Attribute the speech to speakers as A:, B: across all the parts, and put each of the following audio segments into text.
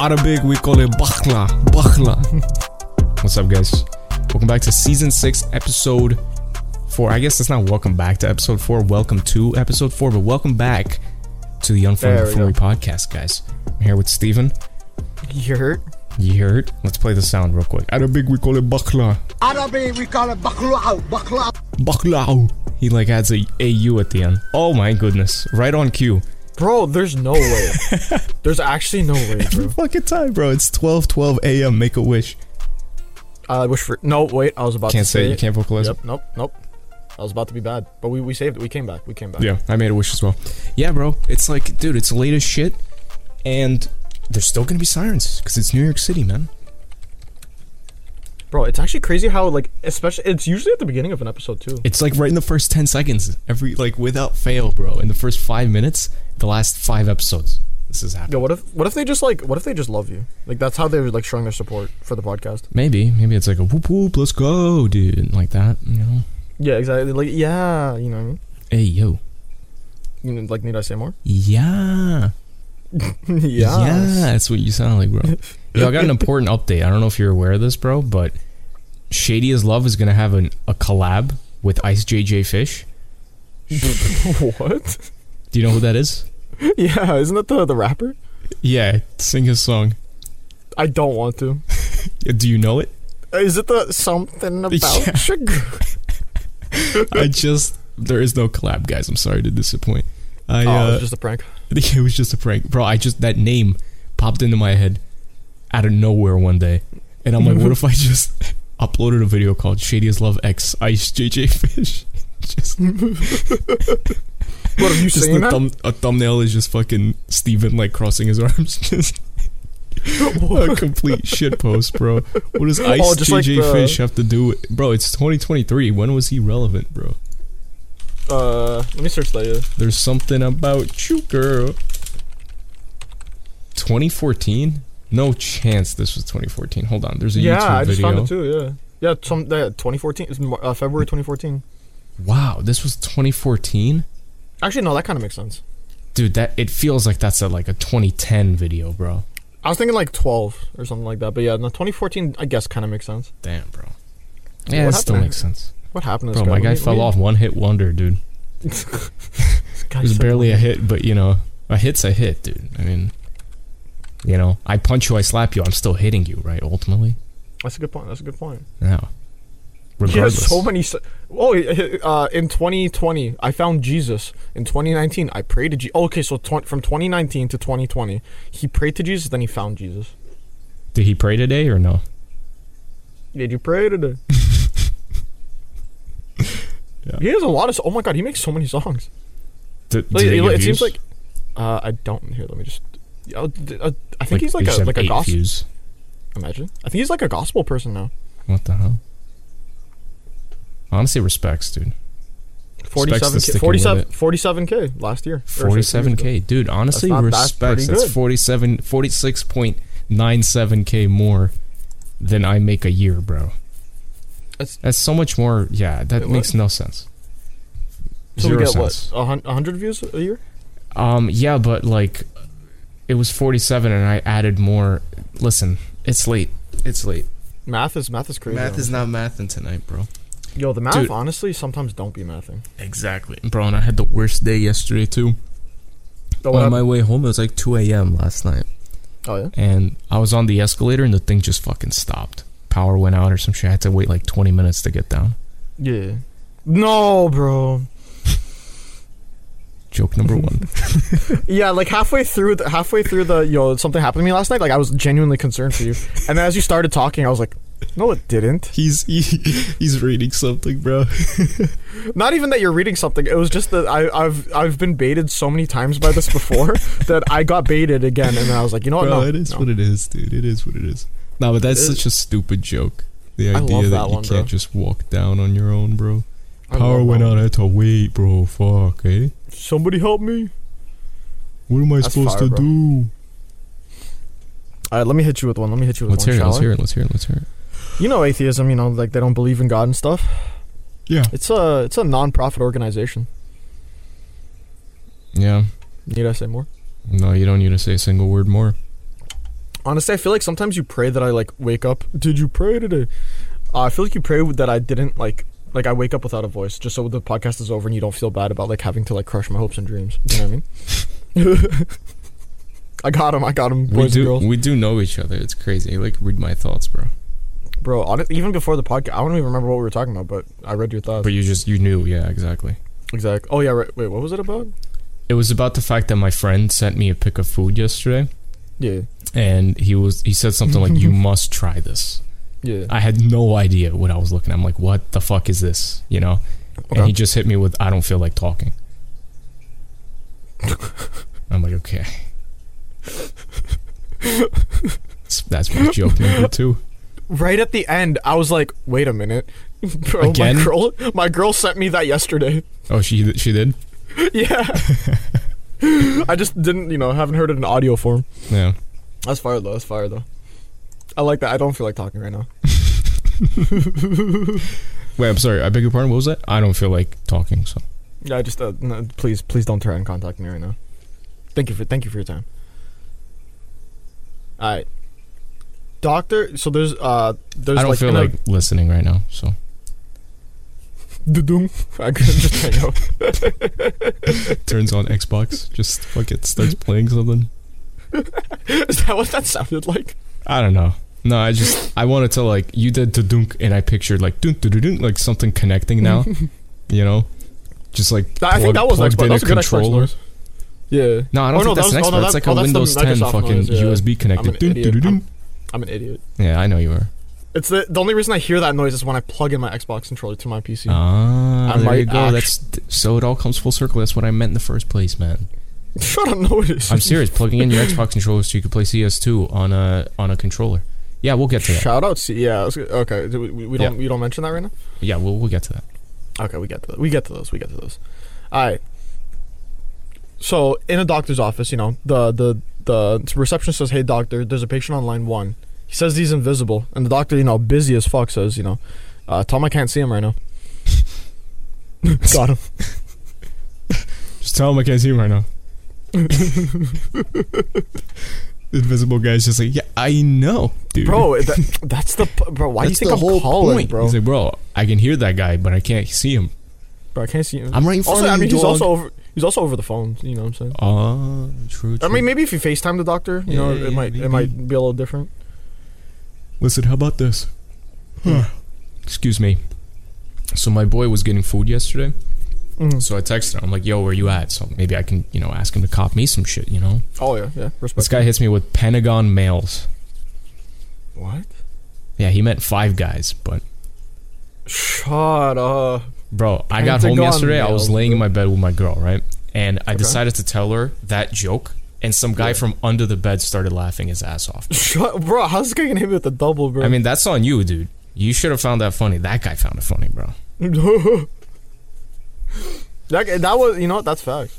A: Arabic, we call it bakhla. Bakhla. What's up, guys? Welcome back to season six, episode four. I guess it's not welcome back to episode four, welcome to episode four, but welcome back to the
B: There
A: Unfunny
B: we
A: Furry podcast, guys. I'm here with Steven.
B: You hurt?
A: You heard? Let's play the sound real quick. Arabic, we call it bakhla.
C: عربي we call it بقلوعة بقلوعة
A: Bakhla. He like adds a AU at the end. Oh my goodness. Right on cue.
B: Bro, there's no way. there's actually no way, bro.
A: Fucking time, bro. It's 12 12 a.m. Make a wish.
B: I wish for no wait, I was about
A: Can't
B: to say,
A: say it. You can't vocalize.
B: Yep, nope, nope. I was about to be bad. But we, we saved it. We came back. We came back.
A: Yeah, I made a wish as well. Yeah, bro. It's like, dude, it's late as shit, and there's still gonna be sirens because it's New York City, man.
B: Bro, it's actually crazy how like especially it's usually at the beginning of an episode too.
A: It's like right in the first ten seconds, every like without fail, bro. In the first five minutes, the last five episodes, this is happening.
B: Yo, what if what if they just like what if they just love you? Like that's how they're like showing their support for the podcast.
A: Maybe, maybe it's like a whoop whoop, let's go, dude, like that. You know?
B: Yeah, exactly. Like yeah, you know what I mean?
A: Hey yo,
B: You know, like need I say more?
A: yeah,
B: yeah.
A: yeah, that's what you sound like, bro. yo, I got an important update. I don't know if you're aware of this, bro, but Shady as Love is gonna have an, a collab with Ice JJ Fish.
B: what?
A: Do you know who that is?
B: yeah, isn't that the the rapper?
A: Yeah, sing his song.
B: I don't want to.
A: Do you know it?
B: Is it the something about
A: Yeah.
B: sugar?
A: I just there is no collab, guys. I'm sorry to disappoint. I
B: Oh,
A: uh,
B: it's just a prank.
A: it was just a prank, bro. I just that name popped into my head out of nowhere one day, and I'm like, what if I just uploaded a video called "Shady as Love X Ice JJ Fish"? just
B: What are you
A: just
B: saying
A: the
B: that?
A: thumb, a thumbnail is just fucking Steven like crossing his arms, just a complete shit post, bro. What does Ice
B: Oh, just like
A: JJ
B: the-
A: Fish have to do with, bro? It's 2023. When was he relevant, bro?
B: uh, let me search that. yeah.
A: There's something about you, girl. 2014? No chance this was 2014. Hold on. There's a
B: Yeah,
A: YouTube
B: I just
A: video.
B: found it too. Yeah, yeah. Some yeah, 2014. It's Mar- uh, February 2014.
A: Wow, this was 2014?
B: Actually, no, that kind of makes sense.
A: Dude, that it feels like that's a, like a 2010 video, bro.
B: I was thinking like 12 or something like that. But yeah, no, 2014. I guess kind of makes sense.
A: Damn, bro.
B: Dude,
A: Yeah,
B: what
A: it still
B: happened?
A: makes sense.
B: What happened to this
A: Bro, my guy
B: Let me-
A: fell
B: let
A: off one hit wonder, dude.
B: me- this
A: It
B: guy's
A: was
B: so
A: barely a
B: funny.
A: hit, but you know, a hit's a hit, dude. I mean, you know, I punch you, I slap you, I'm still hitting you, right? Ultimately?
B: That's a good point. That's a good point.
A: Yeah.
B: He has
A: Regardless.
B: so many. s oh, uh, in 2020, I found Jesus. In 2019, I prayed to Jesus. Oh, okay, so tw- from 2019 to 2020, he prayed to Jesus, then he found Jesus.
A: Did he pray today or no?
B: Did you pray today?
A: Yeah.
B: He has a lot of. Oh my god, he makes so many songs.
A: D-
B: Like,
A: do they
B: it,
A: get
B: it seems
A: views?
B: like. Uh, I don't here. Let me just. Uh, d- uh, I think he's
A: they
B: like
A: just
B: a
A: have
B: like a
A: eight
B: gospel.
A: views.
B: Imagine. I think he's like a gospel person now.
A: What the hell? Honestly, respects, dude.
B: Forty-seven.
A: sticking
B: K,
A: with
B: 47,
A: it.
B: 47 k last year. or six years
A: Forty-seven
B: ago.
A: k, dude. Honestly,
B: That's not- that's
A: respects.
B: pretty
A: That's,
B: good.
A: 47, 46.97 k more than I make a year, bro.
B: That's-
A: That's so much more. Yeah, that
B: Wait, what?
A: makes no sense.
B: So
A: Zero
B: we get
A: sense.
B: what a hun- a hundred views a year.
A: Um, yeah, but like, it was forty-seven, and I added more. Listen, it's late. It's late.
B: Math is math is crazy.
A: Math is not mathing tonight, bro.
B: Yo, the math
A: Dude.
B: honestly sometimes don't be mathing.
A: Exactly, bro. And I had the worst day yesterday too.
B: Oh,
A: on
B: what
A: my way home, it was like 2 a.m. last night.
B: hap- oh yeah.
A: And I was on the escalator and the thing just fucking stopped. Power went out or some shit. I had to wait like 20 minutes to get down.
B: Yeah. No, bro.
A: Joke number one.
B: Yeah, like halfway through, the, halfway through the yo, something happened to me last night. Like I was genuinely concerned for you, and then as you started talking, I was like, no, it didn't.
A: he's he, he's reading something, bro.
B: Not even that you're reading something. It was just that I, I've I've been baited so many times by this before that I got baited again, and then I was like, you know
A: Oh,
B: what? no, no.
A: it is, dude. It is what it is. No, but that's
B: It is.
A: such a stupid joke. The
B: I
A: idea
B: love
A: that,
B: that
A: you
B: one, bro.
A: can't just walk down on your own, bro.
B: I
A: Power
B: love
A: went
B: that.
A: out. I had to wait, bro. Fuck, eh?
B: Somebody help me!
A: What am I
B: That's
A: supposed to
B: fire, bro.
A: do?
B: All right, let me hit you with one. Let me hit you with
A: Let's
B: one.
A: hear it.
B: shall
A: Let's
B: I?
A: hear it. Let's hear it. Let's hear it.
B: You know atheism. You know, like they don't believe in God and stuff.
A: Yeah.
B: It's a it's a non-profit organization.
A: Yeah.
B: Need I say more?
A: No, you don't need to say a single word more.
B: Honestly, I feel like sometimes you pray that I like wake up. Did you pray today? Uh, I feel like you pray that I didn't like like I wake up without a voice, just so the podcast is over and you don't feel bad about like having to like crush my hopes and dreams. You know what I mean? I got him. I got him,
A: We
B: boys and
A: do
B: girls.
A: we do know each other. It's crazy. Like read my thoughts, bro.
B: Bro, hon- even before the podcast, I don't even remember what we were talking about, but I read your thoughts.
A: But you just you knew, yeah, exactly.
B: exactly. Oh yeah. Right. Wait, what was it about?
A: It was about the fact that my friend sent me a pic of food yesterday,
B: Yeah.
A: and he was he said something like, "You must try this."
B: Yeah.
A: I had no idea what I was looking. at. I'm like, "What the fuck is this?" You know.
B: Okay.
A: And Uh, he just hit me with, "I don't feel like talking." I'm like, okay. That's- That's my joke number two.
B: Right at the end, I was like, "Wait a minute, bro!
A: Again?
B: My girl, my girl sent me that yesterday.
A: Oh, she she did.
B: yeah, I just didn't, you know, haven't heard it in audio form.
A: Yeah.
B: That's fire though. That's fire though. I like that. I don't feel like talking right now.
A: Wait, I'm sorry. I beg your pardon. What was that? I don't feel like talking. So
B: Yeah, I just uh, no, please, please don't try and contact me right now. Thank you for thank you for your time. All right, doctor. So there's uh there's
A: I don't
B: like
A: feel
B: an-
A: like listening right now. So
B: Dudung. I couldn't just hang up.
A: turns on Xbox, just fucking starts playing something.
B: Is that what that sounded like?
A: I don't know. No, I just I wanted to like you did to dunk, and I pictured like dunk dunk dunk like something connecting now. you know, just like
B: That- I
A: plug-
B: think that was
A: plugged
B: Xbox. That
A: in a
B: was a good Xbox
A: controller.
B: noise. Yeah.
A: No, I don't
B: Oh, no,
A: think that's an
B: that was-
A: Xbox.
B: oh, no,
A: that's
B: that-
A: like
B: oh,
A: a
B: that's the
A: Windows 10
B: Microsoft
A: fucking
B: noise, yeah.
A: USB connected.
B: an
A: Dun,
B: idiot.
A: dun, dun,
B: I'm-
A: dun.
B: I'm an idiot.
A: Yeah, I know you are.
B: It's the, the only reason I hear that noise is when I plug in my Xbox controller to my PC.
A: Ah,
B: I
A: there you
B: might
A: go.
B: actu-
A: That's so it all comes full circle. That's what I meant in the first place, man.
B: Shut up, notice.
A: I'm serious. Plugging in your Xbox controller so you can play CS2 on a on a controller. Yeah, we'll get to that.
B: Shout out, to, yeah. I was gonna- Okay, do we, we we don't you don't mention that right now.
A: Yeah, we'll we'll get to that.
B: Okay, we get to we get to those. We get to those. All right. So in a doctor's office, you know, the the the receptionist says, "Hey, doctor, there's a patient on line one. He says he's invisible." And the doctor, you know, busy as fuck, says, "You know, uh, Tom, I can't see him right now." Got him.
A: Just tell him I can't see him right now. Invisible guy's just like, yeah, I know, dude.
B: Bro, that, that's the p- bro. Why
A: That's
B: do you
A: the
B: think
A: whole
B: I'm calling,
A: point.
B: bro?
A: He's like, bro, I can hear that guy, but I can't see him.
B: Bro, I can't see him.
A: I'm right in front
B: Also,
A: of
B: I
A: you,
B: mean, he's
A: dog.
B: also over. He's also over the phone. You know what I'm saying?
A: Oh, true,
B: I
A: true.
B: mean, maybe if you FaceTime the doctor, you know,
A: Yeah,
B: it
A: yeah,
B: might
A: maybe.
B: it might be a little different.
A: Listen, how about this?
B: Huh.
A: Excuse me. So my boy was getting food yesterday,
B: Mhm.
A: so I texted him. I'm like, "Yo, where you at?" So maybe I can, you know, ask him to cop me some shit. You know,
B: Oh yeah, yeah.
A: this
B: Respect.
A: guy hits me with Pentagon mails.
B: What?
A: Yeah, he meant five guys, but
B: Shut up.
A: Bro, I got home
B: Pentagon
A: yesterday. I was
B: nails,
A: laying in
B: bro.
A: my bed with my girl, right? And I
B: Okay.
A: decided to tell her that joke, and some guy
B: Yeah.
A: from under the bed started laughing his ass off.
B: Shut, bro. How's this guy gonna hit me with the double, bro?
A: I mean, that's on you, dude. You should have found that funny. That guy found it funny, bro.
B: that guy- that was you know what? That's facts.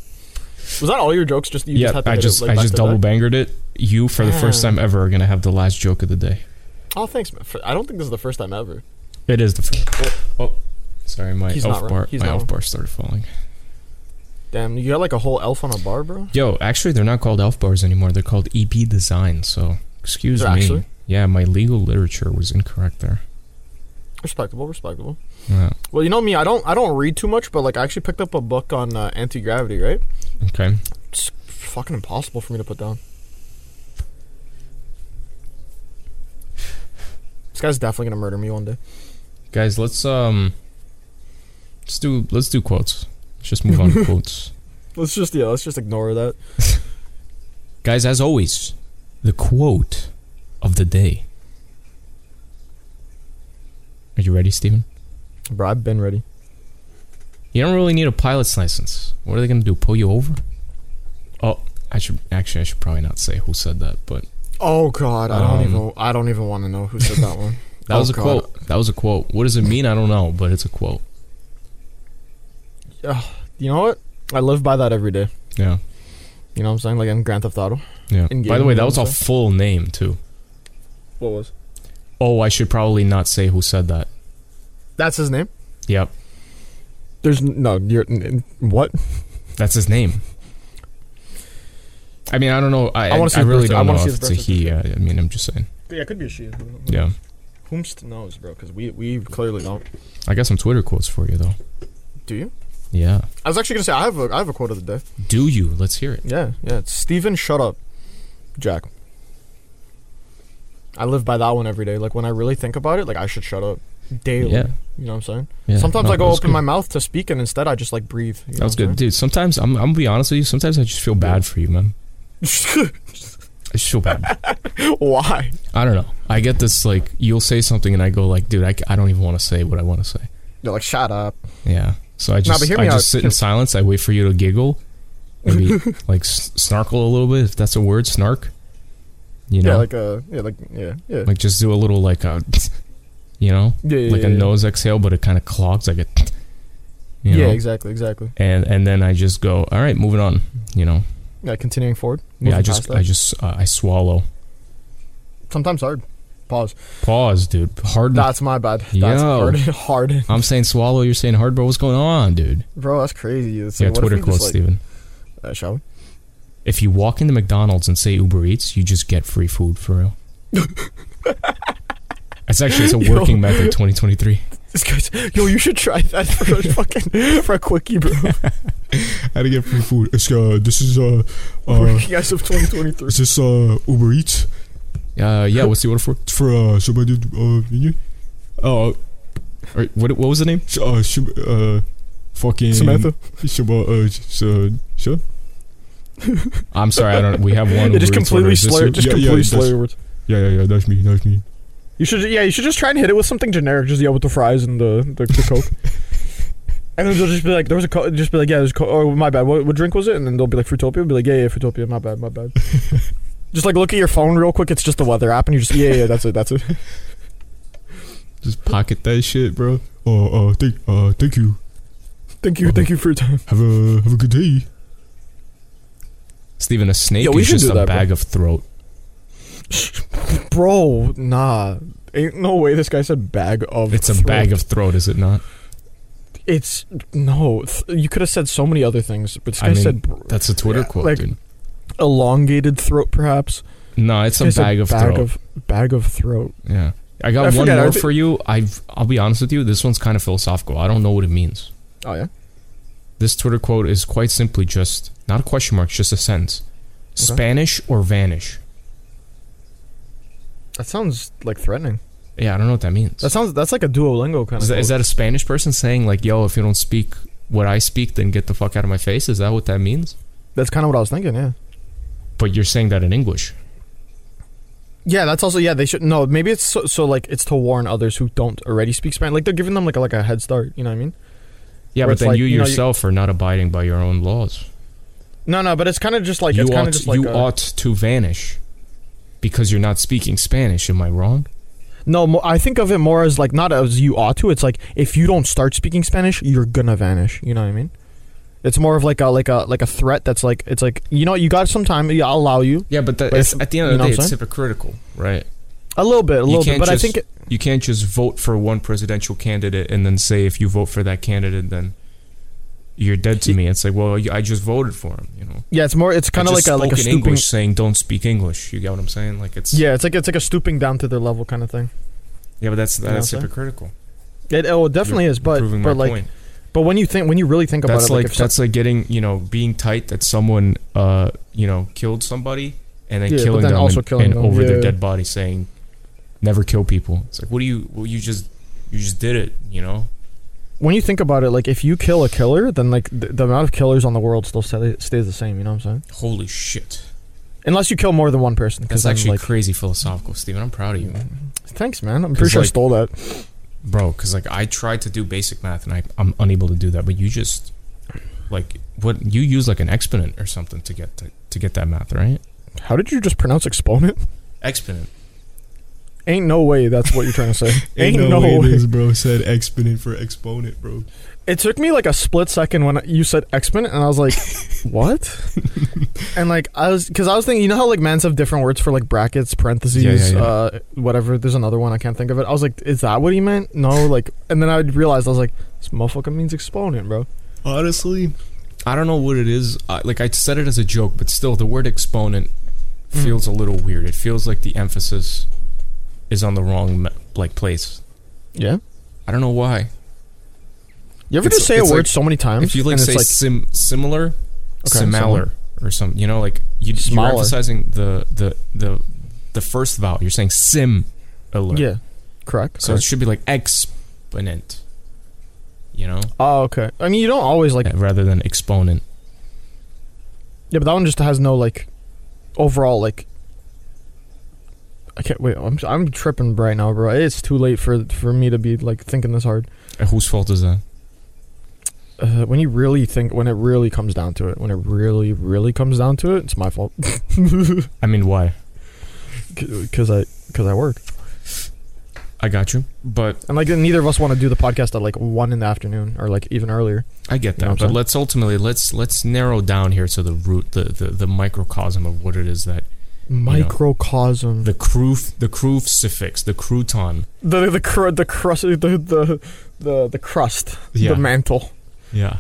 B: Was that all your jokes? Just you just
A: yeah,
B: had to
A: I
B: hit it,
A: just
B: like,
A: I
B: back
A: just
B: to back?
A: double bangered it. You, for the first
B: Damn.
A: time ever, are gonna have the last joke of the day.
B: Oh, thanks. man. For- I don't think this is the first time ever.
A: It is the first. Oh, sorry, my
B: He's not
A: elf
B: wrong.
A: bar.
B: He's
A: my
B: not
A: elf
B: wrong.
A: bar started falling.
B: Damn, you got like a whole elf on a bar, bro.
A: Yo, actually, they're not called elf bars anymore. They're called EP Design. So, excuse
B: They're
A: me.
B: actually?
A: Yeah, my legal literature was incorrect there.
B: Respectable, respectable.
A: Yeah.
B: Well, you know me. I don't I don't read too much, but like I actually picked up a book on uh, anti gravity, right?
A: Okay.
B: It's fucking impossible for me to put down. This guy's definitely gonna murder me one day.
A: guys let's um let's do let's do quotes let's just move on to quotes
B: Let's just yeah, let's just ignore that.
A: guys as always the quote of the day are you ready steven
B: Bro, I've been ready.
A: you don't really need a pilot's license what are they gonna do pull you over oh i should actually i should probably not say who said that but
B: Oh god, I
A: Um,
B: don't even I don't even want to know who said that one.
A: that
B: Oh,
A: was a
B: God.
A: quote that was a quote what does it mean i don't know but it's a quote
B: You know what? I live by that every day.
A: yeah
B: You know what I'm saying? Like in Grand Theft Auto.
A: yeah
B: In
A: by the
B: game,
A: way
B: you
A: that
B: know
A: was a
B: what I'm
A: full name too
B: What was?
A: oh i should probably not say who said that
B: That's his name.
A: yep
B: There's n- no you're n- n- what?
A: that's his name I mean, I don't know. I,
B: I
A: I,
B: wanna see his
A: really
B: birth- I
A: don't know
B: wanna see
A: if
B: his
A: it's a
B: birth
A: he. I, I mean, I'm just saying.
B: Yeah, it could be a she.
A: Yeah.
B: Whomst knows, bro? Because we we clearly don't.
A: I got some Twitter quotes for you, though.
B: Do you?
A: Yeah.
B: I was actually gonna say I have a I have a quote of the day.
A: Do you? Let's hear it.
B: Yeah, yeah. It's Steven, shut up, Jack. I live by that one every day. Like when I really think about it, like I should shut up daily.
A: Yeah.
B: You know what I'm saying?
A: Yeah,
B: Sometimes
A: no,
B: I go
A: that was
B: open
A: good.
B: my mouth to speak, and instead I just like breathe. you know
A: That was
B: what I'm
A: good, dude. Sometimes I'm, I'm gonna be honest with you. Sometimes I just feel bad for you, man.
B: saying?
A: I just feel bad.
B: Why?
A: I don't know. I get this like you'll say something and I go like, dude, I, c- I don't even want to say what I want to say.
B: You're like shut up.
A: Yeah. So I
B: Nah,
A: just
B: but hear
A: I
B: me
A: just
B: out.
A: sit in
B: Hear-
A: silence. I wait for you to giggle, maybe like s- snarkle a little bit if that's a word, snark. You know,
B: Yeah,
A: like,
B: like uh, yeah, like yeah, yeah,
A: just do a little like a, you know,
B: yeah, yeah
A: like
B: yeah,
A: a
B: yeah.
A: nose exhale, but it kind of clogs like a, you know,
B: Yeah, exactly, exactly.
A: and and then I just go, all right, moving on. You know,
B: Yeah, continuing forward.
A: yeah, I
B: moving
A: just
B: past that.
A: I just uh, I swallow.
B: sometimes hard. Pause.
A: Pause, dude. Hard.
B: That's my bad. That's
A: Yo.
B: hard. hard.
A: I'm saying swallow. You're saying hard, bro. What's going on, dude?
B: Bro, that's crazy. It's
A: yeah,
B: like, what if
A: Twitter
B: we just,
A: quote,
B: like-
A: Steven.
B: Uh, shall we?
A: If you walk into McDonald's and say Uber Eats, you just get free food for real. it's actually it's a
B: Yo.
A: working method, 2023.
B: This guy's, yo, you should try that for a fucking for a quickie, bro.
A: How to get free food? It's uh, this is uh,
B: Quickie as of 2023.
A: this uh Uber Eats? Uh, yeah. What's the order for?
D: for uh somebody uh you
A: Oh, or what what was the name?
D: uh she, uh fucking
B: Samantha,
D: Shaba, uh, so, sure.
A: I'm sorry, I don't. We have one.
B: it just
A: Uber Eats order.
B: completely
A: Is this
B: slur,
A: you?
B: just
D: Yeah, yeah,
B: completely
D: it
B: slur
D: does.
B: your words.
D: Yeah, yeah, yeah. That's me. That's me.
B: You should, yeah, you should just try and hit it with something generic, just yeah, with the fries and the the, the coke. And then they'll just be like, there was a co- just be like, yeah, there's co- oh my bad, what, what drink was it? And then they'll be like, Fruitopia, be like, yeah, yeah, Fruitopia, my bad, my bad. just like look at your phone real quick, it's just the weather app, and you just yeah, yeah, that's it, that's it.
A: Just pocket that shit, bro.
D: Uh, uh, thank, uh, thank you.
B: Thank you,
D: Uh-huh.
B: thank you for your time.
D: Have a have a good day.
A: Steven, a snake
B: Yo, we
A: is
B: should
A: just
B: do
A: a
B: that, bro.
A: bag of throat.
B: Bro, nah. Ain't no way this guy said bag of.
A: It's a
B: throat.
A: bag of throat, is it not?
B: It's no. Th- you could have said so many other things, but this
A: I
B: guy
A: mean,
B: said br-
A: That's a Twitter
B: Yeah,
A: quote,
B: like,
A: dude.
B: elongated throat, perhaps.
A: No, it's a
B: This guy said
A: bag of
B: bag
A: throat.
B: of bag of throat.
A: yeah. I
B: I
A: got one
B: forget, I
A: more
B: thi-
A: for you. I've I'll be honest with you, this one's kind of philosophical. I don't know what it means.
B: Oh yeah.
A: This Twitter quote is quite simply just not a question mark, it's just a sentence.
B: Okay.
A: Spanish or vanish?
B: That sounds like threatening.
A: Yeah, I don't know what that means.
B: That sounds that's like a Duolingo kind
A: is,
B: of.
A: that, is
B: quote.
A: that a Spanish person saying like, "Yo, if you don't speak what I speak, then get the fuck out of my face"? Is that what that means?
B: that's kind of what I was thinking. Yeah.
A: But you're saying that in English.
B: Yeah, that's also yeah. They should no. Maybe it's so, so like it's to warn others who don't already speak Spanish. Like they're giving them like a, like a head start. You know what I mean?
A: Yeah,
B: Where
A: but
B: it's
A: then
B: like,
A: you,
B: you know, you-
A: yourself are not abiding by your own laws.
B: No, no. But it's kind of just like
A: you
B: it's kind
A: ought
B: of just like
A: you
B: a-
A: ought to vanish because you're not speaking Spanish. Am I wrong?
B: No, mo- I think of it more as like not as you ought to. It's like if you don't start speaking Spanish, you're gonna vanish. You know what I mean? It's more of like a like a like a threat. That's like it's like you know you got some time. Yeah, I'll allow you
A: Yeah, but, that,
B: But
A: it's,
B: if-
A: at the end of
B: you
A: the
B: know
A: day,
B: what I'm
A: it's
B: saying?
A: hypocritical, right?
B: a little bit, a little bit.
A: can't
B: But I
A: just-
B: think it,
A: You can't just vote for one presidential candidate and then say if you vote for that candidate, then you're dead to me. It's like, well, I just voted for him, you know.
B: yeah, it's more. It's kind
A: I
B: of like
A: just
B: a like a
A: spoke in
B: stooping.
A: English saying don't speak English. You get what I'm saying? Like it's
B: Yeah, it's like it's like a stooping down to their level kind of thing.
A: yeah, but that's
B: You know what
A: that's
B: I'm saying?
A: hypocritical.
B: It oh, it definitely is. But
A: proving
B: but
A: my
B: like
A: point.
B: but when you think when you really think about
A: That's
B: it, like,
A: like,
B: if some-
A: that's like getting you know being tight that someone uh you know killed somebody and then
B: Yeah, but
A: killing
B: then
A: them
B: also
A: and,
B: killing
A: and
B: them,
A: over their
B: yeah.
A: dead body saying never kill people. It's like what do you well you just you just did it you know
B: when you think about it, like if you kill a killer, then like the, the amount of killers on the world still stay, stays the same. You know what I'm saying?
A: holy shit
B: Unless you kill more than one person,
A: that's
B: because
A: actually
B: like,
A: crazy philosophical Steven. I'm proud of you
B: Thanks, man. I'm
A: 'Cause,
B: pretty sure I
A: like-
B: stole that.
A: bro because like I tried to do basic math and I I'm unable to do that but you just like what you use like an exponent or something to get to, to get that math right
B: How did you just pronounce exponent?
A: exponent
B: Ain't no way that's what you're trying to say. Ain't, no, way.
D: way this bro said exponent for exponent, bro.
B: It took me like a split second when you said exponent, and I was like, "What?" and like I was, because I was thinking, you know how like mans have different words for like brackets, parentheses,
A: Yeah, yeah, yeah.
B: Uh, whatever. There's another one I can't think of it. I was like, "Is that what he meant?" No, like, and then I realized I was like, "This motherfucker means exponent, bro."
D: Honestly,
A: I don't know what it is. I, like I said it as a joke, but still, the word exponent
B: Mm.
A: feels a little weird. It feels like the emphasis is on the wrong me- like place.
B: Yeah.
A: I don't know why.
B: You ever
A: It's-
B: just say a
A: it's
B: word
A: like-
B: so many times?
A: If you like
B: and
A: say
B: it's
A: sim similar,
B: Okay,
A: similar or something, you know, like you, you're
B: Smaller.
A: emphasizing the the the the first vowel. You're saying sim alert.
B: like, yeah, correct.
A: So it
B: correct.
A: should be like exponent. You know,
B: oh, okay. I mean, you don't always like.
A: Uh, rather than exponent.
B: Yeah, but that one just has no like overall like. I can't wait. I'm I'm tripping right now, bro. It's too late for for me to be like thinking this hard.
A: Uh, Whose fault is that?
B: Uh, when you really think, when it really comes down to it, when it really really comes down to it, it's my fault
A: I mean, why?
B: because I because I work
A: I got you, but
B: and like neither of us want to do the podcast at like one in the afternoon or like even earlier.
A: I get
B: You
A: that.
B: know what I'm
A: but
B: saying?
A: let's ultimately let's let's narrow down here to the root, the, the the microcosm of what it is that
B: Microcosm.
A: the cruf the cruf suffix, the crouton.
B: the the the, cr- the crust the the the, the crust
A: Yeah.
B: the mantle
A: Yeah.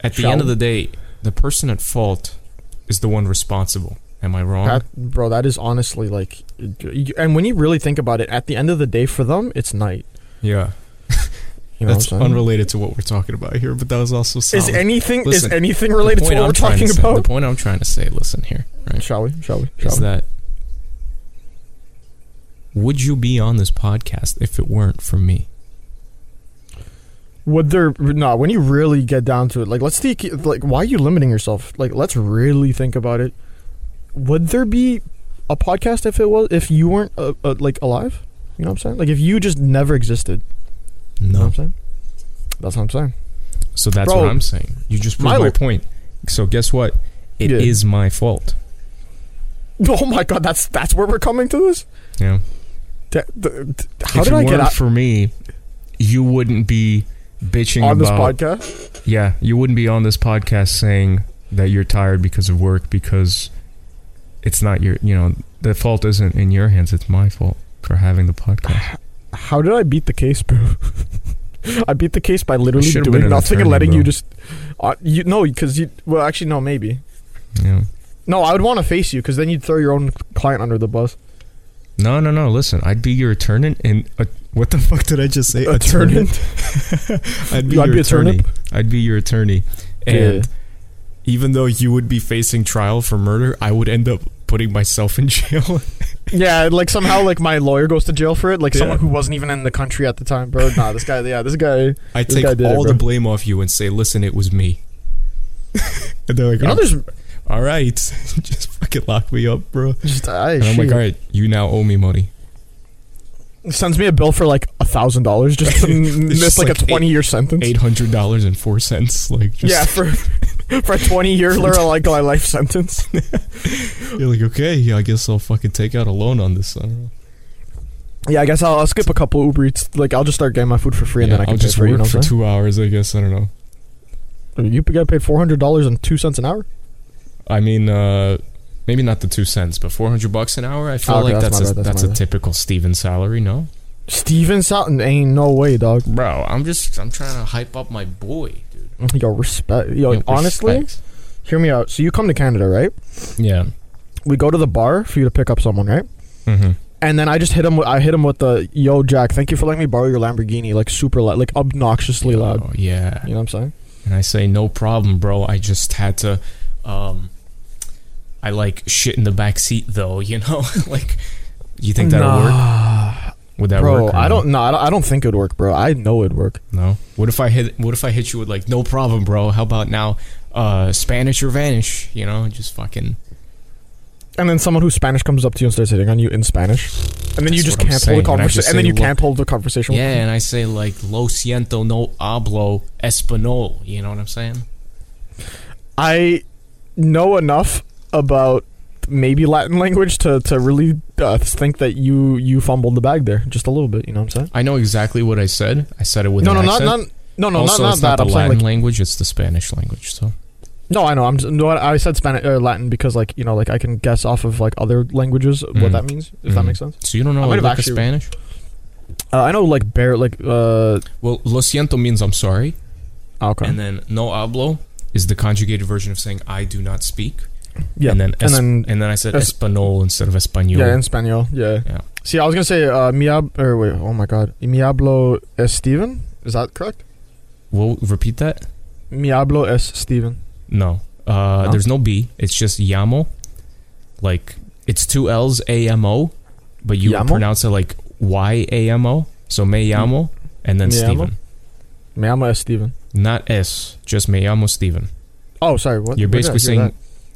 A: At the
B: Shall
A: end of
B: we?
A: the day, the person at fault is the one responsible. Am I wrong?
B: that bro that is honestly like you- and when you really think about it at the end of the day for them it's night
A: yeah,
B: you know
A: that's
B: what I'm saying?
A: unrelated to what we're talking about here, but that was also
B: is
A: solid.
B: anything
A: Listen,
B: is anything
A: The
B: related to
A: point
B: what
A: I'm
B: we're
A: trying
B: talking
A: to say-
B: about
A: the point I'm trying to say, listen here, right?
B: shall we shall we shall
A: Is
B: we?
A: that would you be on this podcast if it weren't for me?
B: would there no when you really get down to it like let's think like why are you limiting yourself like let's really think about it would there be a podcast if it was if you weren't uh, uh, like alive you know what i'm saying like if you just never existed you know what i'm saying that's what i'm saying
A: So that's
B: Bro,
A: what I'm saying. You just proved
B: my-
A: my, point. So guess what? It is
B: Yeah.
A: my fault.
B: Oh my god, that's that's where we're coming to this.
A: Yeah.
B: Da- da- da- how
A: if
B: did
A: it
B: I get
A: weren't
B: out
A: for me, you wouldn't be bitching
B: on this
A: about
B: podcast?
A: Yeah, you wouldn't be on this podcast saying that you're tired because of work because it's not your, you know, the fault isn't in your hands, it's my fault for having the podcast.
B: How did I beat the case, bro? I beat the case by literally
A: should've been
B: doing
A: an
B: nothing and
A: attorney,
B: letting
A: bro.
B: you just. Uh, you no, because you. Well, actually, no, maybe.
A: Yeah.
B: No, I would want to face you because then you'd throw your own client under the bus.
A: No, no, no. Listen, I'd be your attorney and uh, what the fuck did I just say? Attorney? I'd be
B: I'd
A: your
B: be a
A: attorney.
B: turnip.
A: I'd be your attorney. And
B: Yeah.
A: even though you would be facing trial for murder, I would end up putting myself in jail.
B: Yeah, like somehow, like my lawyer goes to jail for it. Like
A: Yeah.
B: someone who wasn't even in the country at the time, bro. Nah, this guy. Yeah, this guy.
A: I
B: This
A: take
B: guy did it,
A: all the
B: bro.
A: blame off you and say, "Listen, it was me." and they're like,
B: You know,
A: "Oh,
B: there's
A: "All right, just fucking lock me up, bro."
B: just. ah, I,
A: And I'm like, "All right, you now owe me money."
B: Sends me a bill for like a thousand dollars just to miss
A: just
B: like,
A: like
B: a
A: eight-
B: twenty year sentence.
A: Eight hundred dollars and four cents. Like, just,
B: yeah, for for a twenty year like my life sentence.
A: You're like, okay, yeah, I guess I'll fucking take out a loan on this. I don't know.
B: Yeah, I guess I'll, I'll skip a couple Uber Eats. Like I'll just start getting my food for free, and
A: Yeah,
B: then I can
A: I'll
B: pay
A: just
B: for it. You,
A: work
B: know
A: for
B: what
A: two hours. I guess I don't know.
B: I'm saying? you got paid four hundred dollars and two cents an hour.
A: I mean, uh, maybe not the two cents, but four hundred bucks an hour. I feel
B: Oh, okay,
A: like
B: that's
A: that's
B: my
A: a,
B: bad, that's
A: that's,
B: my
A: a
B: bad.
A: typical Steven salary. No,
B: Steven Sutton ain't no way, dog.
A: bro, I'm just I'm trying to hype up my boy, dude.
B: Yo, respect. Yo,
A: Yo,
B: honestly,
A: respect.
B: hear me out. So you come to Canada, right?
A: yeah.
B: We go to the bar for you to pick up someone, right?
A: Mm-hmm.
B: And then I just hit him. with- I hit him with the yo, Jack. Thank you for letting me borrow your Lamborghini. Like super loud, like obnoxiously loud.
A: Oh, yeah.
B: You know what I'm saying?
A: And I say, no problem, bro. I just had to, um, I like shit in the back seat, though, you know? like, you think that'll work? Would that
B: bro.
A: work? or no?
B: I don't. No, I don't, I don't think it'd work, bro. I know it'd work.
A: No. What if I hit, what if I hit you with like, no problem, bro. How about now, uh, Spanish or vanish, you know? Just fucking.
B: And then someone who's Spanish comes up to you and starts hitting on you in Spanish. And then
A: That's
B: you just
A: what I'm
B: can't
A: saying, and
B: hold the
A: I just
B: conversation. And then
A: say,
B: you
A: "Look-
B: can't hold the conversation.
A: Yeah, and I say like, lo siento, no hablo español. You know what I'm saying?
B: I know enough about maybe Latin language to, to really uh, think that you you fumbled the bag there just a little bit. You know what I'm saying?
A: I know exactly what I said. I said it with
B: no,
A: an
B: no, not,
A: accent.
B: not no, no,
A: also,
B: not, not
A: it's
B: that.
A: the
B: I'm
A: Latin
B: saying like
A: language; it's the Spanish language. So
B: no. I know. I'm just, no. I I said Spanish or Latin because like you know like I can guess off of like other languages
A: Mm.
B: what that means if that
A: Mm.
B: makes sense.
A: So you don't know
B: I
A: a
B: might have
A: lick of
B: actually-
A: Spanish?
B: Uh, I know like bare like uh
A: Well, lo siento means I'm sorry,
B: okay.
A: and then no hablo is the conjugated version of saying I do not speak.
B: Yeah,
A: And then
B: and
A: es-
B: then
A: And then I said
B: Es-
A: Espanol instead of Espanol.
B: yeah, in Spanish. Yeah.
A: Yeah.
B: See, I was gonna say uh, Miab or wait, oh my God, Miablo es Steven. Is that correct?
A: Well, repeat that.
B: Miablo es Steven.
A: No. Uh,
B: No?
A: There's no B. It's just Yamo. Like, it's two L's, A-M-O, but you
B: Yamo?
A: pronounce it like Y-A-M-O. So
B: Hmm.
A: me llamo, and then
B: Me llamo?
A: Steven.
B: Me llamo es Steven.
A: Not S, just me llamo Steven.
B: Oh, sorry. What?
A: You're
B: where did I
A: basically
B: hear
A: saying,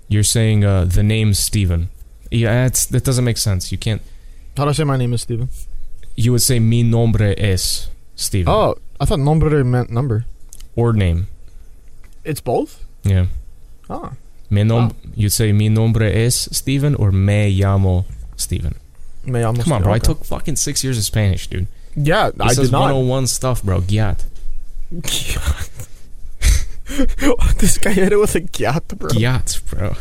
A: you're saying uh, the name Steven. Yeah, it's, that doesn't make sense. You can't,
B: that? how do I say my name is Steven?
A: you would say mi nombre es Steven.
B: Oh, I thought nombre meant number.
A: Or name.
B: It's both.
A: Yeah.
B: Oh,
A: Mi nom- You'd say mi nombre es Steven or me llamo Steven.
B: me llamo.
A: Come on,
B: Steven.
A: bro. I
B: Okay.
A: took fucking six years of Spanish, dude.
B: Yeah,
A: This
B: I
A: is
B: did not.
A: 101 stuff, bro. Gyat.
B: this guy hit it with a gat, bro.
A: Gyat, bro.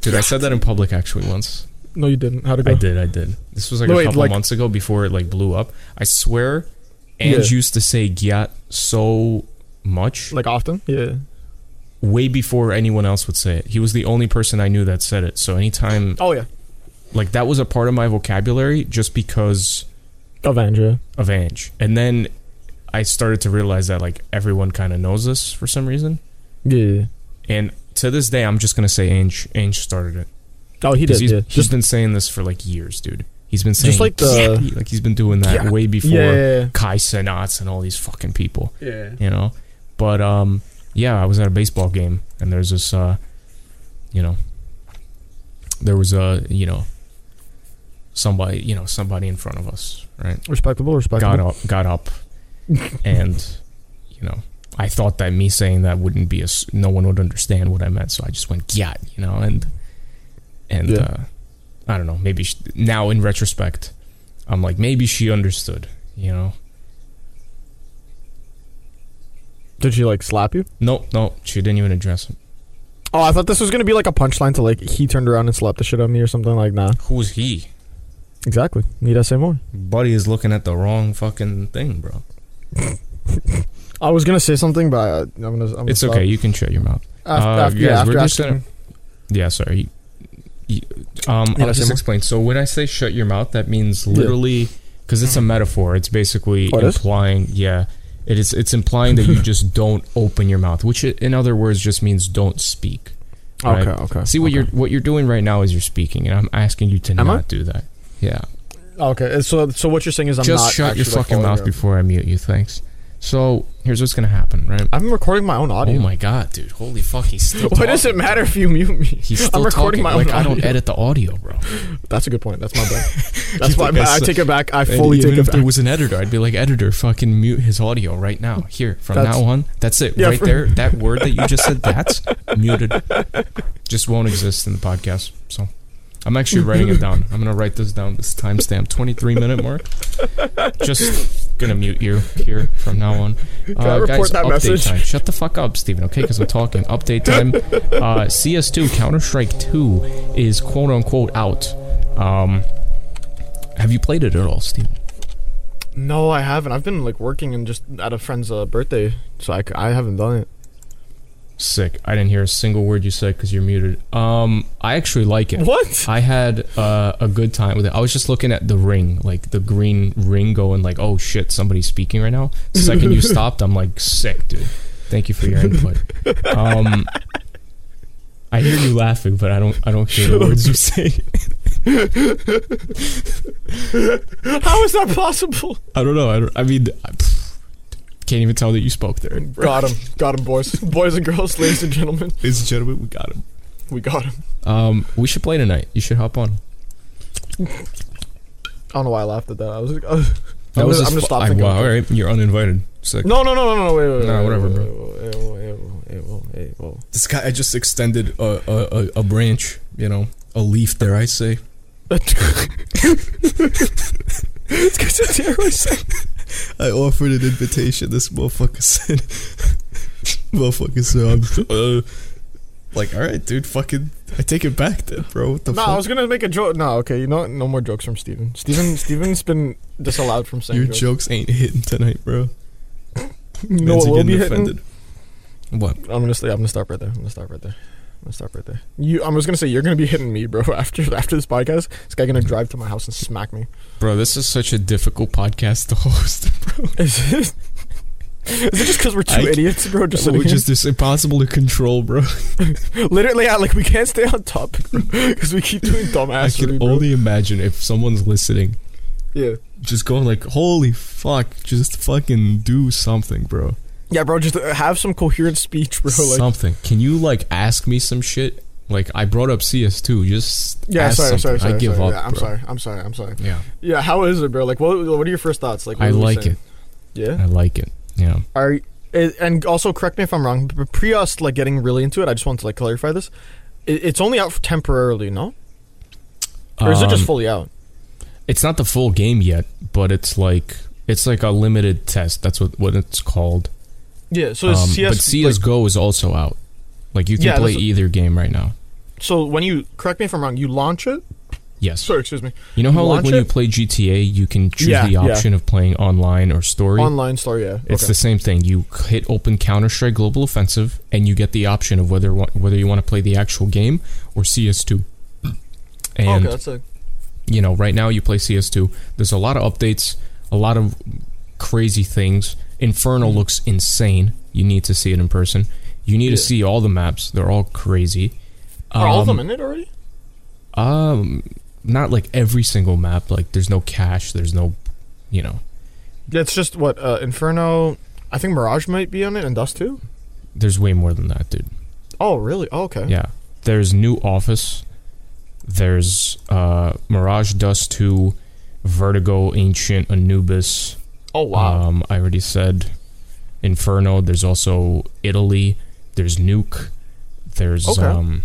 A: Dude, I said that in public actually once.
B: No, you didn't. How'd it go?
A: I did, I did. This was like
B: No,
A: a
B: wait,
A: couple
B: like-
A: months ago before it like blew up. I swear, Ange
B: Yeah.
A: used to say gyat so much,
B: Like often? Yeah.
A: way before anyone else would say it. He was the only person I knew that said it. So anytime,
B: Oh yeah.
A: like that was a part of my vocabulary just because
B: Avenger.
A: of Ange. And then I started to realize that like everyone kind of knows this for some reason.
B: Yeah.
A: And to this day, I'm just gonna say Ange. Ange started it.
B: Oh, he
A: 'Cause
B: did.
A: he's,
B: Yeah.
A: he's
B: Just
A: been saying this for like years, dude. He's been saying
B: Just like the-
A: "Yeah," like he's been doing that
B: Yeah.
A: way before
B: yeah. yeah,
A: Kai Cenats and all these fucking people,
B: yeah. yeah.
A: you know. But um, yeah, I was at a baseball game and there's this uh, you know, there was a you know, somebody you know somebody in front of us, right?
B: Respectable. Respectable.
A: got up, got up, and you know, I thought that me saying that wouldn't be a s- no one would understand what I meant, so I just went gyat, you know, and and
B: Yeah.
A: uh, I don't know, maybe sh now in retrospect, I'm like maybe she understood, you know.
B: Did she like slap you?
A: No, no, she didn't even address him.
B: Oh, I thought this was gonna be like a punchline to like he turned around and slapped the shit out of me or something like nah.
A: Who's he?
B: Exactly. Need I say more?
A: Buddy is looking at the wrong fucking thing, bro.
B: I was gonna say something, but I, I'm gonna. I'm gonna
A: It's
B: stop.
A: okay, you can shut your mouth.
B: After,
A: Uh,
B: after,
A: guys,
B: yeah, after
A: we're just
B: asking.
A: gonna- Yeah, sorry. Y- Um,
B: Yeah,
A: I'll
B: say
A: just
B: more.
A: explain. So when I say shut your mouth, that means
B: Yeah. Mm-hmm.
A: literally because it's a metaphor. It's basically
B: Oh, it is?
A: implying, yeah, it is. It's implying that you just don't open your mouth, which i- in other words just means don't speak. right?
B: Okay. Okay.
A: See what
B: okay.
A: you're what you're doing right now is you're speaking, and I'm asking you to
B: I?
A: not do that. Yeah,
B: Okay. and So so what you're saying is I'm
A: just
B: not
A: shut your
B: actually, like,
A: fucking
B: following
A: mouth
B: you.
A: before I mute you. Thanks. So here's what's gonna happen, right?
B: I'm recording my own
A: Oh
B: audio.
A: my god, dude! Holy fuck, he's still.
B: Why does it
A: talking.
B: matter if you mute me?
A: He's still
B: I'm
A: talking.
B: recording my own
A: like I don't
B: audio.
A: edit the audio, bro.
B: That's a good point. That's my bad.
A: You
B: That's why
A: think I
B: I, I
A: suck.
B: take it back. I
A: And
B: fully
A: even
B: take
A: if
B: it
A: there
B: back.
A: was an editor, I'd be like, editor, fucking mute his audio right now. Here, from
B: That's-
A: now on, that's it.
B: Yeah,
A: right
B: for-
A: there, that word that you just said, that's muted. Just won't exist in the podcast. So I'm actually writing it down. I'm gonna write this down. This timestamp, 23 minute mark. Just gonna mute you here from now on. Uh,
B: I report that
A: update
B: message?
A: time. Shut the fuck up, Steven, okay? Because I'm talking. Update time. Uh, CS2, Counter Strike 2 is quote unquote out. Um, have you played it at all, Steven?
B: No, I haven't. I've been like working and just at a friend's uh, birthday, so I, c- I haven't done it.
A: Sick. I didn't hear a single word you said because you're muted. Um, I actually like it.
B: What?
A: I had uh, a good time with it. I was just looking at the ring, like the green ring, going like, "Oh shit, somebody's speaking right now." The second you stopped, I'm like, "Sick, dude. Thank you for your input." Um, I hear you laughing, but I don't. I don't hear the words you say.
B: How is that possible?
A: I don't know. I, don't, I mean, I, pff, can't even tell that you spoke there.
B: Got him. Got him, boys. boys and girls, ladies and gentlemen.
D: Ladies and gentlemen, we got him.
B: We got him.
A: Um, we should play tonight. You should hop on.
B: I don't know why I laughed at that. I was like, uh,
A: That
B: I'm
A: was just
B: gonna- I'm gonna
A: fu-
B: stop
A: I-
B: thinking
A: wow,
B: about
A: all right, you're uninvited. Sick.
B: no, no, no, no, no, wait, wait, wait.
A: Nah,
B: wait,
A: whatever, bro.
B: wait, wait, wait, wait, wait, wait.
A: This guy, I just extended a, a, a, a branch, you know, a leaf, dare I say.
D: I offered an invitation. This motherfucker said, motherfucker said, I'm, uh, like, all right, dude, fucking, I take it back then, bro. What the
B: No, I was gonna make a joke. No, okay, you know what? No more jokes from Steven. Steven, Steven's been disallowed from saying
D: Your
B: jokes.
D: jokes ain't hitting tonight, bro.
B: no, it will be hitting.
A: What?
B: I'm gonna stay. I'm gonna stop right there. I'm gonna stop right there. I'm gonna stop right there. You, I was gonna say you're gonna be hitting me, bro. After after this podcast, this guy gonna drive to my house and smack me.
A: Bro, this is such a difficult podcast to host, bro.
B: Is it? Is it just because we're two
D: I-
B: idiots, bro? Just sitting
D: We're just it's impossible to control, bro.
B: here? literally, yeah, like we can't stay on topic because we keep doing dumb
A: I
B: ass.
A: can
B: bro.
A: only imagine if someone's listening,
B: yeah,
A: just going like, "Holy fuck! Just fucking do something, bro.
B: yeah, bro. Just uh, have some coherent speech, bro. Like,
A: something. Can you like ask me some shit? Like I brought up CS2. Just
B: yeah,
A: ask
B: sorry, sorry,
A: something.
B: sorry.
A: I give up.
B: sorry. yeah, I'm
A: bro.
B: sorry. I'm sorry. I'm sorry.
A: Yeah,
B: Yeah, how is it, bro? Like, what? What are your first thoughts? Like, what
A: I
B: were you
A: like
B: saying?
A: it.
B: Yeah.
A: I like it. Yeah.
B: are i- and also correct me if I'm wrong, but pre us like getting really into it, I just want to like clarify this. It, it's only out for temporarily, no? Or is it just
A: Um,
B: fully out?
A: It's not the full game yet, but it's like it's like a limited test. That's what what it's called.
B: Yeah. So is
A: Um,
B: CS,
A: but CS:GO is also out. Like you can
B: Yeah,
A: play
B: that's-
A: either game right now.
B: like- so when you correct me if I'm wrong, you launch it.
A: Yes.
B: Sorry, excuse me.
A: You know how
B: You
A: like
B: launch
A: when
B: it?
A: you play GTA, you can choose
B: Yeah,
A: the
B: yeah.
A: option of playing online or story.
B: Online store, yeah.
A: It's
B: okay.
A: the same thing. You c- hit open Counter Strike Global Offensive, and you get the option of whether wa- whether you want to play the actual game or CS2. And
B: okay, that's a
A: you know, right now you play CS2. There's a lot of updates, a lot of crazy things. Inferno
B: Mm-hmm.
A: looks insane. You need to see it in person. You need to
B: Yeah.
A: see all the maps. They're all crazy.
B: are all of
A: Um,
B: them in it already?
A: Um, not like every single map. Like there's no cache. There's no, you know,
B: Yeah, it's just what uh, Inferno. I think Mirage might be on it and Dust too.
A: there's way more than that, dude.
B: Oh, really? Oh, okay.
A: Yeah. There's new office. There's uh Mirage Dust 2, Vertigo, Ancient, Anubis.
B: Oh, wow.
A: Um I already said Inferno. There's also Italy. There's Nuke. There's
B: Okay.
A: um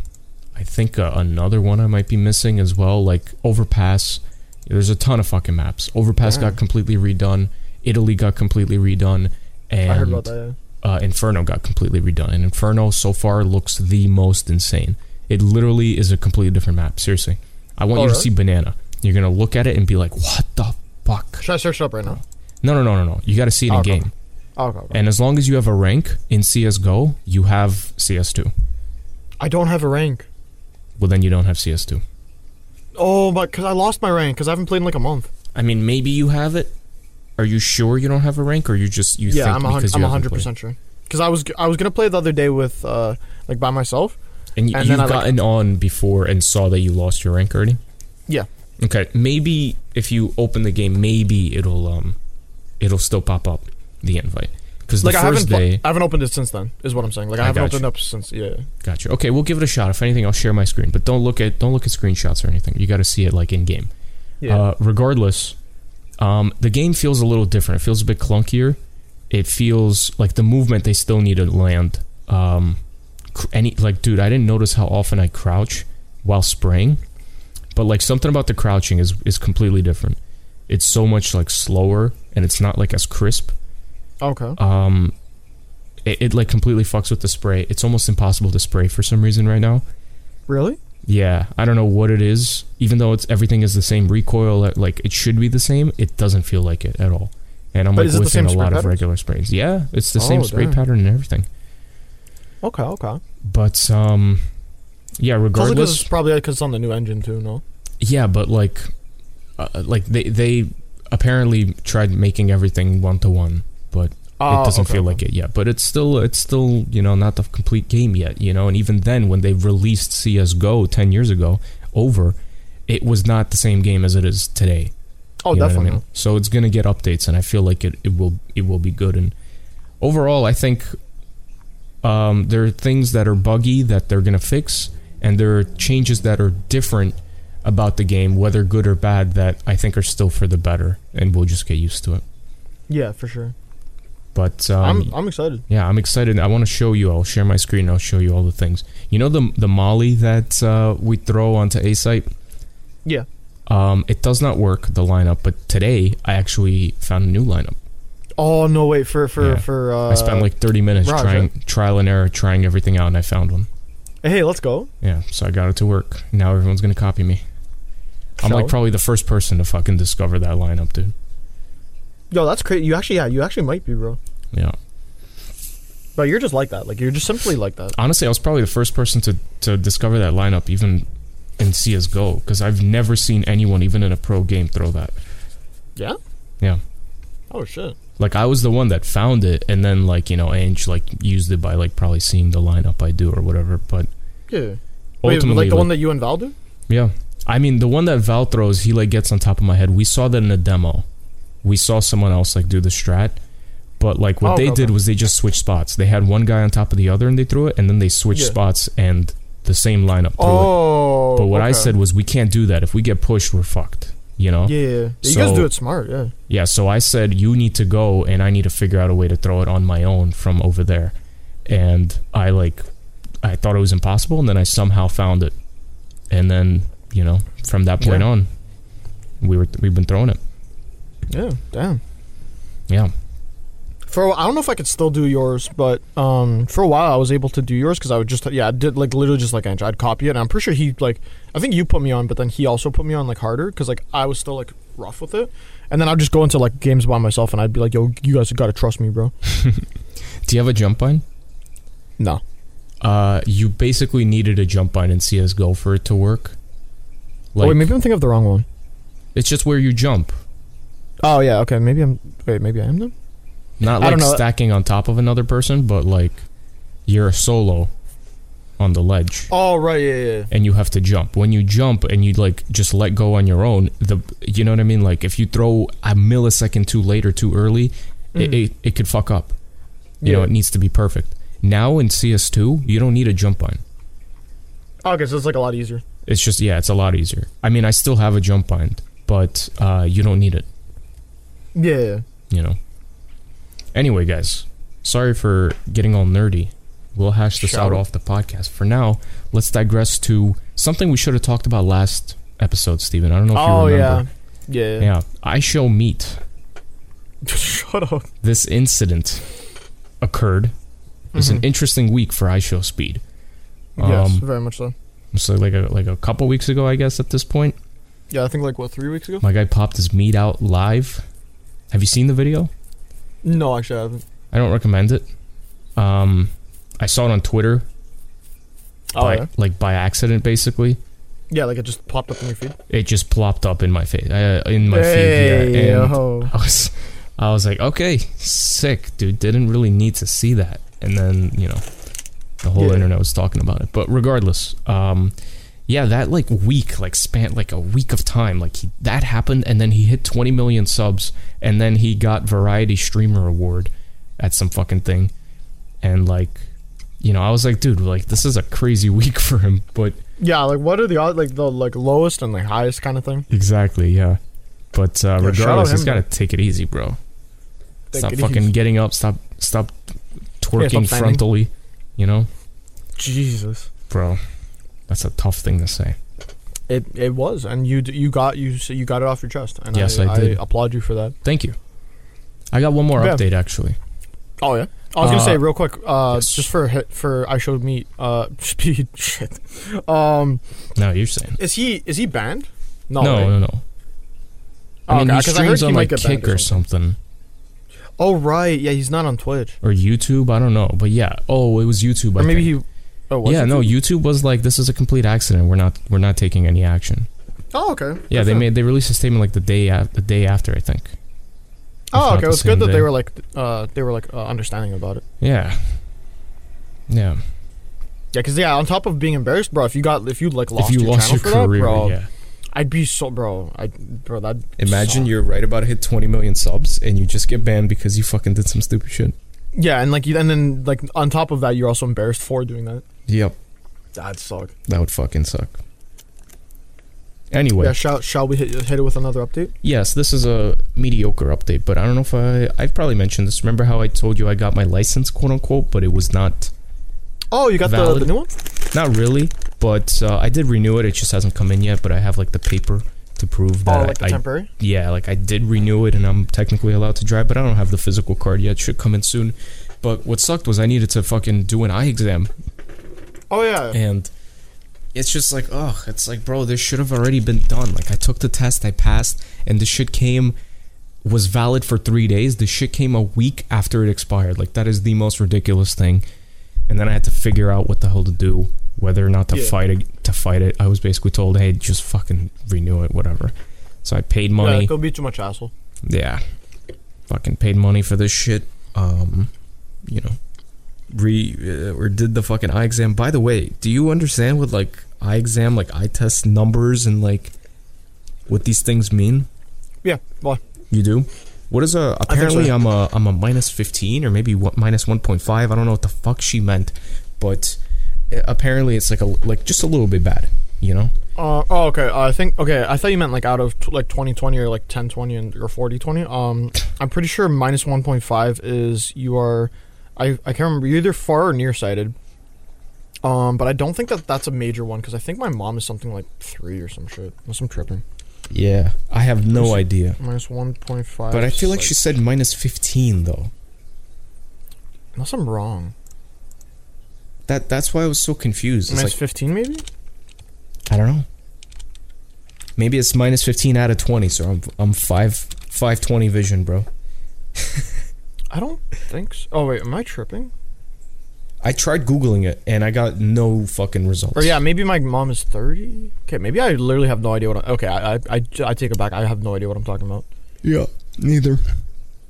A: I think uh, another one I might be missing as well, like Overpass. There's a ton of fucking maps. Overpass
B: Damn.
A: got completely redone. Italy got completely redone. And
B: I heard about that.
A: uh, Inferno got completely redone. And Inferno so far looks the most insane. It literally is a completely different map. Seriously, I want
B: Oh,
A: you to
B: really?
A: see Banana. You're gonna look at it and be like, "What the fuck?"
B: Should I search it up right now?
A: No, no, no, no, no. You got to see it in
B: Oh, okay.
A: game.
B: Oh, okay. okay.
A: And as long as you have a rank in CS:GO, you have CS2.
B: I don't have a rank.
A: Well, then you don't have CS2.
B: Oh, but because I lost my rank because I haven't played in like a month.
A: I mean, maybe you have it. Are you sure you don't have a rank, or you just you
B: yeah,
A: think
B: I'm a
A: because
B: hundred.
A: you
B: I'm a
A: haven't
B: hundred
A: played?
B: percent sure. Because I was I was gonna play the other day with uh like by myself.
A: And, you,
B: And
A: you've
B: then I, like-
A: gotten on before and saw that you lost your rank already.
B: Yeah.
A: Okay. Maybe if you open the game, maybe it'll um, it'll still pop up the invite because
B: Like
A: the
B: I haven't
A: first
B: pl-
A: day.
B: I haven't opened it since then. Is what I'm saying. Like I,
A: I
B: haven't
A: got
B: opened up since yeah.
A: Gotcha. Okay, we'll give it a shot. If anything, I'll share my screen, but don't look at don't look at screenshots or anything. You got to see it like in game.
B: Yeah.
A: Uh, regardless, um, the game feels a little different. It feels a bit clunkier. It feels like the movement they still need to land. Um, cr- any like, dude, I didn't notice how often I crouch while spraying, but like something about the crouching is is completely different. It's so much like slower, and it's not like as crisp.
B: okay.
A: Um, it, it like completely fucks with the spray. It's almost impossible to spray for some reason right now.
B: Really?
A: Yeah, I don't know what it is. Even though it's everything is the same recoil, uh, like it should be the same, it doesn't feel like it at all. And I'm
B: But
A: like
B: is it the
A: whiffing
B: same
A: a
B: spray
A: lot of
B: pattern?
A: regular sprays. Yeah, it's the same
B: Oh,
A: spray
B: damn.
A: pattern and everything.
B: Okay. Okay.
A: But um, yeah,
B: Also,
A: regardless,
B: because it's probably because it's on the new engine too. No.
A: yeah, but like, uh, like they they apparently tried making everything one to one, but
B: Ah,
A: it
B: Oh,
A: doesn't feel like it yet. But it's still it's still you know not the complete game yet. You know, and even then when they released CS:GO ten years ago, over, it was not the same game as it is today.
B: Oh,
A: You know what I
B: definitely.
A: mean? So it's gonna get updates, and I feel like it, it will it will be good. And overall, I think um, there are things that are buggy that they're gonna fix, and there are changes that are different about the game, whether good or bad, that I think are still for the better, and we'll just get used to it.
B: Yeah, for sure.
A: But um,
B: I'm I'm excited.
A: yeah, I'm excited. I want to show you. I'll share my screen. I'll show you all the things. You know the the molly that uh, we throw onto a site.
B: Yeah.
A: Um, it does not work the lineup, but today I actually found a new lineup.
B: Oh no! Wait for for
A: Yeah.
B: for. Uh,
A: I spent like 30 minutes
B: Raj,
A: trying trial and error, trying everything out, and I found one.
B: Hey, let's go.
A: Yeah, so I got it to work. Now everyone's gonna copy me. I'm
B: Shall
A: like
B: we?
A: probably the first person to fucking discover that lineup, dude.
B: Yo, that's crazy. You actually yeah, you actually might be, bro.
A: Yeah.
B: But you're just like that. Like you're just simply like that.
A: Honestly, I was probably the first person to, to discover that lineup even in CSGO because I've never seen anyone, even in a pro game, throw that.
B: Yeah.
A: Yeah.
B: Oh shit.
A: Like, I was the one that found it and then, like, you know, Ange, like, used it by, like, probably seeing the lineup I do or whatever. But
B: Yeah. Wait,
A: ultimately,
B: like the
A: like-
B: one that you and Val do?
A: Yeah. I mean, the one that Val throws, he like gets on top of my head. We saw that in a demo. We saw someone else like do the strat. But like what
B: Oh,
A: they
B: okay,
A: did
B: okay.
A: was they just switched spots. They had one guy on top of the other and they threw it, and then they switched
B: Yeah.
A: spots and the same lineup threw it.
B: Oh.
A: But what I
B: okay.
A: said was we can't do that. If we get pushed, we're fucked. You know?
B: Yeah, yeah, yeah. you guys
A: So-
B: do it smart. Yeah.
A: Yeah, so I said, you need to go, and I need to figure out a way to throw it on my own from over there. And I, like, I thought it was impossible, and then I somehow found it. And then, you know, from that point
B: Yeah.
A: on, we were, we've been throwing it.
B: Yeah. Damn.
A: Yeah.
B: For a while, I don't know if I could still do yours, but um, for a while I was able to do yours because I would just yeah I did like literally just like Andrew. I'd copy it, and I'm pretty sure he like I think you put me on, but then he also put me on like harder because like I was still like rough with it, and then I'd just go into like games by myself, and I'd be like, yo, you guys gotta trust me, bro.
A: Do you have a jump bind?
B: No.
A: Uh, you basically needed a jump bind in CSGO for it to work.
B: oh,
A: Like,
B: wait, maybe I'm thinking of the wrong one.
A: it's just where you jump,
B: Oh yeah, okay, maybe I'm wait, maybe I am then.
A: not
B: I don't
A: like
B: know.
A: stacking on top of another person, but like you're solo on the ledge.
B: Oh right, yeah, yeah.
A: and you have to jump. When you jump and you like just let go on your own, the you know what I mean? Like if you throw a millisecond too late or too early, it, it it could fuck up. You know,
B: Mm. Yeah.
A: it needs to be perfect. Now in CS2, you don't need a jump bind.
B: Okay, so it's like a lot easier.
A: It's just yeah, it's a lot easier. I mean, I still have a jump bind, but uh, you don't need it.
B: Yeah, yeah.
A: You know. Anyway, guys, sorry for getting all nerdy. We'll hash this
B: Shout
A: out
B: out.
A: off the podcast. For now, let's digress to something we should have talked about last episode, Steven. I don't know if
B: Oh
A: you remember.
B: yeah. Yeah.
A: Yeah, I show meat.
B: Shut up.
A: This incident occurred. It was an interesting week for I show speed.
B: Mm-hmm. yes,
A: Um,
B: very much so.
A: So like a, like a couple weeks ago, I guess at this point,
B: Yeah, I think like what three weeks ago.
A: my guy popped his meat out live. Have you seen the video?
B: No, actually, I haven't.
A: I don't recommend it. Um, I saw it on Twitter, by,
B: Oh, yeah.
A: like by accident, basically.
B: Yeah, like it just popped up in your feed.
A: It just plopped up in my face, uh, in my feed. Yeah,
B: uh-huh.
A: and I was, I was like, okay, sick, dude. Didn't really need to see that. And then you know, the whole
B: Yeah.
A: internet was talking about it. But regardless, um, yeah, that like week, like spent like a week of time, like he, that happened, and then he hit 20 million subs, and then he got Variety Streamer Award at some fucking thing, and like, you know, I was like, dude, like this is a crazy week for him, but
B: Yeah, like what are the odd- like the like lowest and like highest kind of thing?
A: Exactly, yeah. But uh,
B: Yeah, shout
A: regardless,
B: out
A: he's
B: him,
A: got to take it easy, bro.
B: Take
A: stop
B: it
A: fucking
B: easy.
A: getting up. Stop, stop
B: Yeah,
A: twerking
B: stop signing.
A: frontally. You know,
B: Jesus,
A: bro. That's a tough thing to say.
B: it it was, and you d- you got you s- you got it off your chest, and
A: Yes, I did.
B: applaud you for that.
A: Thank you. I got one more
B: Yeah.
A: update actually.
B: Oh yeah, I was gonna
A: Uh,
B: say real quick, uh,
A: yes.
B: just for hit for I showed meat uh speed shit. Um,
A: No, you're saying
B: is he is he banned? No,
A: no,
B: right?
A: no, no.
B: Oh,
A: I mean,
B: okay,
A: he
B: 'cause I heard
A: streams
B: he
A: on
B: might
A: like
B: get banned
A: Kick
B: or
A: or something.
B: Oh right, yeah, he's not on Twitch,
A: or YouTube. I don't know, but yeah. Oh, it was YouTube. I
B: or maybe
A: think.
B: he. Oh was
A: yeah,
B: it?
A: no, YouTube was like, "This is a complete accident. We're not, we're not taking any action."
B: Oh okay.
A: Yeah,
B: Good
A: they
B: for him.
A: made, they released a statement like the day, af- the day after, I think. if
B: Oh
A: not
B: okay,
A: the
B: it's
A: same
B: good that
A: day.
B: they were like uh they were like uh, understanding about it.
A: Yeah. Yeah.
B: Yeah, because yeah, on top of being embarrassed, bro, if you got if you like lost
A: if you
B: your
A: lost your
B: channel for
A: career,
B: that, bro,
A: yeah.
B: I'd be so, bro, I, bro, that
A: Imagine you're right about to hit 20 million subs and you just get banned because you fucking did some stupid shit.
B: yeah, and like you, and then like on top of that, you're also embarrassed for doing that.
A: Yep,
B: That suck.
A: that would fucking suck. Anyway,
B: Yeah, shall shall we hit, hit it with another update?
A: yes, this is a mediocre update, but I don't know if I I've probably mentioned this. Remember how I told you I got my license, quote unquote, but it was not
B: Oh, you got the,
A: Valid.
B: the new one?
A: not really, but uh, I did renew it. It just hasn't come in yet, but I have like the paper to prove
B: Oh,
A: that
B: like the
A: I
B: temporary.
A: yeah, like I did renew it and I'm technically allowed to drive, but I don't have the physical card yet. Should come in soon. But what sucked was I needed to fucking do an eye exam
B: Oh yeah.
A: and it's just like, oh, it's like, bro, this should have already been done. Like I took the test, I passed, and the shit came was valid for three days. The shit came a week after it expired. Like that is the most ridiculous thing. And then I had to figure out what the hell to do, whether or not to
B: Yeah.
A: fight it. To fight it, I was basically told, "Hey, just fucking renew it, whatever." So I paid money.
B: Yeah, don't be too much asshole.
A: Yeah. Fucking paid money for this shit. Um, you know, re uh, or did the fucking eye exam. By the way, do you understand what like eye exam, like eye test numbers and like what these things mean?
B: Yeah, well,
A: You do? What is a
B: think so.
A: apparently I'm a I'm a minus 15 or maybe what, minus 1.5. I don't know what the fuck she meant, but uh, apparently it's like a like just a little bit bad, you know?
B: Uh, oh, okay. Uh, I think okay. I thought you meant like out of t- like twenty twenty or like ten twenty and or forty twenty. Um, I'm pretty sure minus one point five is you are, I I can't remember. You're either far or nearsighted. Um, but I don't think that that's a major one because I think my mom is something like three or some shit. Unless I'm tripping.
A: Yeah. I have no idea.
B: Minus one point five.
A: But I feel like
B: sight.
A: she said minus 15 though.
B: Unless I'm wrong.
A: That that's why I was so confused. It's
B: Minus
A: like
B: fifteen maybe.
A: I don't know. Maybe it's minus fifteen out of twenty, so I'm I'm five five twenty vision, bro.
B: I don't think so. Oh wait, am I tripping?
A: I tried googling it and I got no fucking results.
B: Or yeah, maybe my mom is thirty. Okay, maybe I literally have no idea what. I, okay, I, I I I take it back. I have no idea what I'm talking about.
D: Yeah, neither.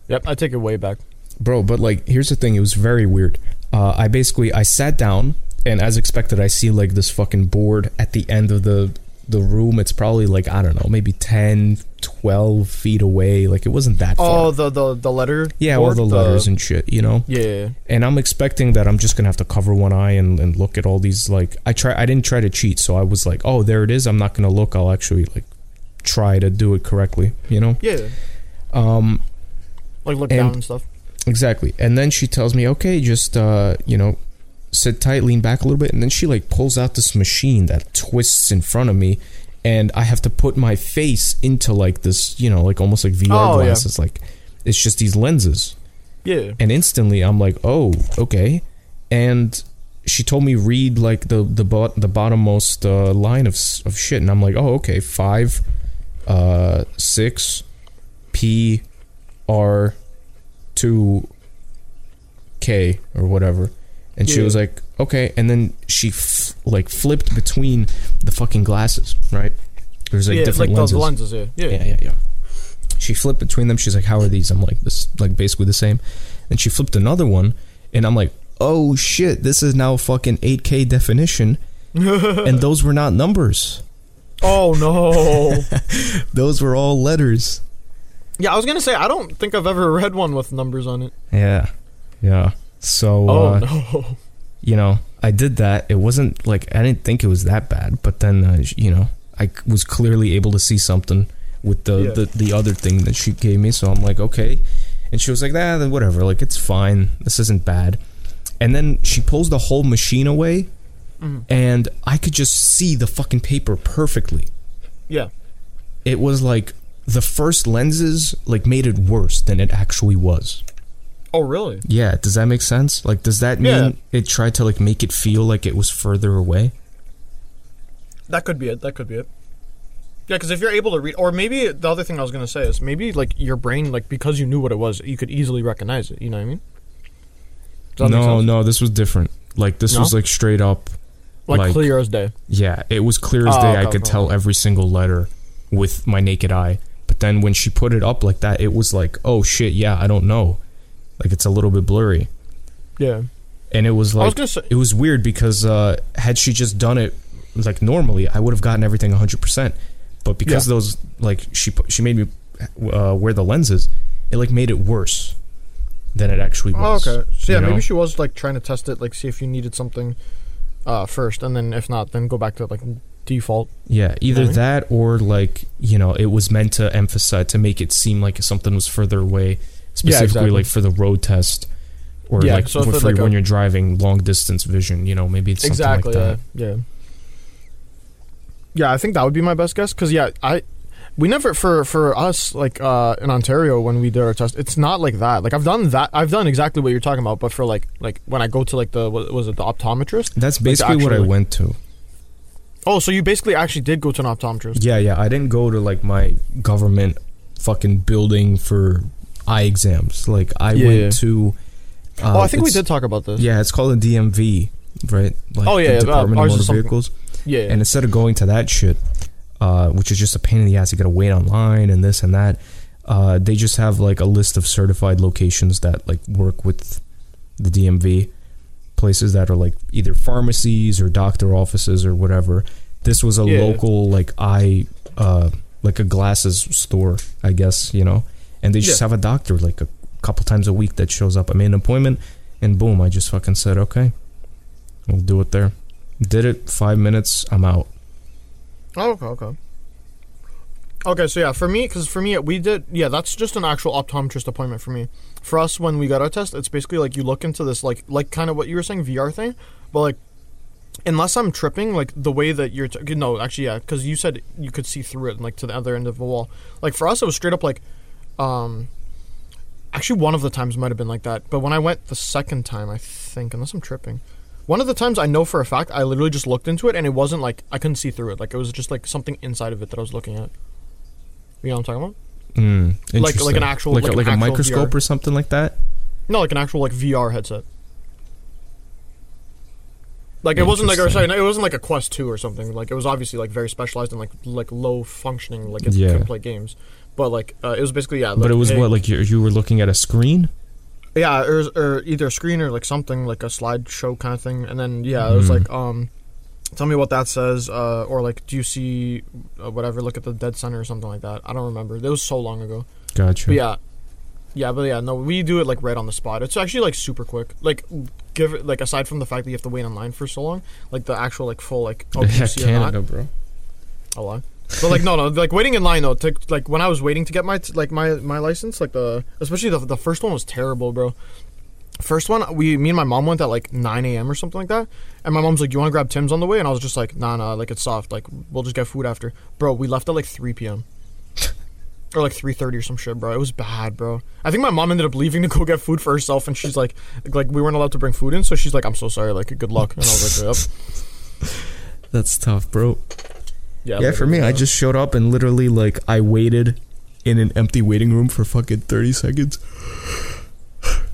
B: Yep, I take it way back.
A: bro. But like, here's the thing. It was very weird. Uh, I basically I sat down and as expected, I see like this fucking board at the end of the the room. It's probably like I don't know, maybe 10, 12 feet away. Like it wasn't that far.
B: Oh, the the the letter.
A: Yeah, all
B: board,
A: the letters and shit, you know.
B: yeah, yeah, yeah.
A: and I'm expecting that I'm just gonna have to cover one eye and, and look at all these like I try I didn't try to cheat, so I was like, oh, there it is. I'm not gonna look. I'll actually like try to do it correctly, you know.
B: yeah, yeah.
A: Um,
B: like look
A: And-
B: down and stuff.
A: exactly. And then she tells me, okay, just uh, you know, sit tight, lean back a little bit, and then she like pulls out this machine that twists in front of me, and I have to put my face into like this, you know, like almost like VR
B: Oh, yeah.
A: glasses. Like it's just these lenses.
B: Yeah,
A: and instantly I'm like, oh, okay. And she told me read like the the bot the bottommost uh, line of s- of shit, and I'm like, oh, okay, five, uh, six, P, R, two, K or whatever. And she
B: Yeah.
A: was like, okay, and then she f- like flipped between the fucking glasses, right? There's like
B: yeah,
A: different
B: like
A: lenses.
B: the lenses. Yeah, yeah.
A: Yeah, yeah, yeah. She flipped between them. She's like, "How are these?" I'm like, "This, like, basically the same." And she flipped another one, and I'm like, "Oh shit! This is now fucking 8K definition." and those were not numbers;
B: Oh no.
A: those were all letters.
B: yeah, I was gonna say I don't think I've ever read one with numbers on it.
A: Yeah, yeah. So,
B: Oh
A: uh,
B: no.
A: you know, I did that. It wasn't like I didn't think it was that bad, but then, uh, you know, I c- was clearly able to see something with the,
B: Yeah.
A: the the other thing that she gave me. So I'm like, okay. And she was like, nah, then whatever. Like, it's fine. This isn't bad. And then she pulls the whole machine away,
B: Mhm.
A: and I could just see the fucking paper perfectly.
B: Yeah.
A: It was like the first lenses like made it worse than it actually was.
B: Oh really?
A: Yeah, does that make sense? Like, does that mean
B: Yeah.
A: it tried to like make it feel like it was further away?
B: That could be it. That could be it. Yeah, because if you're able to read, or maybe the other thing I was gonna say is maybe like your brain, like because you knew what it was, you could easily recognize it. You know what I mean? Does that make
A: No,
B: sense?
A: no, this was different. Like, this
B: No?
A: was like straight up.
B: like,
A: like-
B: clear as day.
A: Yeah, it was clear as
B: Oh,
A: day. I
B: okay,
A: could
B: okay.
A: tell every single letter with my naked eye. But then when she put it up like that, it was like, oh shit, yeah, I don't know. Like, it's a little bit blurry.
B: Yeah,
A: And it was
B: I
A: like,
B: was gonna say.
A: it was weird because uh, had she just done it like normally, I would have gotten everything 100%. But because those like she pu- she made me uh, wear the lenses, it like made it worse than it actually
B: Oh,
A: was.
B: okay. So yeah,
A: you know?
B: maybe she was like trying to test it, like see if you needed something uh, first, and then if not, then go back to like default.
A: Yeah, either
B: Really?
A: that or like you know it was meant to emphasize to make it seem like something was further away, specifically
B: exactly.
A: like for the road test. Or
B: Yeah,
A: like
B: so if
A: for
B: it's
A: free
B: like
A: when
B: a-
A: you're driving long distance vision, you know, maybe it's something
B: exactly.
A: like that.
B: yeah. Yeah. Yeah, I think that would be my best guess because yeah, I we never for for us like uh in Ontario when we did our test, it's not like that. Like I've done that, I've done exactly what you're talking about, but for like like when I go to like the what was it the optometrist?
A: That's
B: the
A: basically what I
B: actual, like-
A: went to.
B: Oh, so you basically actually did go to an optometrist?
A: Yeah, yeah. I didn't go to like my government fucking building for eye exams. Like I
B: Yeah,
A: went
B: yeah.
A: to. Uh,
B: oh, I think we
A: it's-
B: did talk about this.
A: Yeah, it's called a DMV, right? Like
B: Oh, yeah,
A: the
B: yeah,
A: Department
B: ours
A: of
B: is
A: Motor
B: something-
A: Vehicles.
B: yeah.
A: And instead of going to that shit, uh, which is just a pain in the ass, you gotta wait online and this and that. Uh, they just have like a list of certified locations that like work with the DMV, places that are like either pharmacies or doctor offices or whatever. This was a
B: Yeah.
A: local like eye, uh, like a glasses store, I guess you know. And they just
B: Yeah.
A: have a doctor like a couple times a week that shows up. I made an appointment, and boom, I just fucking said okay, we'll do it there. Did it five minutes. I'm out.
B: Oh, okay, okay. Okay, so yeah, for me, because for me, we did, yeah, that's just an actual optometrist appointment for me. For us, when we got our test, it's basically like you look into this, like, like kind of what you were saying, VR thing, but like, unless I'm tripping, like the way that you're, t- no, actually, yeah, because you said you could see through it, like to the other end of the wall. Like for us, it was straight up like, um, actually, one of the times might have been like that, but when I went the second time, I think, unless I'm tripping, one of the times I know for a fact, I literally just looked into it and it wasn't like I couldn't see through it. Like it was just like something inside of it that I was looking at. You know what I'm talking about?
A: Mm,
B: Like- like an
A: interesting.
B: actual-
A: like, a,
B: like an
A: like a
B: actual
A: microscope
B: VR.
A: or something like that.
B: No, like an actual like VR headset. Like it wasn't like or sorry,
A: Interesting.
B: no, it wasn't like a Quest Two or something. Like it was obviously like very specialized and like like low functioning. Like it
A: Yeah.
B: couldn't play games. But like uh, it was basically yeah.
A: But
B: like,
A: it was
B: hey-
A: what like you, you were looking at a screen.
B: yeah or, or either a screen or like something like a slideshow kind of thing and then yeah it was like um tell me what that says uh, or like do you see uh, whatever look at the dead center or something like that i don't remember that was so long ago
A: Gotcha.
B: but yeah yeah but yeah no we do it like right on the spot it's actually like super quick like give it like aside from the fact that you have to wait in line for so long like the actual like full like oh, do you
A: Yeah,
B: see or not?
A: Canada, bro.
B: a lot. But like no no like waiting in line though to, like when I was waiting to get my like my my license like the especially the, the first one was terrible bro. First one we me and my mom went at like 9 a.m. or something like that, and my mom's like, "You want to grab Tim's on the way?" And I was just like, "Nah nah like it's soft like we'll just get food after." Bro, we left at like 3 p.m. or like 3:30 or some shit, bro. It was bad, bro. I think my mom ended up leaving to go get food for herself, and she's like like we weren't allowed to bring food in, so she's like, "I'm so sorry like good luck," and I was like, "Yep."
A: That's tough, bro.
B: Yeah,
A: Yeah, for me, I
B: literally,
A: just showed up and literally like I waited in an empty waiting room for fucking thirty seconds.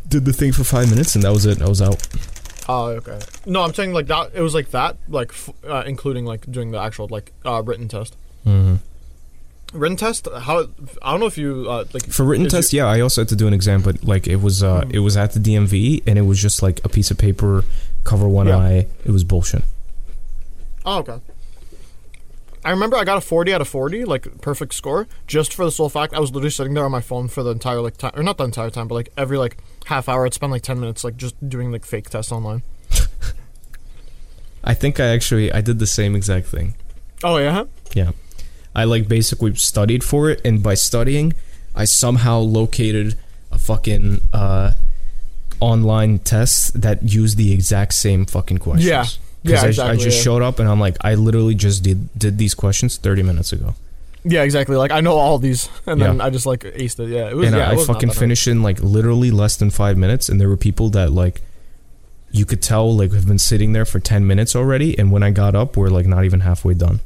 A: Did the thing for five minutes and that was it. I was out.
B: Oh, okay. No, I'm saying like that. It was like that, like f- uh, including like doing the actual like uh, written test. Written test. How I don't know if you uh, like
A: For written
B: Did you-
A: test, yeah, I also had to do an exam, but like it was uh
B: Mm.
A: it was at the DMV and it was just like a piece of paper, cover one
B: Yeah.
A: eye. It was bullshit.
B: Oh, okay. I remember I got a 40 out of 40, like perfect score, just for the sole fact I was literally sitting there on my phone for the entire like time, or not the entire time, but like every like half hour, I'd spend like 10 minutes like just doing like fake tests online.
A: I think I actually I did the same exact thing.
B: Oh yeah.
A: I like basically studied for it, and by studying, I somehow located a fucking uh, online test that used the exact same fucking questions.
B: Yeah.
A: 'Cause
B: Yeah,
A: I, I
B: exactly,
A: just
B: yeah.
A: showed up and I'm like, I literally just did did these questions 30 minutes ago,
B: Yeah, exactly. Like I know all these, and then
A: Yeah.
B: I just like aced it. Yeah, it was.
A: and
B: yeah,
A: I,
B: it
A: I
B: was not
A: fucking
B: that hard.
A: finished in like literally less than five minutes. And there were people that like, you could tell like have been sitting there for 10 minutes already, and when I got up, we're like not even halfway done.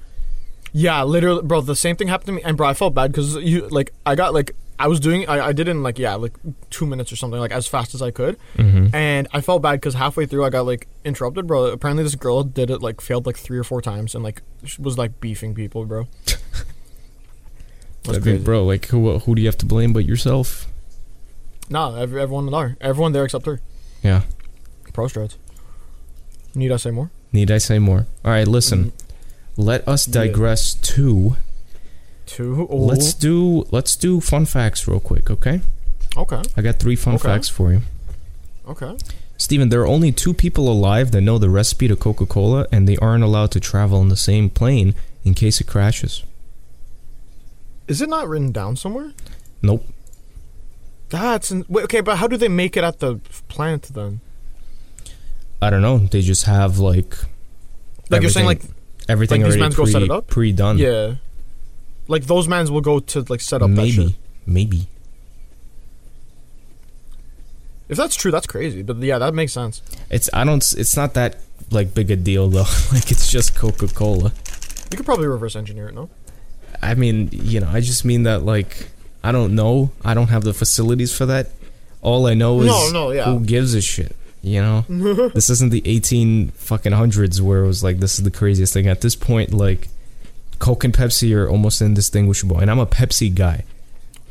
B: Yeah, literally, bro. The same thing happened to me, and bro, I felt bad because you like I got like I was doing I, I did it in like yeah like two minutes or something like as fast as I could,
A: Mm-hmm.
B: and I felt bad because halfway through I got like interrupted, bro. Apparently this girl did it like failed like three or four times and like she was like beefing people, bro. That's crazy.
A: bro, like who who do you have to blame but yourself?
B: Nah, every, everyone there, everyone there except her.
A: Yeah.
B: Pro strats. Need I say more?
A: Need I say more? All right, listen. Let us
B: Mm. Yeah.
A: digress to
B: Two. Oh,
A: let's do let's do fun facts real quick, okay?
B: okay.
A: I got three fun
B: Okay.
A: facts for you.
B: Okay.
A: Steven, there are only two people alive that know the recipe to Coca-Cola and they aren't allowed to travel on the same plane in case it crashes.
B: Is it not written down somewhere?
A: Nope.
B: That's in, wait, okay, but how do they make it at the plant then?
A: I don't know. They just have like
B: Like you're saying, like
A: Everything- everything
B: Like, these
A: already
B: mans go
A: pre,
B: set it up?
A: pre-done.
B: Yeah. Like those mans will go to like set up
A: maybe.
B: that shit.
A: Maybe.
B: If that's true, that's crazy. But yeah, that makes sense.
A: It's I don't s- it's not that like big a deal though. like it's just Coca-Cola.
B: You could probably reverse engineer it, no?
A: I mean, you know, I just mean that like I don't know. I don't have the facilities for that. All I know is
B: No, no, yeah.
A: who gives a shit. You know, this isn't the eighteen fucking hundreds where it was like this is the craziest thing. At this point, like Coke and Pepsi are almost indistinguishable, and I'm a Pepsi guy.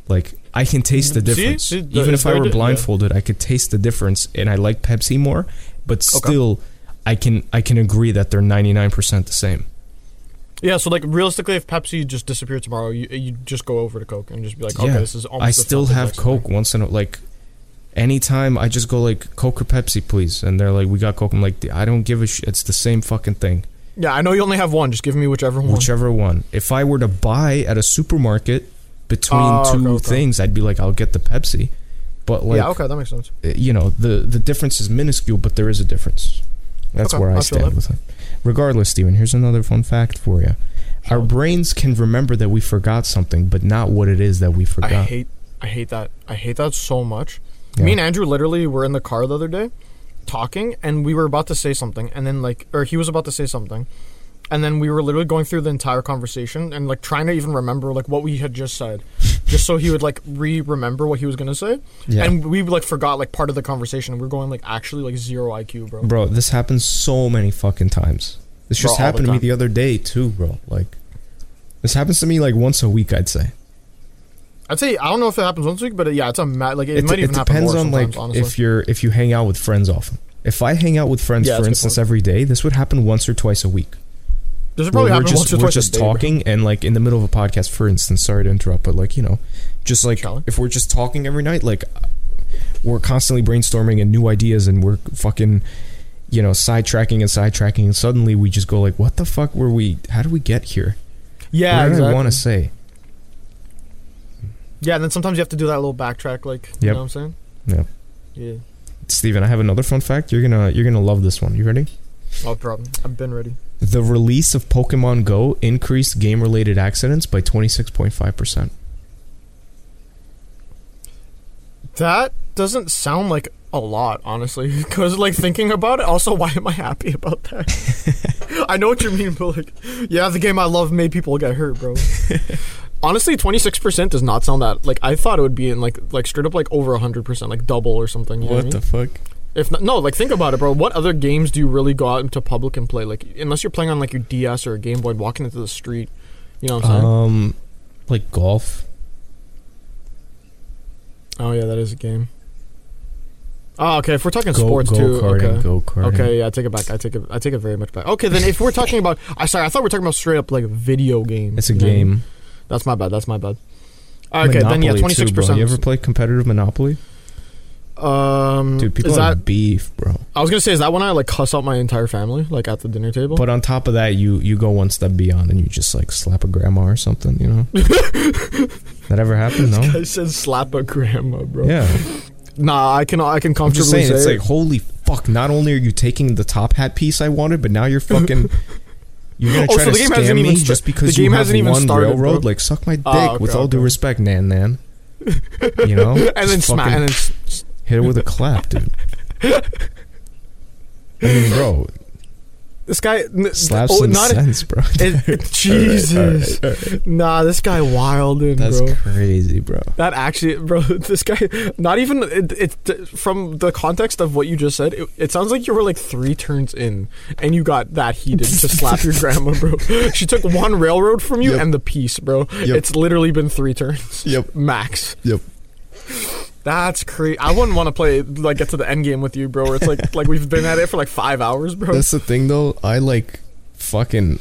A: Like I can taste the
B: See?
A: difference,
B: See, the-
A: even
B: it's
A: if I
B: very
A: were
B: di- yeah.
A: blindfolded, I could taste the difference, and I like Pepsi more. But
B: Okay.
A: still, I can I can agree that they're ninety nine percent the same.
B: Yeah, so like realistically, if Pepsi just disappeared tomorrow, you you just go over to Coke and just be like, okay,
A: Yeah,
B: this is almost.
A: I
B: the
A: still
B: fucking
A: have
B: next thing.
A: Coke once in a like. Anytime I just go like Coke or Pepsi, please, and they're like, "We got Coke." I'm like, "I don't give a sh. It's the same fucking thing,
B: Yeah, I know you only have one. Just give me whichever one.
A: whichever one." If I were to buy at a supermarket between
B: Oh,
A: two
B: okay, okay.
A: things, I'd be like, "I'll get the Pepsi," but like,
B: yeah, okay, that makes sense.
A: you know, the the difference is minuscule, but there is a difference. That's
B: Okay,
A: where I,
B: I feel
A: stand
B: that.
A: with it. Regardless, Steven, here's another fun fact for you: our brains can remember that we forgot something, but not what it is that we
B: I
A: forgot.
B: hate, I hate that. I hate that so much.
A: Yeah.
B: Me and Andrew literally were in the car the other day, talking, and we were about to say something, and then like, or he was about to say something, and then we were literally going through the entire conversation and like trying to even remember like what we had just said, just so he would like re-remember what he was gonna say,
A: Yeah.
B: and we like forgot like part of the conversation. We were going like actually like zero IQ, bro.
A: Bro, this happens so many fucking times. This just
B: Bro, all the
A: happened to me
B: time.
A: the other day too, bro. Like this happens to me like once a week, I'd say.
B: I'd say I don't know if it happens once a week, but uh, yeah, it's a ma- like it,
A: It,
B: might
A: it
B: even happen
A: depends
B: more
A: on
B: sometimes.
A: like
B: honestly,
A: if you're if you hang out with friends often. If I hang out with friends,
B: Yeah,
A: for
B: that's a good
A: instance,
B: point.
A: every day, this would happen once or twice a week.
B: this would
A: Where
B: probably
A: we're
B: happen
A: just,
B: once or
A: we're
B: twice.
A: just
B: a day, bro.
A: talking and like in the middle of a podcast, for instance. Sorry to interrupt, but like you know, just like
B: Shall I?
A: if we're just talking every night, like we're constantly brainstorming and new ideas, and we're fucking you know sidetracking and sidetracking, and suddenly we just go like, what the fuck were we? How did we get here?
B: Yeah,
A: what did
B: exactly.
A: I want to say?
B: Yeah, and then sometimes you have to do that little backtrack, like you
A: Yep.
B: know what I'm saying?
A: Yep.
B: Yeah.
A: Steven, I have another fun fact. You're gonna you're gonna love this one. You ready?
B: No problem. I've been ready.
A: The release of Pokemon Go increased game related accidents by twenty six point five percent.
B: That doesn't sound like a lot, honestly. Because like thinking about it, also why am I happy about that? I know what you mean, but like, yeah, the game I love made people get hurt, bro. honestly, twenty six percent does not sound that. Like I thought it would be in like like straight up like over hundred percent, like double or something. You know
D: What
B: I mean?
D: the fuck?
B: If not, no, like think about it, bro. What other games do you really go out into public and play? Like unless you're playing on like your DS or a Game Boy, and walking into the street, you know what I'm saying?
A: Um, like golf. Uh-huh.
B: oh yeah, that is a game. Oh, okay. If we're talking
A: Go
B: sports
A: go
B: too,
A: karting.
B: okay.
A: Go karting.
B: Okay, yeah, I take it back. I take it. I take it very much back. Okay, then if we're talking about, I sorry, I thought we were talking about straight up like video game.
A: It's a
B: you know what I mean?
A: game.
B: That's my bad. That's my bad. Okay, then yeah, twenty
A: Monopoly,
B: six
A: too, bro. You ever
B: percent.
A: play competitive Monopoly?
B: Um,
A: Dude, people
B: is that?
A: have beef, bro.
B: I was gonna say, is that when I like cuss out my entire family, like at the dinner table?
A: But on top of that, you you go one step beyond and you just like slap a grandma or something. You know, that ever happened? No.
B: I said slap a grandma, bro.
A: Yeah.
B: Nah, I can I can
A: I'm just
B: comfortably
A: saying,
B: say
A: it's
B: it.
A: like, holy fuck! Not only are you taking the top hat piece I wanted, but now you're fucking. You're gonna
B: Oh,
A: try
B: so
A: to
B: the game
A: scam
B: hasn't
A: me
B: even sta-
A: just
B: the
A: because
B: game
A: you have
B: hasn't even
A: one
B: started,
A: railroad.
B: bro.
A: Like, suck my dick.
B: Ah, okay,
A: with all due
B: okay.
A: respect, Nan Nan. You know,
B: and then
A: Just
B: sma-
A: fucking
B: and then s- s-
A: hit it with a clap, dude. I mean, bro,
B: this guy n-
A: slaps
B: oh,
A: some
B: not
A: sense, bro.
B: it, it- Jesus, nah, this guy wildin',
A: That's
B: bro.
A: crazy, bro.
B: That actually, bro, this guy, not even, it, it, from the context of what you just said, it, it sounds like you were like three turns in and you got that heated to slap your grandma, bro. She took one railroad from you
D: Yep.
B: and the piece, bro. It's literally been three turns,
D: Yep.
B: max.
D: Yep.
B: That's crazy. I wouldn't want to play, like, get to the end game with you, bro, where it's like, like we've been at it for like five hours, bro.
D: That's the thing though. I like
A: Fucking,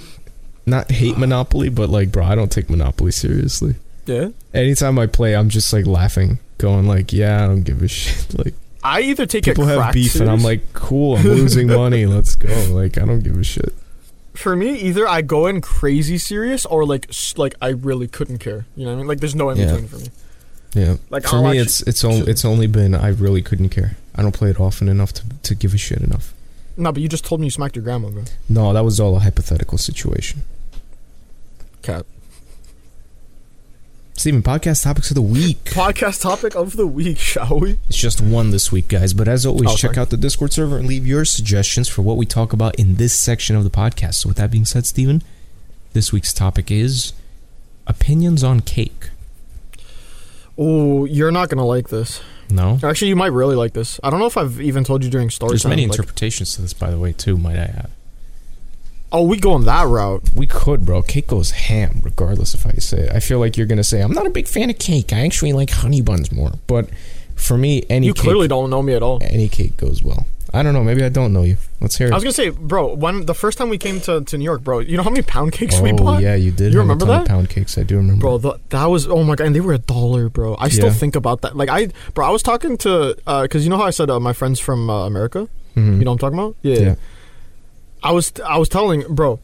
A: not hate Monopoly, but like, bro, I don't take Monopoly seriously.
B: yeah.
A: Anytime I play, I'm just like laughing, going like, yeah, I don't give a shit. Like.
B: I either take
A: people
B: it
A: have
B: cracked
A: beef and I'm
B: serious-
A: like, cool, I'm losing money. Let's go. Like, I don't give a shit.
B: for me, either I go in crazy serious or like, s- like I really couldn't care. You know what I mean? Like, there's no in
A: Yeah.
B: between for me.
A: Yeah.
B: Like,
A: For
B: I'll
A: me,
B: actually-
A: it's it's only it's only been I really couldn't care. I don't play it often enough to, to give a shit enough.
B: No, but you just told me you smacked your grandma, bro.
A: No, that was all a hypothetical situation.
B: Cap.
A: Steven, podcast topics of the week.
B: Podcast topic of the week, shall we?
A: It's just one this week, guys. But as always,
B: Oh,
A: check
B: sorry.
A: out the Discord server and leave your suggestions for what we talk about in this section of the podcast. So, with that being said, Steven, this week's topic is opinions on cake.
B: Oh, you're not gonna like this.
A: No,
B: Actually, you might really like this. I don't know if I've even told you during story
A: there's
B: time.
A: many
B: like-
A: interpretations to this, by the way, too. Might I add?
B: oh, we go on that route.
A: We could, bro. Cake goes ham, regardless if I say it. I feel like you're gonna say I'm not a big fan of cake. I actually like honey buns more. But for me, any
B: you
A: cake,
B: clearly don't know me at all.
A: any cake goes well. I don't know. Maybe I don't know you. Let's hear it.
B: I was gonna say, bro, when the first time we came to, to New York, bro, you know how many pound cakes we
A: oh
B: bought?
A: yeah, you did.
B: You
A: have a
B: remember
A: ton of
B: that?
A: Pound cakes. I do remember.
B: Bro, the, that was oh my god, and they were a dollar, bro. I still
A: Yeah.
B: think about that. Like I, bro, I was talking to uh, cause you know how I said uh, my friends from uh, America.
A: Mhm.
B: You know what I'm talking about?
A: Yeah.
B: I was I was telling bro,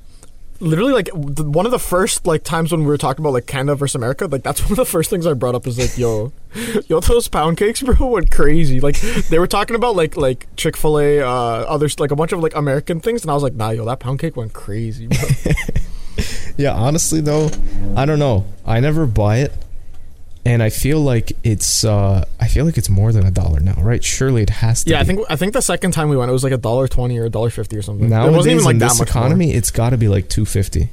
B: literally like the, one of the first like times when we were talking about like Canada versus America, like that's one of the first things I brought up is like yo, yo those pound cakes, bro, went crazy. Like they were talking about like like Chick Fil A, uh, others like a bunch of like American things, and I was like nah, yo, that pound cake went crazy, bro.
A: Yeah, honestly though, I don't know. I never buy it. And I feel like it's uh I feel like it's more than a dollar now, right? Surely it has to
B: yeah, I
A: be.
B: think I think the second time we went, it was like a dollar twenty or a dollar fifty or something.
A: nowadays
B: it wasn't even like
A: in
B: that
A: this
B: much more.
A: economy, it's got to be like 250.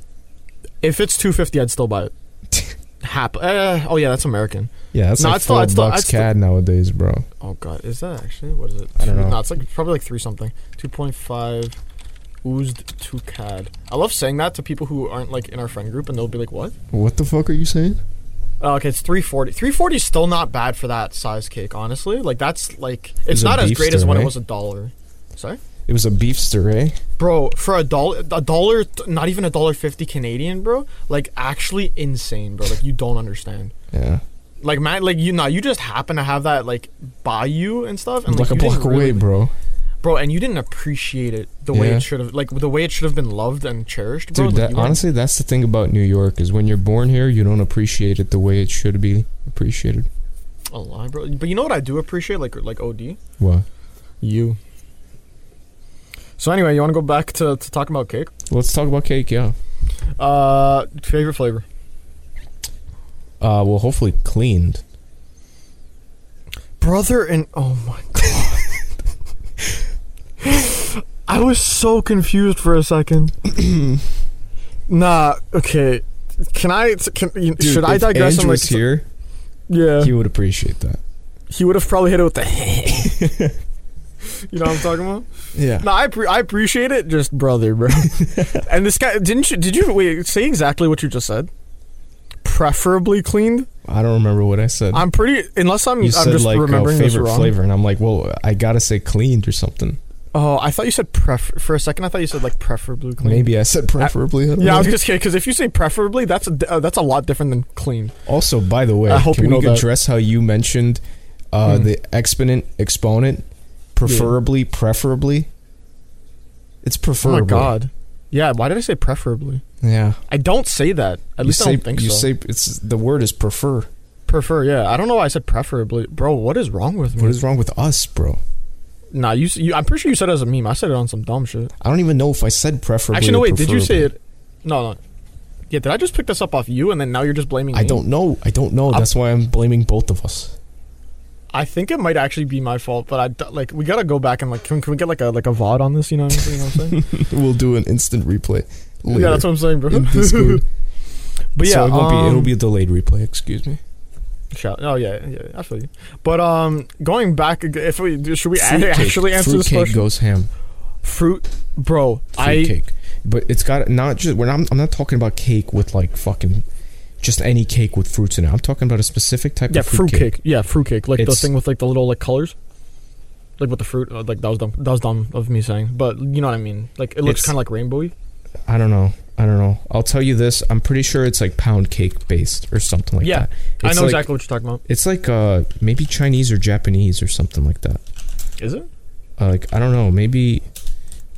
B: If it's two fifty, I'd still buy it. Hap. Uh, oh yeah, that's American.
A: Yeah, that's
B: No,
A: like
B: it's still-
A: 4
B: it's still-
A: bucks
B: it's still-
A: CAD nowadays, bro.
B: Oh god, is that actually what is it?
A: I don't know.
B: No, it's like probably like three something. Two point five oozed to cad. I love saying that to people who aren't like in our friend group, and they'll be like, "What?"
A: What the fuck are you saying?
B: Uh, okay, it's three forty. Three forty is still not bad for that size cake, honestly. Like that's like it's,
A: It's a
B: not as
A: beef
B: great as
A: stir,
B: when
A: right?
B: it was a dollar. Sorry,
A: It was a beefster, eh?
B: bro. For a dollar, a dollar, not even a dollar fifty Canadian, bro. Like actually insane, bro. Like you don't understand.
A: Yeah.
B: Like man, like you know, you just happen to have that like by you and stuff, and
A: like a
B: you didn't
A: block away,
B: really-
A: bro.
B: bro and you didn't appreciate it the way
A: Yeah.
B: it should have like the way it should have been loved and cherished bro
A: Dude,
B: Like,
A: that,
B: you weren't-
A: honestly, that's the thing about New York is when you're born here, you don't appreciate it the way it should be appreciated.
B: a lie, bro but you know what i do appreciate like like od
A: What?
B: you so anyway you want to go back to, to talking about cake
A: Let's talk about cake, yeah.
B: uh favorite flavor
A: Uh, well, hopefully cleaned.
B: brother and oh my god i was so confused for a second nah okay can i can, you-
A: Dude,
B: should i
A: if
B: digress
A: Ange
B: on like
A: was here,
B: yeah
A: he would appreciate that.
B: he would have probably hit it with the. you know what I'm talking about?
A: Yeah.
B: No, I pre- I appreciate it, just brother, bro. and this guy didn't you? Did you wait? Say exactly what you just said. Preferably cleaned.
A: I don't remember what I said.
B: I'm pretty, unless I'm
A: you
B: I'm
A: said
B: just
A: like uh,
B: remembering this
A: favorite
B: wrong.
A: flavor, and I'm like, well, I gotta say cleaned or something.
B: Oh, I thought you said prefer for a second. I thought you said like preferably cleaned.
A: Maybe I said preferably. I don't
B: Yeah, I
A: know.
B: was just kidding. Because if you say preferably, that's a di- uh, that's a lot different than clean.
A: also, by the way,
B: I hope
A: can
B: you
A: we
B: know that.
A: address how you mentioned uh,
B: Hmm.
A: the exponent, exponent, preferably, preferably? It's
B: Oh
A: preferable.
B: my god. Yeah, why did I say preferably?
A: Yeah.
B: I don't say that. At
A: you
B: least
A: say,
B: I don't think
A: you
B: so. Hmm.
A: say it's the word is prefer.
B: Prefer, yeah. I don't know why I said preferably, bro. What is wrong with me?
A: What is wrong with us, bro?
B: Nah, you, s- you. I'm pretty sure you said it as a meme. I said it on some dumb shit.
A: I don't even know if I said preferably.
B: Actually,
A: or
B: no. Wait, did you say
A: preferably.
B: it? No, no. Yeah, did I just pick this up off you, and then now you're just blaming me?
A: I don't know. I don't know.
B: I'm-
A: That's why I'm blaming both of us.
B: I think it might actually be my fault, but I d- like we gotta go back and like can, can we get like a like a vod on this? You know, what I'm- you know what I'm saying?
A: we'll do an instant replay. Later.
B: yeah, that's what I'm saying, bro.
A: in Discord.
B: but yeah,
A: so it won't be. It'll
B: um,
A: be a delayed replay. Excuse me.
B: Shout, oh yeah, yeah, I feel you. But um, going back, ag- if we should we a-
A: Fruitcake.
B: actually answer
A: Fruitcake
B: this question?
A: goes ham.
B: Fruit, bro. I
A: Fruitcake, but it's got not just. We're not, I'm not talking about cake with like fucking, just any cake with fruits in it. I'm talking about a specific type
B: yeah,
A: of fruitcake.
B: fruitcake. Yeah, fruitcake. Like
A: It's-
B: the thing with like the little like colors, like with the fruit. uh, Like that was dumb. That was dumb of me saying, but you know what I mean. Like it looks
A: It's-
B: kind of like rainbowy.
A: I don't know. I don't know. I'll tell you this. I'm pretty sure it's like pound cake based or something like
B: Yeah,
A: that.
B: I
A: It's
B: know
A: like-
B: exactly what you're talking about.
A: It's like uh maybe Chinese or Japanese or something like that.
B: Is it?
A: Uh, like I don't know, maybe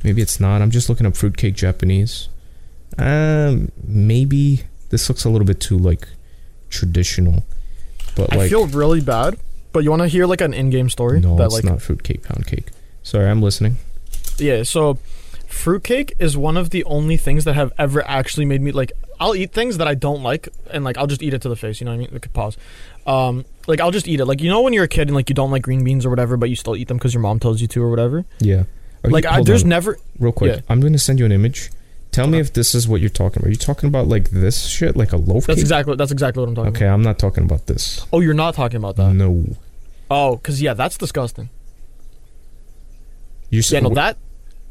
A: maybe it's not. I'm just looking up fruitcake Japanese. Um, maybe this looks a little bit too like traditional, but
B: I
A: like
B: feel really bad. But you want to hear like an in-game story
A: no,
B: that
A: it's
B: like
A: not fruitcake pound cake. Sorry, I'm listening.
B: Yeah, so fruitcake is one of the only things that have ever actually made me like I'll eat things that I don't like and like I'll just eat it to the face, you know what I mean? Like pause. Um like I'll just eat it. Like you know when you're a kid and like you don't like green beans or whatever, but you still eat them cuz your mom tells you to or whatever.
A: Yeah, Are you-
B: like I,
A: hold
B: there's
A: on,
B: never
A: real quick.
B: yeah.
A: I'm gonna send you an image. Tell me if this is what you're talking about. Are you talking about like this shit, like a loaf
B: That's
A: cake?
B: exactly that's exactly what I'm talking
A: okay, I'm not talking about this.
B: about. Oh, you're not talking about that.
A: No,
B: Oh, because yeah, that's disgusting.
A: you s-
B: Yeah, no, that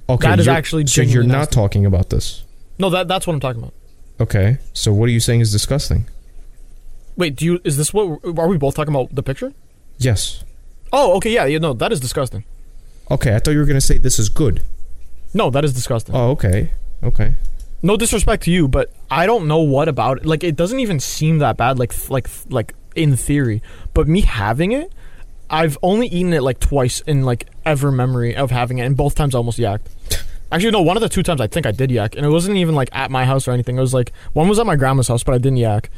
A: okay,
B: that is
A: you're-
B: actually
A: So you're
B: genuinely
A: not
B: nasty.
A: talking about this.
B: no, that that's what I'm talking about.
A: Okay, so what are you saying is disgusting?
B: Wait, do you is this what are we both talking about the picture?
A: Yes.
B: Oh, okay, yeah, yeah, no, that is disgusting.
A: Okay, I thought you were gonna say this is good.
B: No, that is disgusting.
A: Oh, okay, okay.
B: no disrespect to you, but I don't know what about it. Like, it doesn't even seem that bad. Like, th- like, th- like in theory, but me having it, I've only eaten it like twice in like ever memory of having it, and both times I almost yacked. Actually, no, one of the two times I think I did yak, and it wasn't even like at my house or anything. It was like one was at my grandma's house, but I didn't yak.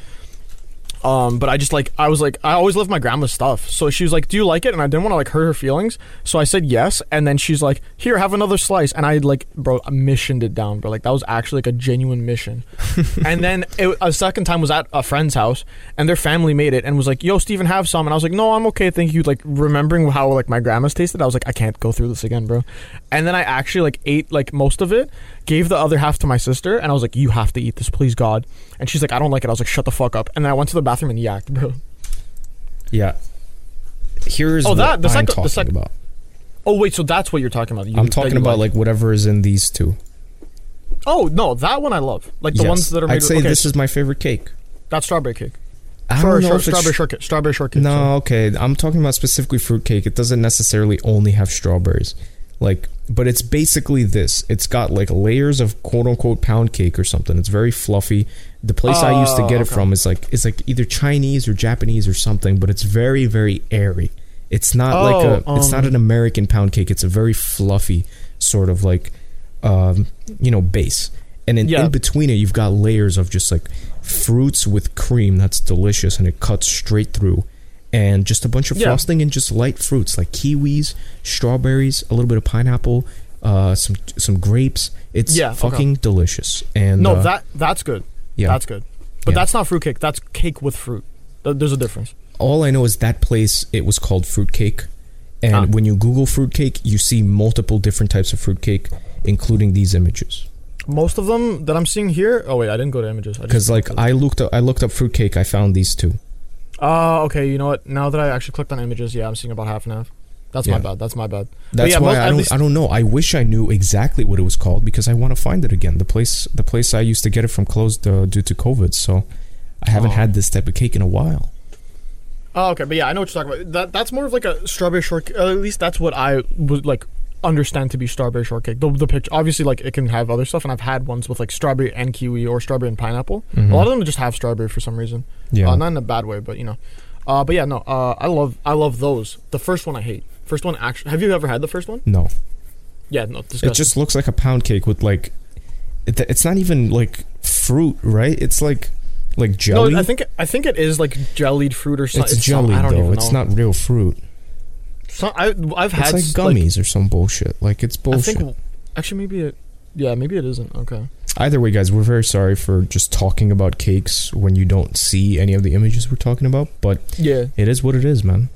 B: Um, but I just like I was like I always love my grandma's stuff, so she was like, "Do you like it?" And I didn't want to like hurt her feelings, so I said yes. And then she's like, "Here, have another slice." And I like, bro, I missioned it down, bro. Like that was actually like a genuine mission. and then it, a second time was at a friend's house, and their family made it and was like, "Yo, Steven, have some." And I was like, "No, I'm okay, thank you." Like remembering how like my grandma's tasted, I was like, "I can't go through this again, bro." And then I actually like ate like most of it, gave the other half to my sister, and I was like, "You have to eat this, please, God." And she's like, "I don't like it." I was like, "Shut the fuck up!" And then I went to the bathroom and yacked, bro.
A: Yeah. Here is
B: Oh,
A: what
B: that- the
A: I'm
B: second- the
A: talking
B: second-
A: about.
B: Oh wait, so that's what you're talking about. You-
A: I'm
B: that
A: talking
B: you
A: about like whatever is in these two.
B: Oh no, that one I love. Like the
A: Yes.
B: ones that are made.
A: I'd say
B: okay,
A: this is my favorite cake.
B: that's strawberry cake.
A: I
B: Or
A: don't know
B: shor-
A: if it's
B: strawberry shortcake. Strawberry shortcake.
A: No,
B: sorry.
A: okay. I'm talking about specifically fruitcake. It doesn't necessarily only have strawberries. Like, but it's basically this. It's got like layers of quote unquote pound cake or something. It's very fluffy. The place I used to
B: Oh,
A: get it
B: okay.
A: from is like it's like either Chinese or Japanese or something, but it's very very airy. It's not like a
B: Oh,
A: it's not
B: um,
A: an American pound cake. It's a very fluffy sort of like um, you know, base. And in,
B: Yeah.
A: in between it, you've got layers of just like fruits with cream that's delicious and it cuts straight through. And just a bunch of
B: Yeah.
A: frosting and just light fruits like kiwis, strawberries, a little bit of pineapple, uh, some some grapes. It's
B: Yeah, okay.
A: fucking delicious. And
B: No,
A: uh,
B: that that's good.
A: yeah,
B: That's good. But
A: Yeah.
B: that's not fruit cake. That's cake with fruit. Th- There's a difference.
A: all I know is that place it was called Fruitcake, and
B: Ah.
A: when you Google fruitcake, you see multiple different types of fruitcake, including these images.
B: Most of them that I'm seeing here. Oh wait, I didn't go to images. I just-
A: Because like I looked up, I looked up fruitcake, I found these two.
B: Oh, okay. You know what? Now that I actually clicked on images, yeah, I'm seeing about half and half. That's
A: Yeah.
B: my bad. That's my bad. But
A: That's
B: yeah,
A: why
B: most-
A: I
B: at
A: don't.
B: least-
A: I don't know. I wish I knew exactly what it was called because I want to find it again. The place, the place I used to get it from closed uh, due to COVID, so I haven't
B: Oh.
A: had this type of cake in a while.
B: Oh, okay. But yeah, I know what you're talking about. That that's more of like a strawberry shortcake. At least that's what I would like understand to be strawberry shortcake. The the picture obviously like it can have other stuff, and I've had ones with like strawberry and kiwi or strawberry and pineapple.
A: Mm-hmm.
B: A lot of them just have strawberry for some reason.
A: Yeah,
B: Uh, not in a bad way, but you know. Uh, but yeah, no. Uh, I love I love those. The first one I hate. First one actually. Have you ever had the first one?
A: no,
B: Yeah, no. Disgusting.
A: it just looks like a pound cake with like, it, it's not even like fruit, right? It's like like jelly.
B: No, I think I think it is like jellied fruit or something.
A: it's, jelly
B: I don't
A: though.
B: even
A: It's
B: know.
A: not real fruit.
B: So- I,
A: It's
B: I've had
A: like
B: s-
A: gummies or some bullshit. Like it's
B: I
A: bullshit.
B: think actually maybe it. Yeah, maybe it isn't. Okay.
A: Either way, guys, we're very sorry for just talking about cakes when you don't see any of the images we're talking about, but
B: Yeah.
A: it is what it is, man.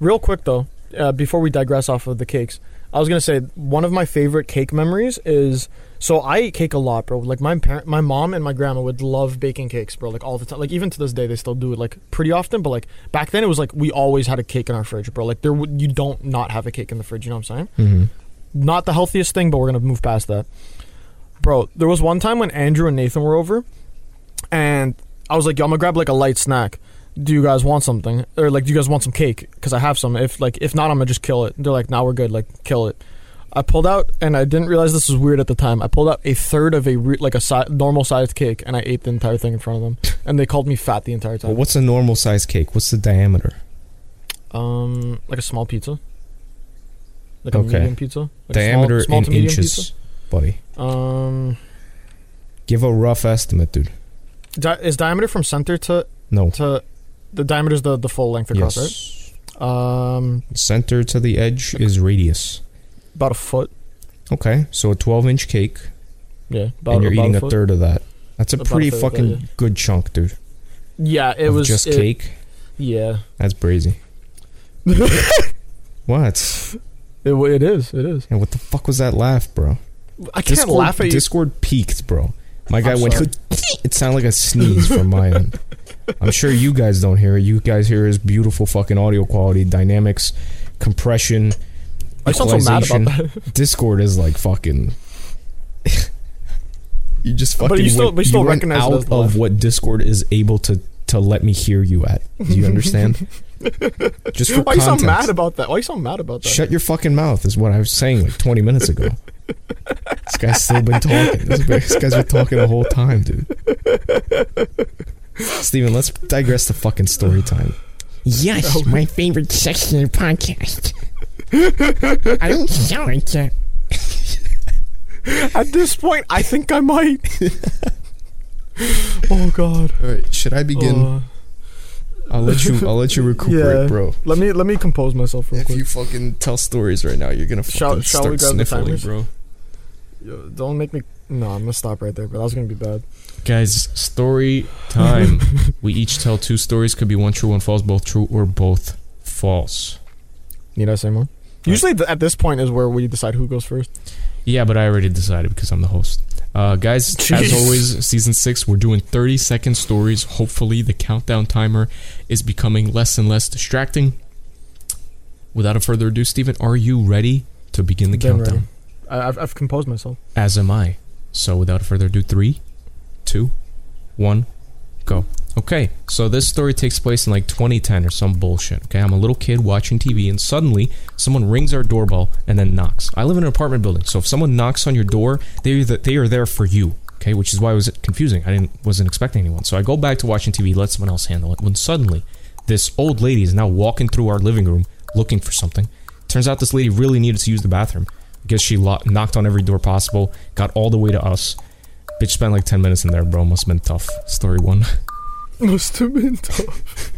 B: Real quick though, uh, before we digress off of the cakes, I was gonna say one of my favorite cake memories is so I ate cake a lot, bro. Like my parent, my mom and my grandma would love baking cakes, bro. Like all the time. Like even to this day, they still do it like pretty often. But like back then, it was like we always had a cake in our fridge, bro. Like there, would you don't not have a cake in the fridge. You know what I'm saying?
A: Mm-hmm.
B: not the healthiest thing, but we're gonna move past that. Bro, there was one time when Andrew and Nathan were over, and I was like, "Yo, I'm gonna grab like a light snack. Do you guys want something, or like, do you guys want some cake? Because I have some. If like, if not, I'm gonna just kill it." They're like, "Now we're good. Like, kill it." I pulled out, and I didn't realize this was weird at the time. I pulled out a third of a re- like a si- normal sized cake, and I ate the entire thing in front of them, and they called me fat the entire
A: Well,
B: time.
A: what's a normal size cake? What's the diameter?
B: Um, like a small pizza, like
A: Okay.
B: a medium pizza, Like a small-
A: diameter
B: small to
A: in
B: medium
A: inches,
B: pizza?
A: buddy.
B: Um.
A: Give a rough estimate, dude.
B: Di- is diameter from center to
A: No.
B: to the diameter is the, the full length across,
A: Yes.
B: right? Um,
A: Center to the edge is radius.
B: about a foot.
A: Okay, so a 12 inch cake,
B: Yeah, about,
A: and you're
B: about
A: eating
B: a
A: a,
B: foot.
A: third of that. That's a
B: About a
A: pretty
B: third of that,
A: fucking
B: yeah.
A: good chunk, dude.
B: Yeah, it
A: of
B: was
A: just
B: it-
A: cake.
B: Yeah,
A: That's brazy. what?
B: it, wa- it is. It is.
A: And what the fuck was that laugh, bro?
B: I can't
A: Discord,
B: laugh at you.
A: Discord peaked, bro. My guy
B: I'm
A: went.
B: sorry.
A: It sounded like a sneeze from my end. I'm sure you guys don't hear it. You guys hear his beautiful fucking audio quality, dynamics, compression.
B: I sound so mad about that.
A: Discord is like fucking.
D: You just fucking.
B: But you still,
A: went-
B: but you still
A: went
B: recognize it as
A: out
B: left.
A: of what Discord is able to to let me hear you at. Do you understand? Just for
B: Why you
A: context.
B: so mad about that? Why you so mad about that?
A: Shut your fucking mouth is what I was saying like 20 minutes ago. this guy's still been talking. This, guy- this guy's been talking the whole time, dude. Steven, let's digress to fucking story time.
E: Yes, my favorite section of the podcast. I don't sound like that.
B: At this point, I think I might. oh God.
D: All right, should I begin?
B: Uh,
A: I'll let you I'll let you recuperate,
B: Yeah.
A: bro.
B: let me let me compose myself real
D: If
B: quick.
D: you fucking tell stories right now, you're gonna fucking
B: Shall- shall we
D: start
B: grab the
D: sniffling,
B: timers?
D: bro.
B: Yo, Don't make me. No, I'm gonna stop right there. But that was gonna be bad.
A: Guys, story time. we each tell two stories, could be one true, one false, both true or both false.
B: Need I say more? Usually, th- at this point is where we decide who goes first.
A: Yeah, but I already decided because I'm the host. Uh, guys, as
B: Jeez.
A: always, season six, we're doing 30 second stories. Hopefully, the countdown timer is becoming less and less distracting. Without a further ado, Steven, are you ready to begin the
B: Damn right.
A: countdown?
B: I, I've, I've composed myself.
A: As am I. So, without further ado, three, two, one, go. Okay, so this story takes place in like 2010 or some bullshit. Okay, I'm a little kid watching TV, and suddenly someone rings our doorbell and then knocks. I live in an apartment building, so if someone knocks on your door, they are th- they are there for you. Okay, which is why it was confusing. I didn't wasn't expecting anyone, so I go back to watching TV, let someone else handle it. When suddenly, this old lady is now walking through our living room looking for something. Turns out this lady really needed to use the bathroom. I guess she lo- knocked on every door possible, got all the way to us. Bitch spent like 10 minutes in there, bro. Must have been tough. Story one.
B: Must have been tough.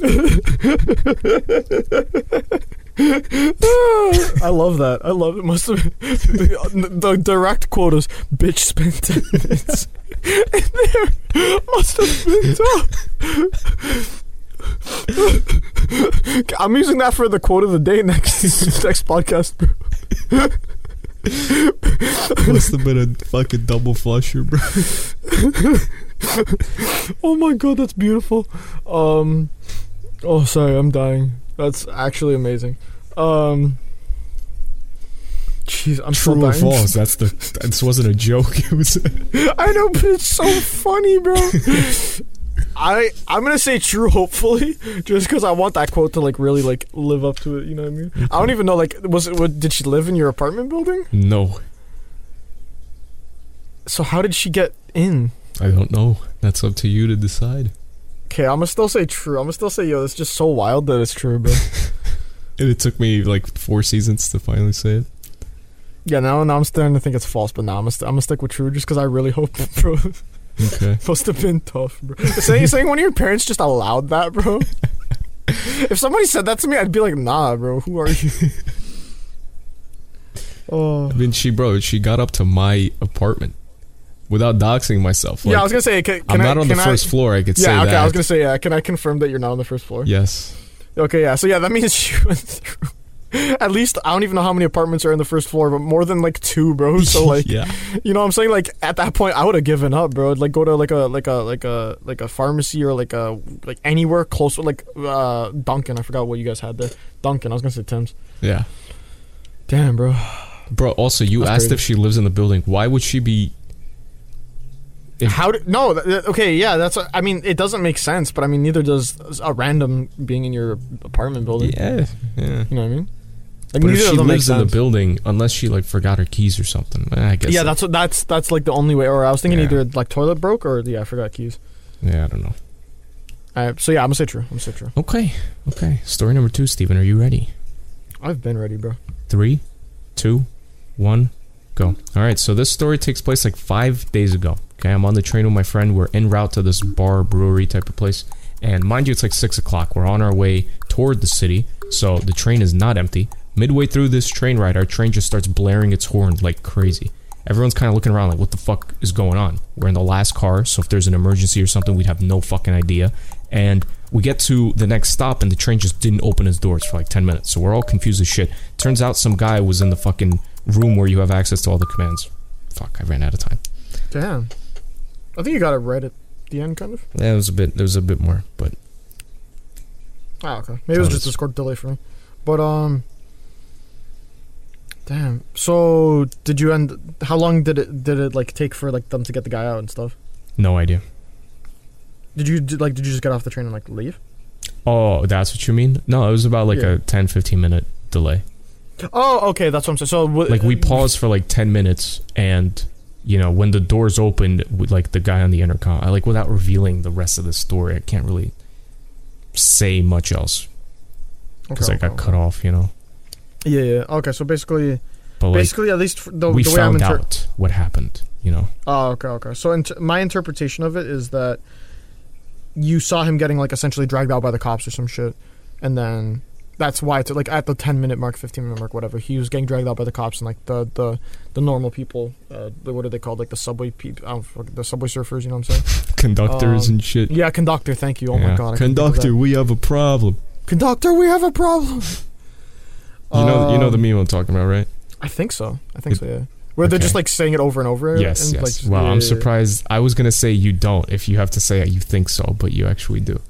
B: I love that. I love it. Must have the, the direct quote is bitch spent ten minutes. And there must have been tough. I'm using that for the quote of the day next next podcast. bro.
D: Must have been a fucking double flusher, bro.
B: Oh my god, that's beautiful. Um, oh, sorry, I'm dying. That's actually amazing. Um, jeez, I'm so
A: True or
B: dying.
A: false? That's the. This wasn't a joke. It was.
B: I know, but it's so funny, bro. I I'm gonna say true, hopefully, just because I want that quote to like really like live up to it. You know what I mean? I don't even know. Like, was it? What, did she live in your apartment building?
A: No,
B: So how did she get in?
A: I don't know. That's up to you to decide.
B: Okay, I'm gonna still say true. I'm gonna still say yo. That's just so wild that it's true, bro.
A: And it took me like four seasons to finally say it.
B: Yeah, now, now I'm starting to think it's false, but now I'm gonna, st- I'm gonna stick with true just because I really hope, bro.
A: Okay.
B: Must have been tough, bro. saying saying one of your parents just allowed that, bro. if somebody said that to me, I'd be like, nah, bro. Who are you? Oh.
A: I mean, she, bro, she got up to my apartment without doxing myself. Like,
B: yeah, I was gonna say. Can, can
A: I'm
B: I,
A: not on the
B: can I-
A: first floor. I could say
B: Yeah, okay.
A: that.
B: I was gonna say. Yeah, can I confirm that you're not on the first floor?
A: Yes.
B: Okay, yeah. So yeah, that means she went through. At least I don't even know how many apartments are on the first floor, but more than like two, bro. So like,
A: yeah.
B: You know what I'm saying? Like at that point I would have given up, bro. I'd, Like go to like a like a like a like a pharmacy or like a like anywhere close like uh Dunkin', I forgot what you guys had there. Dunkin', I was gonna say Tim's.
A: Yeah.
B: Damn bro.
A: Bro, also, you
B: That's
A: asked
B: crazy.
A: if she lives in the building. Why would she be. If-
B: How did no th- th- okay, yeah, that's I mean it doesn't make sense, but I mean neither does a random being in your apartment building.
A: Yeah. Yeah.
B: You know what I mean? Like
A: But if
B: neither
A: she
B: of them make
A: lives in the
B: sense.
A: building, unless she like forgot her keys or something, I guess.
B: yeah, that's what that's that's like the only way. Or I was thinking
A: Yeah.
B: either like toilet broke or yeah, I forgot keys.
A: yeah. I don't know.
B: All right, so yeah, I'm gonna say true. I'm gonna say true.
A: Okay, okay. Story number two, Steven. Are you ready?
B: I've been ready, bro.
A: Three, two, one, go. All right. So this story takes place like five days ago. Okay, I'm on the train with my friend. We're en route to this bar brewery type of place, and mind you, it's like six o'clock. We're on our way toward the city, so the train is not empty. Midway through this train ride, our train just starts blaring its horn like crazy. Everyone's kind of looking around like, what the fuck is going on? We're in the last car, so if there's an emergency or something, we'd have no fucking idea. And we get to the next stop, and the train just didn't open its doors for like 10 minutes. So we're all confused as shit. Turns out some guy was in the fucking room where you have access to all the commands. Fuck, I ran out of time.
B: Damn. I think you got it right at the end, kind of.
A: Yeah, it was a bit. There was a bit more, but
B: Ah, okay. Maybe it was
A: Oh,
B: just
A: that's-
B: Discord delay for me. But, um. Damn. So, did you end. How long did it, did it, like, take for, like, them to get the guy out and stuff?
A: no idea.
B: Did you, did, like, did you just get off the train and, like, leave?
A: Oh, that's what you mean? No, it was about like
B: Yeah.
A: a 10, 15 minute delay.
B: Oh, okay. That's what I'm saying. So, w-
A: Like we
B: uh,
A: paused for like ten minutes, and you know when the doors opened, with like the guy on the intercom, I like without revealing the rest of the story, I can't really say much else
B: okay,
A: because I got
B: okay,
A: cut off, you know.
B: okay. Yeah, yeah. Okay, so basically,
A: But like
B: basically, at least f- the,
A: we
B: the way I'm
A: found
B: interpreting.
A: out what happened, you know.
B: Oh, okay, okay. So int- my interpretation of it is that you saw him getting like essentially dragged out by the cops or some shit, and then that's why it's like at the ten minute mark, fifteen minute mark, whatever. He was getting dragged out by the cops and like the the, the normal people, uh, the, what are they called? Like the subway people, I don't fuck- the subway surfers. You know what I'm saying?
A: Conductors
B: Um,
A: and shit.
B: yeah, conductor. Thank you. Oh my
A: Yeah.
B: god, I couldn't think of
D: Conductor,
B: that.
D: we have a problem.
B: conductor. We have a problem.
A: You know, you know the
B: Um,
A: meme I'm talking about, right?
B: I think so. I think
A: It-
B: so. Yeah. Where they're
A: okay.
B: just like saying it over and over.
A: Yes,
B: and,
A: yes.
B: Like, just-
A: wow,
B: yeah,
A: I'm
B: yeah, yeah.
A: surprised. I was gonna say you don't. If you have to say you think so, but you actually do.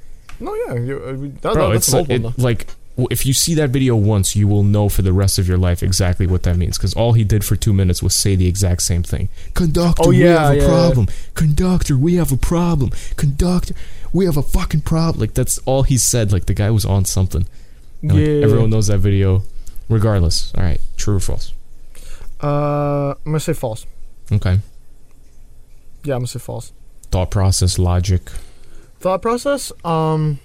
B: No, yeah. You, uh, we- that,
A: Bro,
B: that's
A: it's
B: an
A: like,
B: old one,
A: it,
B: though.
A: like w- if you see that video once, you will know for the rest of your life exactly what that means. Because all he did for two minutes was say the exact same thing.
D: Conductor,
B: Oh,
D: we
B: yeah,
D: have a
B: yeah.
D: problem. Conductor, we have a problem. Conductor, we have a fucking problem.
A: Like that's all he said. Like the guy was on something. And, like,
B: yeah.
A: Everyone knows that video, regardless. All right, true or false?
B: Uh, I'm gonna say false.
A: Okay.
B: Yeah, I'm gonna say false.
A: Thought process, logic.
B: Thought process. Um,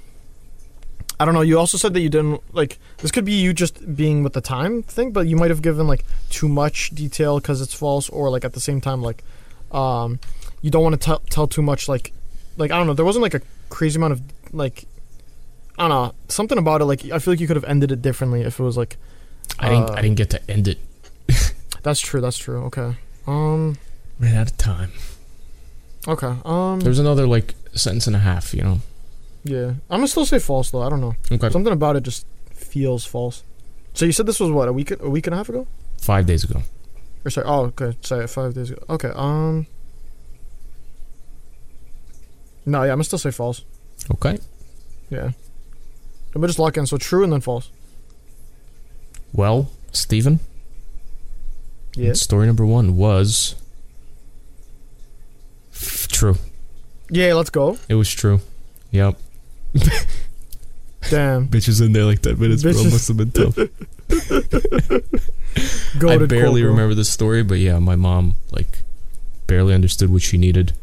B: I don't know. You also said that you didn't like. This could be you just being with the time thing, but you might have given like too much detail because it's false, or like at the same time, like, um, you don't want to tell tell too much. Like, like I don't know. There wasn't like a crazy amount of like. I don't know something about it. Like I feel like you could have ended it differently if it was like
A: I didn't.
B: Uh,
A: I didn't get to end it.
B: that's true. That's true. Okay. Um.
A: Ran out of time.
B: Okay. Um.
A: There's another like sentence and a half. You know.
B: Yeah. I'm gonna still say false though. I don't know.
A: Okay.
B: Something about it just feels false. So you said this was what a week a week and a half ago?
A: Five days ago.
B: Or sorry, oh okay, sorry, five days ago. Okay, um, no, yeah, I'm gonna still say false.
A: Okay.
B: Yeah, I'm gonna just lock in. So true and then false.
A: Well, Stephen.
B: Yeah,
A: Story number one was true.
B: yeah, let's go.
A: It was true. Yep.
B: Damn,
D: Bitches in there like 10 minutes, bro.
B: Bitches.
D: Must have been tough.
B: go
A: I
B: to
A: barely
B: Corporal.
A: remember the story, but yeah, my mom like barely understood what she needed,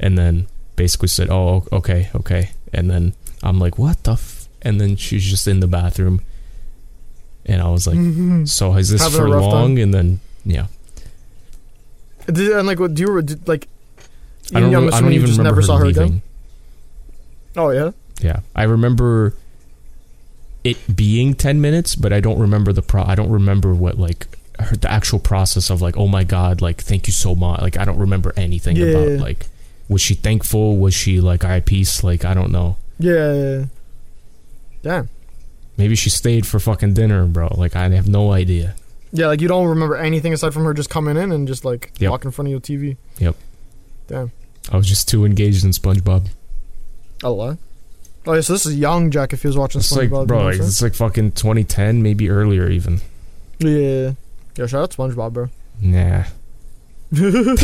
A: and then basically said, "Oh, o- okay, okay," and then I'm like, "What the?" F-? And then she's just in the bathroom, and I was like,
B: Mhm.
A: "So is this
B: Having a
A: for
B: rough time?
A: long?" And then yeah,
B: Did, and like, what do you re- did, like?
A: I don't.
B: you- I'm
A: re- I
B: assuming
A: don't
B: you
A: even
B: just
A: remember
B: never
A: her,
B: saw her
A: leaving.
B: again. Oh yeah,
A: Yeah, I remember it being ten minutes, but I don't remember the pro. I don't remember what like her, the actual process of like, oh my god, like thank you so much. Like I don't remember anything
B: Yeah.
A: about like was she thankful? Was she like all right, peace? Like I don't know.
B: yeah, yeah, yeah. damn.
A: Maybe she stayed for fucking dinner, bro. Like I have no idea.
B: Yeah, like you don't remember anything aside from her just coming in and just like
A: Yep.
B: walking in front of your TV.
A: I was just too engaged in SpongeBob.
B: A lot. Oh yeah, so this is young Jack if he was watching
A: It's like,
B: SpongeBob.
A: bro, like,
B: you know what I'm
A: it's like fucking 2010, maybe earlier even.
B: saying? yeah. Yo, shout out SpongeBob, bro.
A: Nah.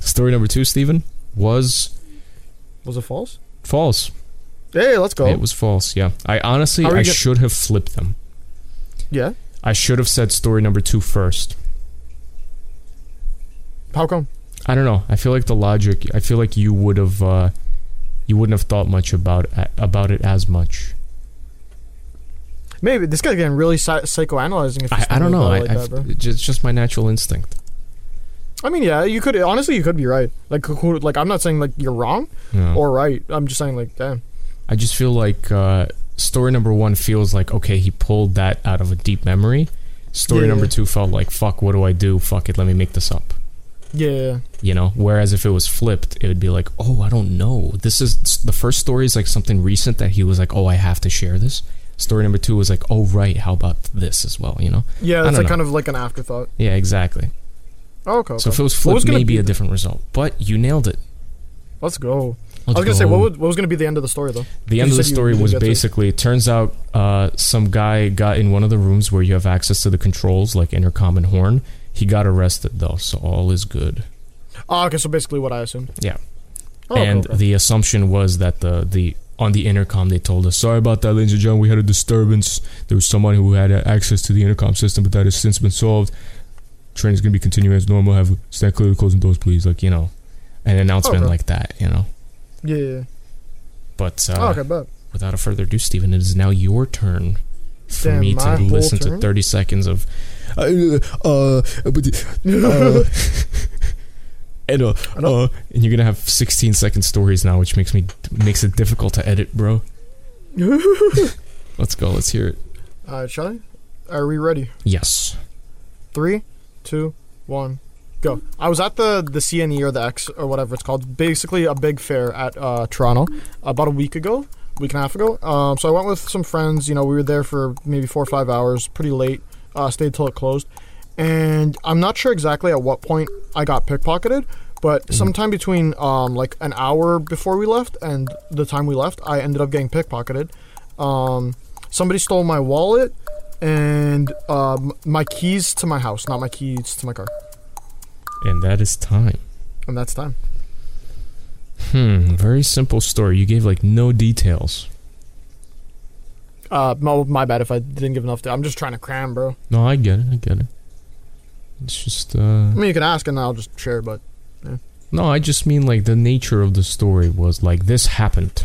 A: Story number two, Steven, was
B: Was it false?
A: false.
B: Hey, let's go.
A: It was false. Yeah, I honestly
B: How
A: I
B: are you gonna-
A: should have flipped them.
B: yeah.
A: I should have said story number two first.
B: How come?
A: I don't know. I feel like the logic. I feel like you would have. Uh, you wouldn't have thought much about about it as much.
B: Maybe this guy's getting really psy- psychoanalyzing. If
A: I,
B: he's
A: I don't
B: thinking
A: know.
B: about
A: I,
B: it like
A: I,
B: that, bro.
A: it's just, just my natural instinct.
B: I mean, yeah, you could honestly, you could be right. Like, who, like I'm not saying like you're wrong
A: Yeah.
B: or right. I'm just saying like, damn.
A: I just feel like uh, story number one feels like okay, he pulled that out of a deep memory. Story
B: Yeah.
A: number two felt like fuck. What do I do? Fuck it. Let me make this up.
B: Yeah.
A: you know whereas if it was flipped it would be like oh i don't know this is the first story is like something recent that he was like oh i have to share this story number two was like, oh right, how about this as well? You know? I
B: Yeah, it's
A: don't
B: like
A: know.
B: kind of like an afterthought.
A: Yeah, exactly.
B: Oh, okay,
A: So
B: okay.
A: if it was
B: What
A: flipped,
B: was gonna
A: maybe
B: be
A: a
B: the-
A: different result. But you nailed it.
B: Let's go.
A: Let's
B: I was gonna say
A: go.
B: what, would, what was gonna be the end of the story though?
A: the
B: you
A: end of the
B: said you
A: story
B: didn't
A: was
B: get to-
A: basically it turns out uh, some guy got in one of the rooms where you have access to the controls like intercom and horn he got arrested though so all is good
B: Oh, okay, so basically what I assumed.
A: Yeah.
B: Oh, okay,
A: and
B: okay.
A: the assumption was that the the on the intercom they told us sorry about that ladies and gentlemen we had a disturbance there was someone who had uh, access to the intercom system but that has since been solved train is going to be continuing as normal have stand clear to closing doors please like you know an announcement
B: Okay.
A: like that you know
B: yeah, yeah, yeah.
A: but uh,
B: Oh, okay, bet.
A: without a further ado, Steven, it is now your turn for
B: Damn,
A: me to
B: my whole
A: listen to
B: turn?
A: 30 seconds of.
D: Uh, uh, but, uh,
A: And, uh,
B: I don't-
A: uh, and you're gonna have 16 second stories now, which makes me makes it difficult to edit, bro. Let's go. Let's hear it.
B: Alright, shall I? Uh, Are we ready?
A: Yes.
B: Three, two, one, go. I was at the the CNE or the X or whatever it's called, basically a big fair at uh, Toronto about a week ago, week and a half ago. Um, so I went with some friends. You know, we were there for maybe four or five hours, pretty late. Uh, stayed till it closed, and I'm not sure exactly at what point I got pickpocketed. But sometime between um, like an hour before we left and the time we left, I ended up getting pickpocketed. Um, somebody stole my wallet and um, my keys to my house, not my keys to my car.
A: And that is time.
B: And that's time.
A: Hmm. Very simple story. You gave like no details.
B: Uh, my, my bad if I didn't give enough. To, I'm just trying to cram, bro.
A: No, I get it. I get it. It's just.
B: I
A: uh
B: mean, you can ask and I'll just share, but
A: No, I just mean like the nature of the story was like this happened.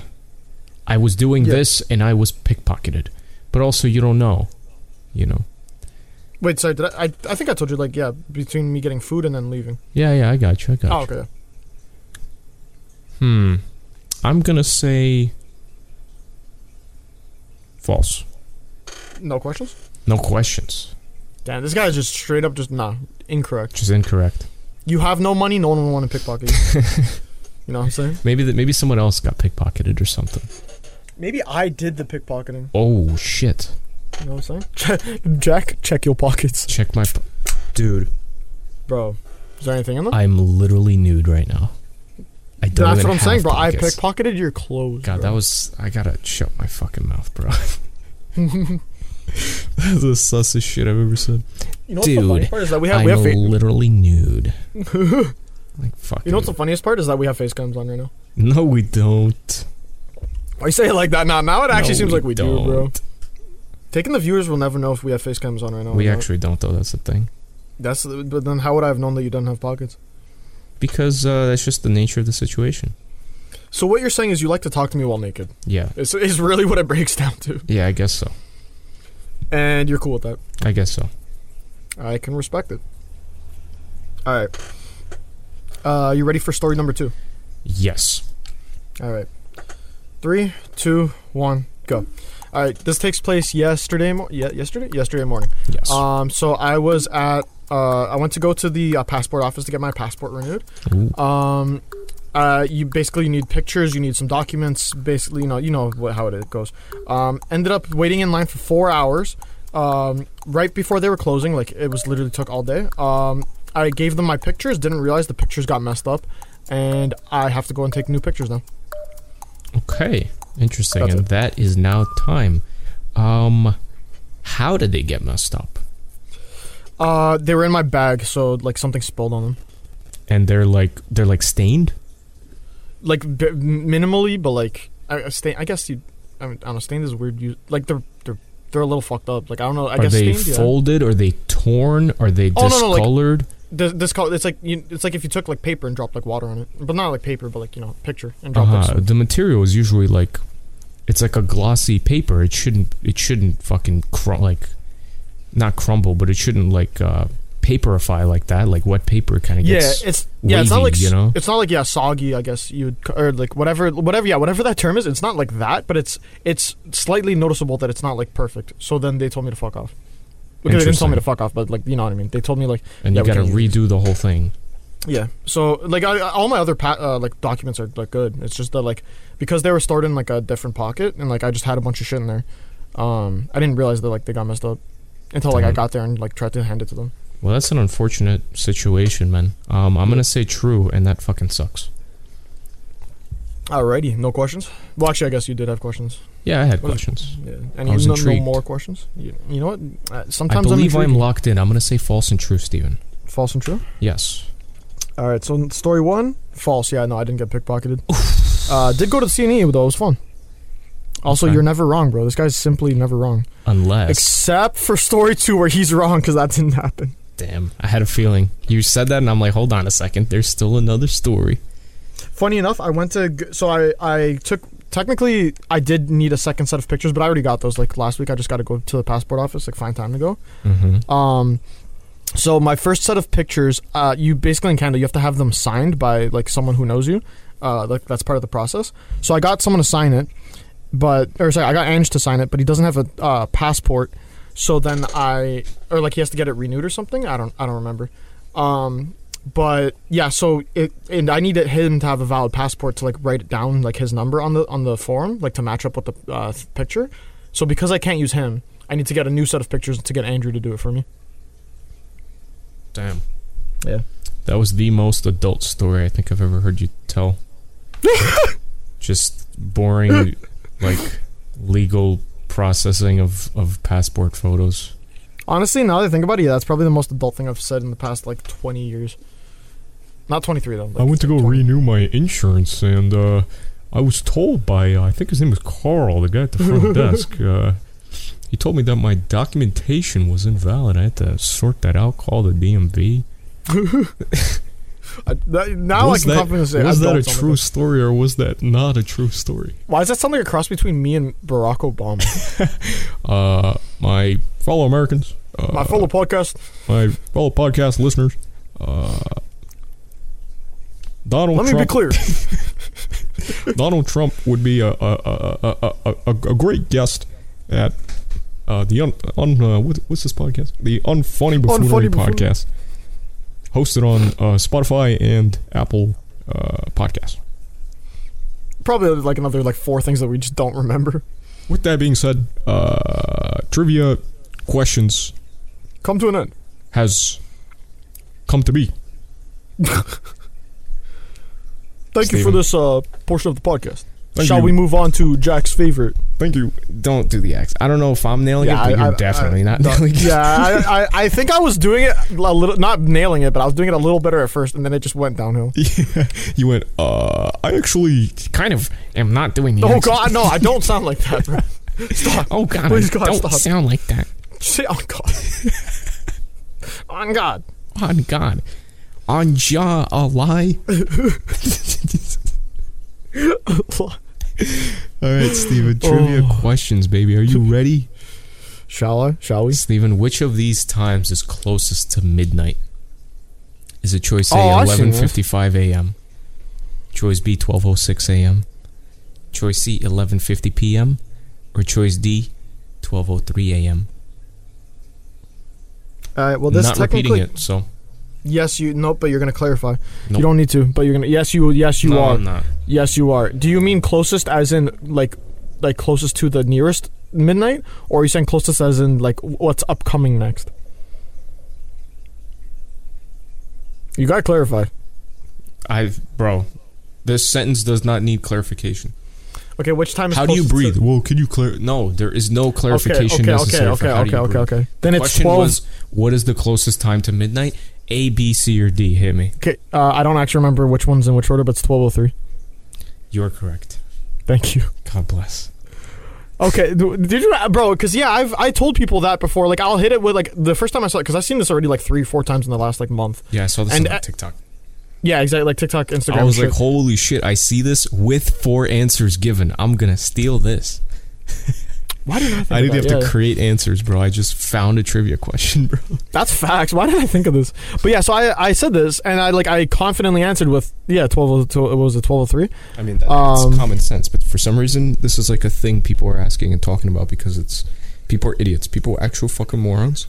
A: I was doing
B: Yeah.
A: this and I was pickpocketed. But also, you don't know. You know.
B: wait, sorry. Did I, I? I think I told you like yeah, between me getting food and then leaving.
A: Yeah, yeah, I got you. I got
B: Oh,
A: you.
B: okay.
A: Hmm. I'm gonna say false.
B: No questions.
A: No questions.
B: Damn, this guy is just straight up just nah, incorrect.
A: Which is incorrect.
B: You have no money. No one will want to pickpocket you. you know what I'm saying?
A: Maybe that. Maybe someone else got pickpocketed or something.
B: Maybe I did the pickpocketing.
A: Oh shit!
B: You know what I'm saying? Jack, check your pockets,
A: Check my. po- Dude,
B: bro. Is there anything in them?
A: I'm literally nude right now. I don't.
B: That's
A: even
B: what I'm
A: have
B: saying, bro.
A: Pockets.
B: I pickpocketed your clothes.
A: God,
B: bro.
A: that was. I gotta shut my fucking mouth, bro.
D: that's the sussest shit I've ever said.
B: You know what's the funny
A: Dude,
B: part is that we have
A: I'm
B: we have fa-
A: literally nude. like fucking.
B: you know what's the funniest part is that we have face cams on right now.
A: no, we don't.
B: Why you say it like that now? Now it actually
A: No,
B: seems like we do, bro.
A: don't.
B: Taking the viewers will never know if we have face cams on right now.
A: We
B: or not.
A: actually don't, though. That's the thing.
B: That's but then how would I have known that you don't have pockets?
A: Because uh, that's just the nature of the situation.
B: So what you're saying is you like to talk to me while naked.
A: Yeah,
B: It's is really what it breaks down to,
A: yeah, I guess so.
B: and you're cool with that.
A: I guess so.
B: I can respect it. All right. Uh, you ready for story number two?
A: Yes.
B: All right. Three, two, one, go. All right. This takes place yesterday. Mo- yeah, yesterday. Yesterday morning.
A: Yes.
B: Um, so I was at. Uh, I went to go to the uh, passport office to get my passport renewed.
A: Ooh.
B: Um, uh, you basically you need pictures, you need some documents. Basically, you know, you know what, how it goes. Um, ended up waiting in line for four hours. Um, right before they were closing, like it was literally took all day. Um, I gave them my pictures. Didn't realize the pictures got messed up, and I have to go and take new pictures now.
A: okay. Interesting.
B: That's
A: and that is now time. Um, how did they get messed up?
B: Uh, they were in my bag, so like something spilled on them.
A: And they're like they're like stained.
B: like b- minimally, but like I, I stain. I guess you. I, mean, I don't know. Stained is weird. You like they're they're they're a little fucked up. Like I don't know. I
A: are
B: guess
A: they
B: stained. Yeah.
A: folded? Are they torn? Are they
B: Oh, no, no, like-
A: discolored?
B: This, this color. It's like you, it's like if you took like paper and dropped like water on it, but not like paper, but like you know picture and dropped.
A: uh-huh.
B: Like, some-
A: The material is usually like it's like a glossy paper. It shouldn't it shouldn't fucking crum- like not crumble, but it shouldn't like uh paperify like that. Like wet paper kind of
B: yeah,
A: gets
B: it's yeah, it's not
A: wavy,
B: like s-
A: you know?
B: it's not like yeah, soggy. I guess you would c- or like whatever, whatever. Yeah, whatever that term is, it's not like that, but it's it's slightly noticeable that it's not like perfect. So then they told me to fuck off. Okay, they didn't tell
A: Interesting.
B: me to fuck off, but like you know what I mean. They told me like
A: and
B: yeah,
A: you
B: we
A: gotta
B: can use
A: redo the whole thing.
B: Yeah. So like I, I- all my other pa- uh, like documents are like good. It's just that like because they were stored in like a different pocket and like I just had a bunch of shit in there. Um, I didn't realize that like they got messed up until like I
A: Damn.
B: got there and like tried to hand it to them.
A: Well, that's an unfortunate situation, man. Um, I'm gonna say true, and that fucking sucks.
B: Alrighty, no questions. Well, actually, I guess you did have questions.
A: Yeah, I had
B: What is-
A: questions.
B: Yeah, and
A: I
B: you
A: was
B: no, no
A: intrigued.
B: more questions. You, you know what? Uh,
A: I
B: sometimes
A: believe
B: I'm
A: I'm
B: intrigued.
A: locked in. I'm gonna say false and true, Steven.
B: false and true.
A: Yes.
B: All right, so story one, false. Yeah, no, I didn't get pickpocketed. uh, did go to the CNE though. It was fun. Also,
A: Okay.
B: you're never wrong, bro. This guy's simply never wrong,
A: Unless.
B: except for story two where he's wrong because that didn't happen.
A: Damn, I had a feeling. You said that, and I'm like, hold on a second. There's still another story.
B: Funny enough, I went to g- so I I took technically I did need a second set of pictures, but I already got those like last week. I just got to go to the passport office like find time to go.
A: Mm-hmm.
B: Um, so my first set of pictures, uh, you basically in Canada, you have to have them signed by like someone who knows you. Uh, like that's part of the process. So I got someone to sign it, but or sorry, I got Ange to sign it, but he doesn't have a uh, passport. So then I or like he has to get it renewed or something. I don't I don't remember. Um, but yeah, so it and I needed him to have a valid passport to like write it down like his number on the on the form like to match up with the uh, picture. So because I can't use him, I need to get a new set of pictures to get Andrew to do it for me.
A: Damn.
B: Yeah.
A: That was the most adult story I think I've ever heard you tell. Just boring, like legal processing of of passport photos.
B: Honestly, now that I think about it, yeah, that's probably the most adult thing I've said in the past like 20 years. Not 23 though. like, 20.
A: my insurance, and uh, I was told by uh, I think his name was Carl, the guy at the front desk. Uh, he told me that my documentation was invalid. I had to sort that out, call the DMV.
B: I, that, now
A: Was
B: I can
A: that-
B: confidently say
A: was that a
B: adults on the
A: true
B: thing.
A: story or was that not a true story?
B: Why does that sound like a cross between me and Barack Obama?
A: Uh, my fellow Americans, uh,
B: My fellow podcast.
A: my fellow podcast listeners, uh, Donald
B: Let me be
A: Trump.
B: clear.
A: Donald Trump would be a a, a, a, a, a, a great guest at uh, the un, un uh, what, what's this podcast? The Unfunny Buffoonery
B: Unfunny Buffoonery.
A: podcast, hosted on uh, Spotify and Apple uh, Podcasts.
B: Probably like another like four things that we just don't remember.
A: With that being said, uh, trivia questions
B: Come to an end.
A: has come to be.
B: Thank you for
A: Steven.
B: this uh, portion of the podcast.
A: Thank
B: Shall
A: you.
B: we move on to Jack's favorite?
A: Thank you. Don't do the X. I don't know if I'm nailing
B: Yeah,
A: it, but
B: I-
A: you're
B: I-
A: definitely
B: I-
A: not
B: no,
A: nailing
B: yeah, I, I, I think I was doing it a little, not nailing it, but I was doing it a little better at first, and then it just went downhill.
A: it. Yeah. You went, uh, I actually kind of am not doing the
B: Oh
A: accent.
B: God, no! I don't sound like that. Bro. Stop.
A: Oh, God.
B: Please,
A: I
B: God,
A: don't
B: stop.
A: sound like that.
B: Say, oh God. On God.
A: On Oh, God. On Ja, a lie. All right, Steven. Trivia questions, baby. Are you ready?
B: Shall I? Shall we?
A: Steven, which of these times is closest to midnight? Is it choice A,
B: Oh, I've seen this.
A: 11.55 a.m.? Choice B, 12.06 a.m.? Choice C, 11.50 p.m.? Or choice D, 12.03 a.m.?
B: All right. Well, this
A: Not repeating
B: technically.
A: it, so...
B: Yes, you. Nope. But you're gonna clarify.
A: Nope.
B: You don't need to. But you're gonna. Yes, you. Yes, you
A: no,
B: are.
A: I'm not.
B: Yes, you are. Do you mean closest, as in like, like closest to the nearest midnight, or are you saying closest as in like what's upcoming next? You gotta clarify.
A: I've... Bro, this sentence does not need clarification.
B: Okay, which time is
A: How do you
B: closest to-
A: breathe? Well, can you clear... No, there is no clarification
B: okay, okay,
A: necessary
B: okay,
A: for how do
B: okay,
A: you
B: okay,
A: breathe.
B: okay. Then it's
A: Question
B: twelve.
A: was, what is the closest time to midnight? A, B, C, or D? Hit me.
B: okay, uh, I don't actually remember which one's in which order, but it's twelve oh three.
A: You're correct.
B: Thank you.
A: God bless.
B: Okay, th- did you, bro? Because yeah, I've I told people that before. Like I'll hit it with like the first time I saw it because I've seen this already like three, four times in the last like month.
A: Yeah, I saw this
B: And
A: on
B: a-
A: TikTok.
B: Yeah, exactly. Like TikTok, Instagram.
A: I was
B: shit.
A: like, holy shit, I see this with four answers given. I'm going to steal this.
B: why did I? Think
A: I didn't
B: of
A: have
B: that?
A: to
B: Yeah.
A: create answers, bro. I just found a trivia question, bro.
B: That's facts. Why did I think of this? But yeah, so I I said this and I like I confidently answered with yeah twelve oh what was it twelve oh three.
A: I mean, that's
B: Um,
A: common sense, but for some reason, this is like a thing people are asking and talking about because it's people are idiots. People are actual fucking morons.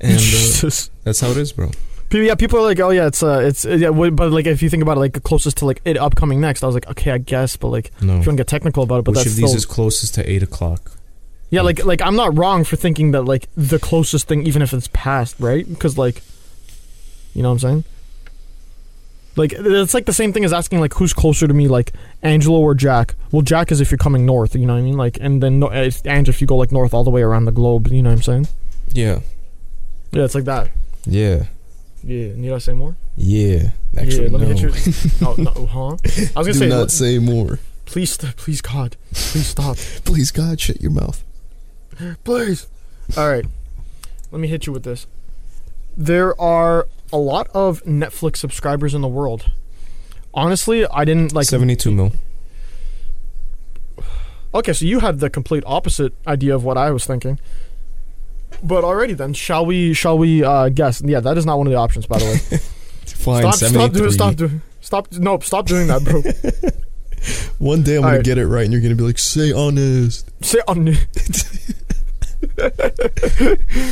A: And uh,
B: Jesus.
A: that's how it is, bro.
B: Pe- Yeah, people are like, oh yeah, it's uh, it's uh, yeah, wh- but like if you think about it, like closest to like it upcoming next, I was like, okay, I guess, but like if
A: No.
B: you want to get technical about it, but
A: Mm. Which
B: that's
A: of these
B: still,
A: is closest to 8 o'clock?
B: Yeah, like like I'm not wrong for thinking that like the closest thing, even if it's past, right? Because like, you know what I'm saying? Like it's like the same thing as asking like who's closer to me, like Angelo or Jack. Well, Jack is if you're coming north, you know what I mean? Like, and then no, eh, it's Ange if you go like north all the way around the globe, you know what I'm saying?
A: Yeah.
B: Yeah, it's like that.
A: Yeah.
B: Yeah. Need I say more?
A: Yeah. Actually,
B: yeah. Let
A: no.
B: me get your. Oh no, huh? I was gonna
D: Do
B: say,
D: not say more.
B: please, st- please, God, please stop.
D: Please, God, shut your mouth.
B: Please. All right. Let me hit you with this. There are a lot of Netflix subscribers in the world. Honestly, I didn't like.
A: 72 mil.
B: Okay, so you had the complete opposite idea of what I was thinking. But already then, shall we? Shall we uh, guess? Yeah, that is not one of the options, by the way.
A: Fine,
B: stop! Stop
A: 73.
B: doing! Stop doing! Stop! No! Stop doing that, bro.
D: One day I'm gonna
B: Alright.
D: get it right, and you're gonna be like, "Say honest."
B: Say on.
D: A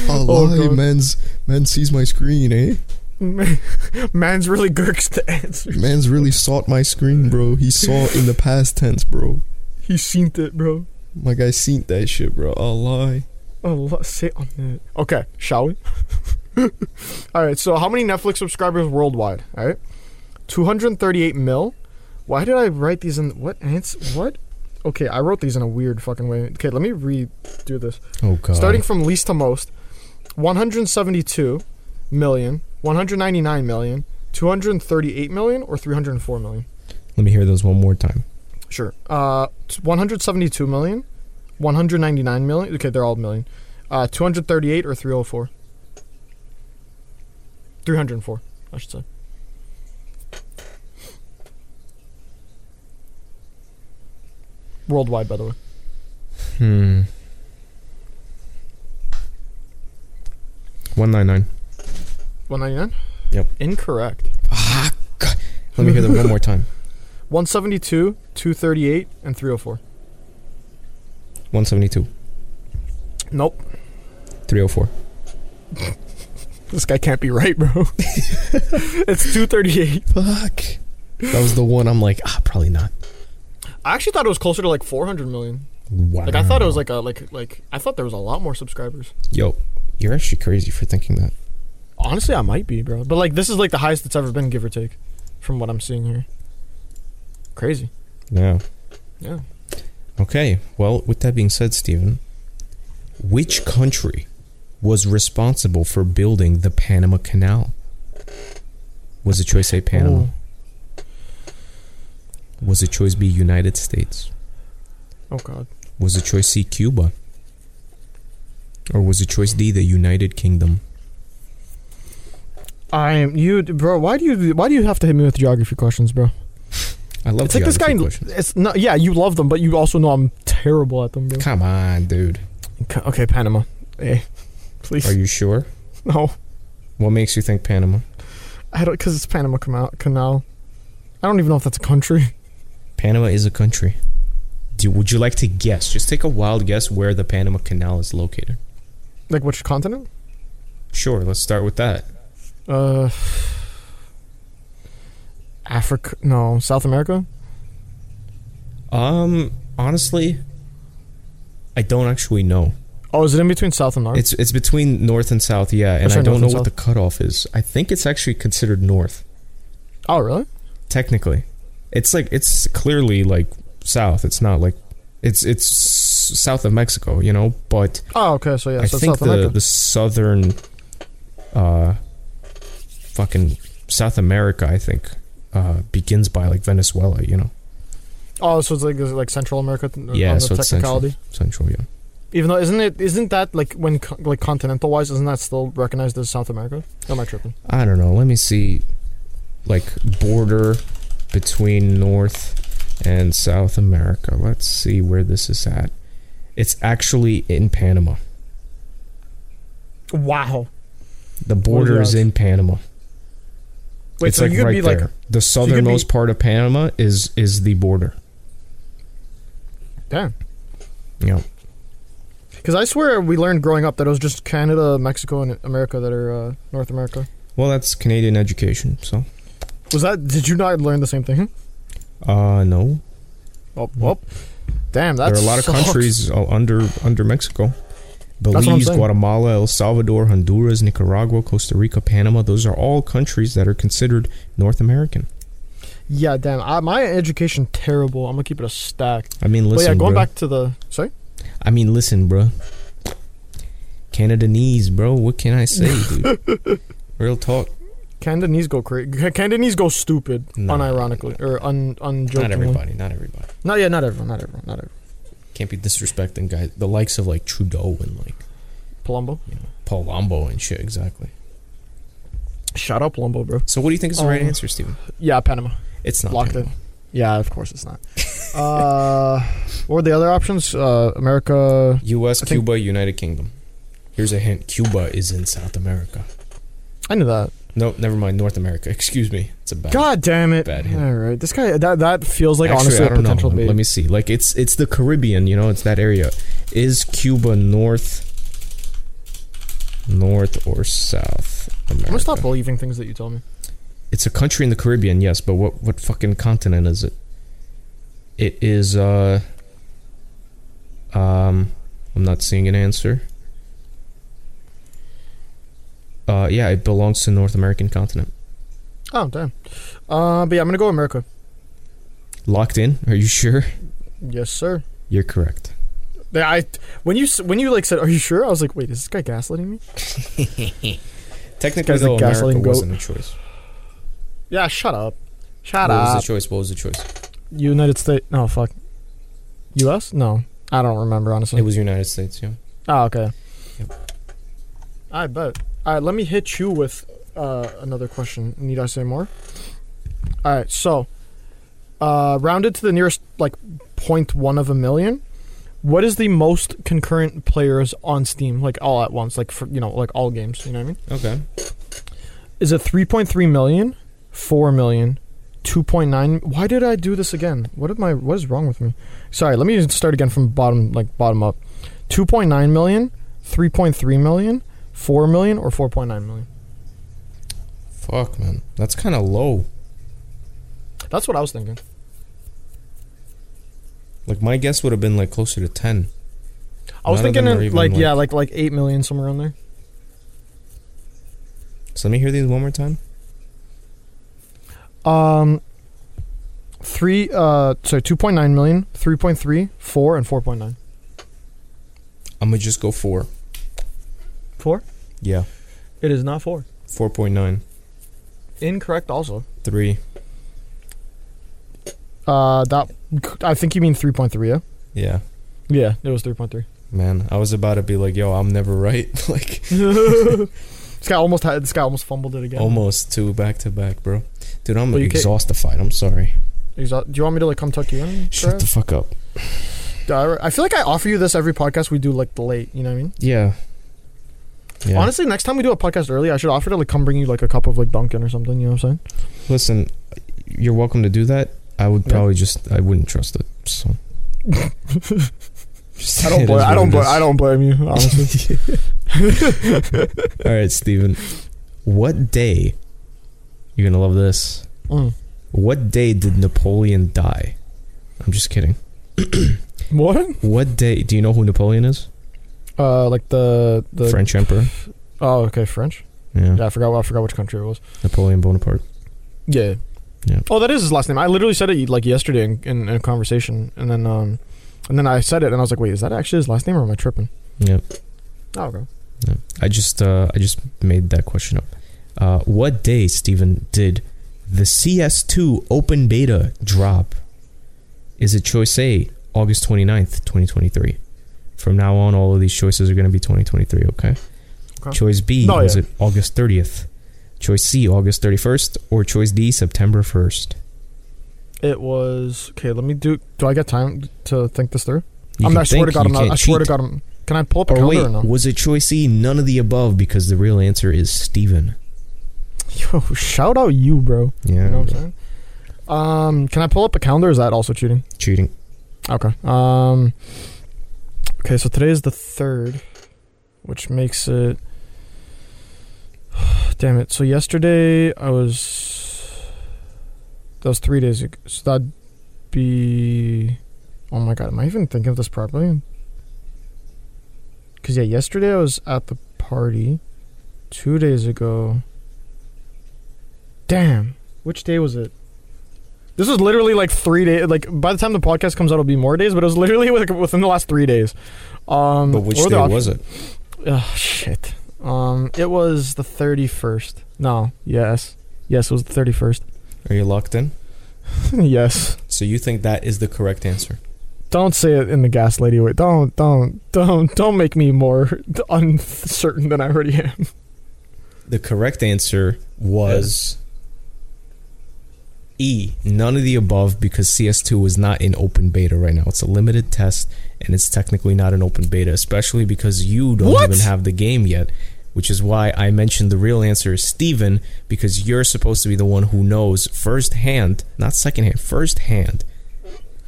B: Oh,
D: lie,
B: God.
D: man's man sees my screen, eh?
B: Man's really gurks to answer.
D: Man's really sought my screen, bro. He saw in the past tense, bro.
B: He seen it, bro.
D: My guy seen that shit, bro. A lie.
B: Oh, sit on it. Okay, shall we? all right. So, how many Netflix subscribers worldwide? All right, two hundred thirty-eight mil. Why did I write these in? What ants? What? Okay, I wrote these in a weird fucking way. Okay, let me redo this.
A: Oh, God.
B: Starting from least to most, one hundred seventy-two million, one hundred ninety-nine million, two hundred thirty-eight million, or three hundred four million.
A: Let me hear those one more time.
B: Sure. Uh, t- 172 million, 199 million. Okay, they're all million. Uh, 238 or 304? 304, I should say. Worldwide, by the way.
A: Hmm. 199.
B: 199?
A: Yep.
B: Incorrect.
A: Ah, God. Let me hear them one more time.
B: 172, 238, and 304.
A: 172.
B: Nope.
A: 304.
B: This guy can't be right, bro. it's 238.
D: Fuck.
A: That was the one I'm like, ah, probably not.
B: I actually thought it was closer to like 400 million.
A: Wow.
B: Like I thought it was like a like like I thought there was a lot more subscribers.
A: Yo, you're actually crazy for thinking that.
B: Honestly, I might be, bro. But like this is like the highest it's ever been, give or take, from what I'm seeing here. Crazy.
A: Yeah.
B: Yeah.
A: Okay. Well, with that being said, Steven, which country was responsible for building the Panama Canal? Was the choice A Panama? Was the choice B United States?
B: Oh god.
A: Was the choice C Cuba? Or was the choice D the United Kingdom?
B: I am you, bro. Why do you why do you have to hit me with geography questions, bro?
A: I love
B: It's like this guy.
A: geography questions.
B: It's not. Yeah, you love them, but you also know I'm terrible at them, bro.
A: Come on, dude.
B: Okay, okay, Panama. Hey, please.
A: Are you sure?
B: no,
A: What makes you think Panama?
B: I don't. Cause it's Panama Cana- Canal. I don't even know if that's a country.
A: Panama is a country. Do, would you like to guess? Just take a wild guess where the Panama Canal is located.
B: Like which continent?
A: Sure, let's start with that.
B: Uh, Africa? No, South America.
A: Um, honestly, I don't actually know.
B: Oh, is it in between South and North?
A: It's it's between north and south, yeah, and
B: Oh, sorry,
A: I don't
B: north
A: know
B: and
A: what
B: south.
A: the cutoff is. I think it's actually considered north
B: oh, really?
A: technically. It's like it's clearly like south. It's not like it's it's south of Mexico, you know, but
B: Oh, okay. So yeah,
A: I
B: so
A: think
B: South America.
A: the, the southern, uh, fucking South America, I think, uh, begins by like Venezuela, you know,
B: oh, so it's like is it like Central America. th-
A: Yeah,
B: on the
A: so it's Central.
B: technicality.
A: Central, yeah.
B: Even though isn't it isn't that like when co- like continental wise isn't that still recognized as South America? Am I tripping?
A: I don't know. Let me see, like, border between North and South America. Let's see where this is at. It's actually in Panama.
B: Wow.
A: The border is
B: odds?
A: in Panama.
B: Wait,
A: it's
B: so
A: like
B: you could
A: right
B: be
A: there.
B: like
A: the
B: could be-
A: southernmost part of Panama is is the border.
B: damn.
A: Yeah.
B: Because I swear we learned growing up that it was just Canada, Mexico, and America that are uh, North America.
A: Well, that's Canadian education, so.
B: Was that? Did you not learn the same thing?
A: Uh, no.
B: Oh, well, Damn, that's
A: there are a lot of countries uh, under under Mexico.
B: what I'm
A: Belize,
B: saying.
A: Guatemala, El Salvador, Honduras, Nicaragua, Costa Rica, Panama. Those are all countries that are considered North American.
B: Yeah, damn. I, my education terrible. I'm gonna keep it a stack.
A: I mean,
B: but
A: listen,
B: yeah, going
A: bro.
B: back to the sorry.
A: I mean, listen, bro. Canadianese, bro. What can I say, dude? Real talk.
B: Cantonese go crazy. Cantonese go stupid,
A: Nah,
B: unironically or un unjokingly.
A: Not everybody. Not everybody.
B: No, yeah, not everyone. Not everyone. Not everyone.
A: Can't be disrespecting guys. The likes of like Trudeau and like
B: Palumbo.
A: Paul Lombo and shit. Exactly.
B: Shout out Palumbo, bro.
A: So, what do you think is the right
B: Um,
A: answer, Steven?
B: Yeah, Panama.
A: It's not.
B: Locked
A: Panama.
B: it. Yeah, of course it's not. uh, what were the other options? Uh, America.
A: U.S.,
B: I think-
A: Cuba, United Kingdom. Here's a hint: Cuba is in South America.
B: I knew that.
A: No, never mind. North America. Excuse me. It's a bad.
B: God damn it!
A: Bad hint.
B: All right, this guy. That that feels like
A: Actually,
B: honestly
A: I
B: a
A: don't
B: potential
A: know.
B: bait.
A: Let me see. Like it's it's the Caribbean. You know, it's that area. Is Cuba North, North or South America?
B: I'm gonna stop believing things that you tell me.
A: It's a country in the Caribbean, yes, but what what fucking continent is it? It is uh um I'm not seeing an answer. Uh yeah, it belongs to North American continent.
B: Oh damn. Uh, but yeah, I'm gonna go America.
A: Locked in? Are you sure?
B: Yes, sir.
A: You're correct.
B: Yeah, I when you s- when you like said, "Are you sure?" I was like, "Wait, is this guy gaslighting me?"
A: Technically
B: Guy's a
A: though, America
B: gaslighting goat.
A: wasn't a choice.
B: Yeah, shut up. Shut
A: what was
B: up.
A: the choice? What was the choice?
B: United States. No, fuck. U.S. No, I don't remember honestly.
A: It was United States, yeah.
B: oh, okay.
A: Yep.
B: I bet. All right, let me hit you with uh, another question. Need I say more? All right, so uh, rounded to the nearest like point one of a million. What is the most concurrent players on Steam, like all at once, like for you know, like all games? You know what I mean?
A: Okay.
B: Is it 3.3 million, 4 million, 2.9? Why did I do this again? What am I what is wrong with me? Sorry, let me just start again from bottom like bottom up. 2.9 million, 3.3 million, 4 million or 4.9 million.
A: Fuck man. That's kinda low.
B: That's what I was thinking.
A: Like my guess would have been like closer to ten.
B: I was
A: None of
B: thinking
A: them
B: in,
A: are even,
B: like,
A: like-
B: yeah, like like 8 million somewhere on there.
A: So let me hear these one more time.
B: Um 3 uh sorry, 2.9 million, 3.3, 4 and 4.9.
A: I'm gonna just go four.
B: 4?
A: Yeah.
B: It is not 4.
A: Four point nine.
B: Incorrect also.
A: Three.
B: Uh that I think you mean 3.3, yeah?
A: Yeah.
B: Yeah, it was 3.3.
A: Man, I was about to be like, yo, I'm never right. like
B: this guy almost had this guy almost fumbled it again.
A: almost two back to back, bro. Dude, I'm
B: Well, you can't-
A: exhaustified. I'm sorry.
B: Exa- Do you want me to like come tuck you in?
A: Shut the fuck up.
B: Trav? I feel like I offer you this every podcast we do like late. You know what I mean?
A: Yeah. Yeah.
B: Honestly, next time we do a podcast early, I should offer to like come bring you like a cup of like Dunkin' or something. You know what I'm saying?
A: Listen, you're welcome to do that. I would
B: Yeah.
A: probably just I wouldn't trust it. So Just-
B: I
A: it
B: don't
A: is
B: blame. I
A: what
B: don't
A: it
B: blame.
A: is.
B: I don't blame you. Honestly,
A: All right, Steven. What day? You're gonna love this.
B: Mm.
A: What day did Napoleon die? I'm just kidding.
B: what?
A: What day? Do you know who Napoleon is?
B: Uh, like the the.
A: French emperor.
B: Oh, okay, French.
A: Yeah.
B: Yeah, I forgot. I forgot which country it was.
A: Napoleon Bonaparte.
B: Yeah.
A: Yeah.
B: Oh, that is his last name. I literally said it like yesterday in, in, in a conversation, and then um, and then I said it, and I was like, wait, is that actually his last name, or am I tripping?
A: Yep.
B: Oh, okay.
A: Yeah. I just uh, I just made that question up. Uh, what day, Steven, did the CS2 open beta drop? Is it choice A, August 29th, 2023? From now on, all of these choices are going to be 2023, okay?
B: Okay.
A: Choice B,
B: No,
A: was
B: yeah.
A: it August 30th? Choice C, August 31st? Or choice D, September 1st?
B: It was okay. Let me do. Do I get time to think this through?
A: You
B: I'm
A: can
B: not. I swear to
A: think,
B: God,
A: you
B: I'm not.
A: can't
B: I swear
A: cheat.
B: to God, I'm. Can I pull up a
A: Or
B: calendar
A: wait,
B: or no?
A: was it choice C? None of the above because the real answer is Steven.
B: Yo, shout out you, bro.
A: Yeah.
B: You know what I'm saying? Um, can I pull up a calendar? Or is that also cheating?
A: cheating.
B: Okay. Um. Okay, so today is the third, which makes it. Damn it! So yesterday I was. That was three days ago. So that'd be Oh my god, am I even thinking of this properly? Cause yeah, yesterday I was at the party. Two days ago. Damn. Which day was it? This was literally like three days. Like by the time the podcast comes out, it'll be more days. But it was literally like within the last three days. Um,
A: But which
B: or
A: day
B: the option-
A: was it?
B: Oh shit. Um, it was the thirty first. No. Yes. Yes, it was the thirty first.
A: Are you locked in?
B: yes.
A: So you think that is the correct answer?
B: Don't say it in the gas lady way. Don't, don't, don't, don't make me more uncertain than I already am.
A: The correct answer was E. None of the above because CS2 is not in open beta right now. It's a limited test and it's technically not an open beta, especially because you don't
B: What?
A: even have the game yet. Which is why I mentioned the real answer is Steven, because you're supposed to be the one who knows firsthand, not secondhand, firsthand,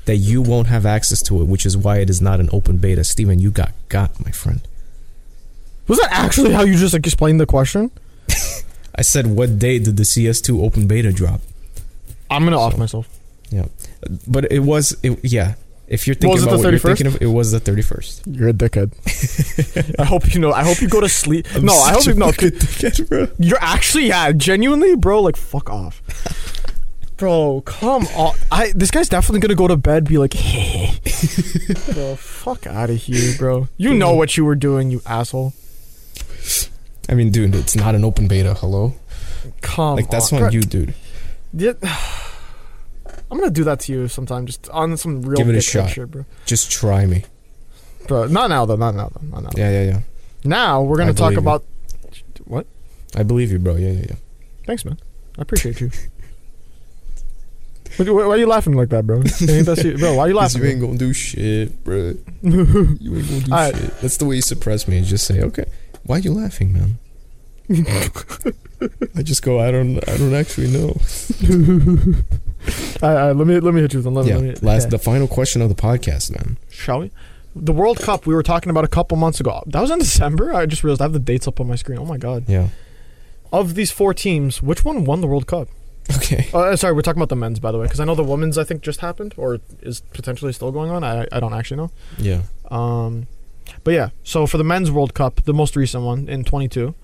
A: that you won't have access to it, which is why it is not an open beta. Steven, you got got, my friend.
B: Was that actually how you just like, explained the question?
A: I said, what day did the CS2 open beta drop?
B: I'm gonna off myself.
A: But it was, it, yeah. If you're thinking
B: Was it
A: about
B: the
A: what you're
B: 31st?
A: thinking of, it was the 31st.
B: You're a dickhead. I hope you know. I hope you go to sleep.
D: I'm
B: no, I hope
D: such a
B: you no.
D: fucking dickhead, bro.
B: You're actually yeah, genuinely, bro. Like fuck off, bro. Come on. I this guy's definitely gonna go to bed. Be like, bro, fuck out of here, bro. You know what you were doing, you asshole.
A: I mean, dude, it's not an open beta. Hello?
B: Come
A: Like, that's
B: on.
A: on
B: Bro,
A: you, dude.
B: Yeah. I'm gonna do that to you sometime, just on some real
A: Give it a
B: dickhead
A: shot.
B: shit, bro.
A: Just try me.
B: But not now, though. Not now, though. Not now.
A: Yeah, yeah, yeah.
B: Now we're gonna
A: I
B: talk
A: believe you.
B: about.
A: I believe you, bro. Yeah, yeah, yeah.
B: Thanks, man. I appreciate you. Why, why are you laughing like that, bro? You think that's you- bro, why are you
D: 'Cause
B: laughing?
D: you ain't gonna do shit, bro. You ain't gonna do
B: Alright.
D: shit.
A: That's the way you suppress me. You just say, okay, why are you laughing, man?
D: I just go. I don't. I don't actually know.
B: All right, all right, let me let me hit you with one. Let me,
A: yeah.
B: let me,
A: Last,
B: okay.
A: the final question of the podcast, man.
B: Shall we? The World Cup we were talking about a couple months ago. That was in December. I just realized I have the dates up on my screen. Oh my god!
A: Yeah.
B: Of these four teams, which one won the World Cup?
A: Okay.
B: Uh, sorry, we're talking about the men's, by the way, because I know the women's. I think just happened or is potentially still going on. I I don't actually know.
A: Yeah.
B: Um, but yeah, so for the men's World Cup, the most recent one in 22,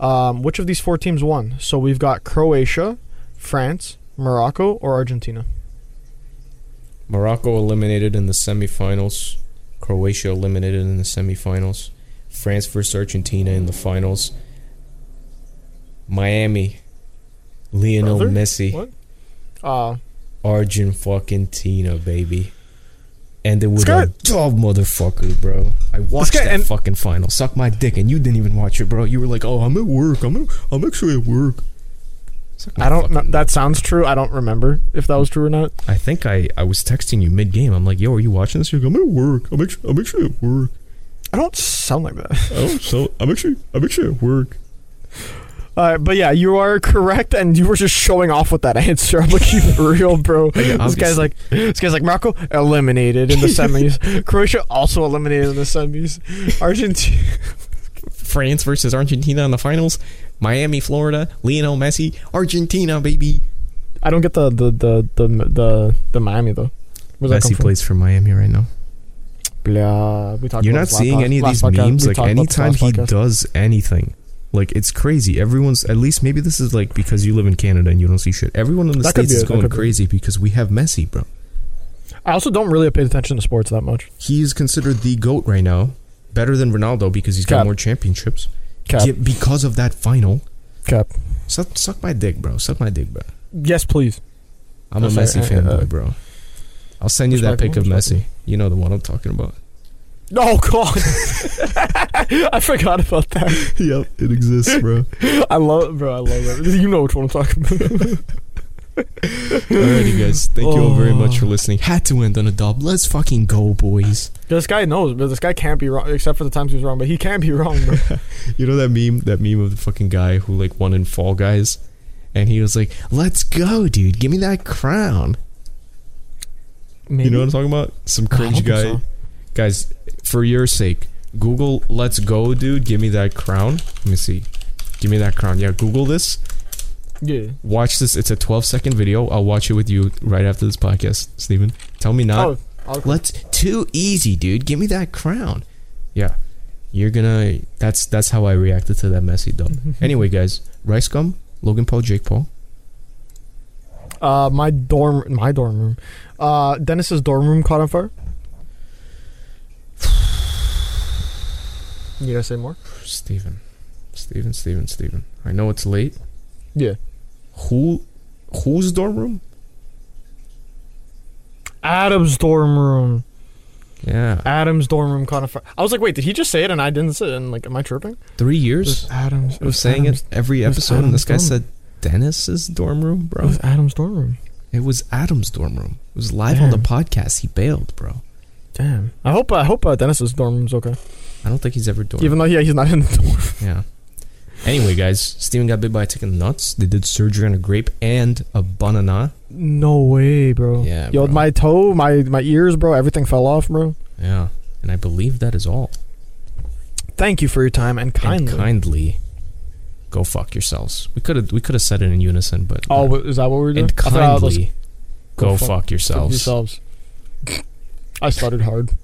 B: um, which of these four teams won? So we've got Croatia, France, Morocco, or Argentina.
A: Morocco eliminated in the semifinals. Croatia eliminated in the semifinals. France versus Argentina in the finals. Miami, Lionel
B: Brother?
A: Messi,
B: What? Uh,
A: Argent fucking Tina, baby. Ended with
B: guy-
A: a dog motherfucker, bro. I watched
B: guy-
A: that
B: and-
A: fucking final. Suck my dick, and you didn't even watch it, bro. You were like, "Oh, I'm at work. I'm at, I'm actually at work." Suck my
B: I don't.
A: fucking
B: know
A: dick.
B: that sounds true. I don't remember if that was true or not.
A: I think I, I was texting you mid game. I'm like, "Yo, are you watching this?" You're like, "I'm at work. I'm actually, I'm actually at work."
B: I don't sound like that.
A: Oh, so I'm actually I'm actually at work.
B: All right, Uh, but yeah, you are correct, and you were just showing off with that answer. I'm like, you real bro. this guy's
A: obviously.
B: like, this guy's like Morocco eliminated in the semis. Croatia also eliminated in the semis. Argentina.
A: France versus Argentina in the finals. Miami, Florida. Lionel Messi, Argentina, baby.
B: I don't get the the the the the, the Miami though. Where's that come
A: Messi
B: from?
A: plays for Miami right now.
B: Blah, we talked
A: You're
B: about
A: not
B: this last
A: seeing
B: pod-
A: any of
B: last
A: these
B: podcast.
A: memes.
B: We
A: Like
B: talked about this
A: anytime
B: last
A: he
B: podcast.
A: does anything, like it's crazy. Everyone's at least maybe this is like because you live in Canada and you don't see shit. Everyone in the
B: That could
A: states
B: be
A: is
B: it, that
A: going
B: could be it.
A: crazy because we have Messi, bro.
B: I also don't really pay attention to sports that much.
A: He is considered the goat right now, better than Ronaldo because he's got
B: Cap.
A: more championships.
B: Cap,
A: Yeah, because of that final,
B: cap.
A: suck, suck my dick, bro. Suck my dick, bro.
B: Yes, please.
A: I'm a
B: Okay,
A: Messi
B: uh,
A: fanboy,
B: uh,
A: bro. I'll send you that pic
B: respectable,
A: of Messi. You know the one I'm talking about.
B: Oh God, I forgot about that.
D: yep, it exists, bro.
B: I love, bro. I love it. You know which one I'm talking about.
A: Alrighty, guys. Thank you all very much for
B: Oh.
A: listening. Had to end on a dub. Let's fucking go, boys.
B: this guy knows, but this guy can't be wrong, except for the times he was wrong. But he can be wrong, bro.
A: You know that meme? That meme of the fucking guy who like won in Fall Guys, and he was like, "Let's go, dude. Give me that crown."
B: Maybe.
A: You know what I'm talking about? Some
B: I
A: cringe
B: hope
A: guy.
B: so.
A: Guys, for your sake, Google "Let's go, dude. Give me that crown." Let me see. Give me that crown. Yeah, Google this.
B: Yeah.
A: Watch this. It's a 12 second video. I'll watch it with you right after this podcast, Steven. Tell me not
B: Oh,
A: Let's too easy, dude. Give me that crown. Yeah. You're gonna that's that's how I reacted to that message though. anyway, guys, Rice Gum, Logan Paul, Jake Paul.
B: Uh, my dorm, my dorm room. Uh, Dennis's dorm room caught on fire. You gotta say more.
A: Steven. Steven, Steven, Steven. I know it's late.
B: Yeah.
A: Who whose dorm room?
B: Adam's dorm room.
A: Yeah.
B: Adam's dorm room caught on fire. I was like, wait, did he just say it and I didn't say it? And like, am I tripping?
A: Three
B: It
A: years?
B: was Adam's.
A: I was saying
B: Adam's,
A: it every
B: it was
A: episode, and this guy
B: Adam's
A: said Dennis's dorm room,
B: It
A: bro.
B: was Adam's dorm room.
A: It was Adam's dorm room. It was live on the
B: Damn.
A: podcast. He bailed, bro.
B: Damn. I hope. I hope uh, Dennis's dorm room's okay.
A: I don't think he's ever dorm.
B: Even though yeah, he's not in the dorm.
A: yeah. Anyway, guys, Steven got bit by a tick of nuts. They did surgery on a grape and a banana.
B: No way, bro.
A: Yeah,
B: Yo,
A: bro.
B: my toe, my my ears, bro. Everything fell off, bro.
A: Yeah. And I believe that is all.
B: Thank you for your time and kindly.
A: And kindly, go fuck yourselves. We could have we could have said it in unison, but
B: Oh,
A: uh,
B: wha- is that what we were doing?
A: and
B: I thought I was-
A: kindly, go,
B: go
A: fuck,
B: fuck
A: yourselves.
B: yourselves. I started hard.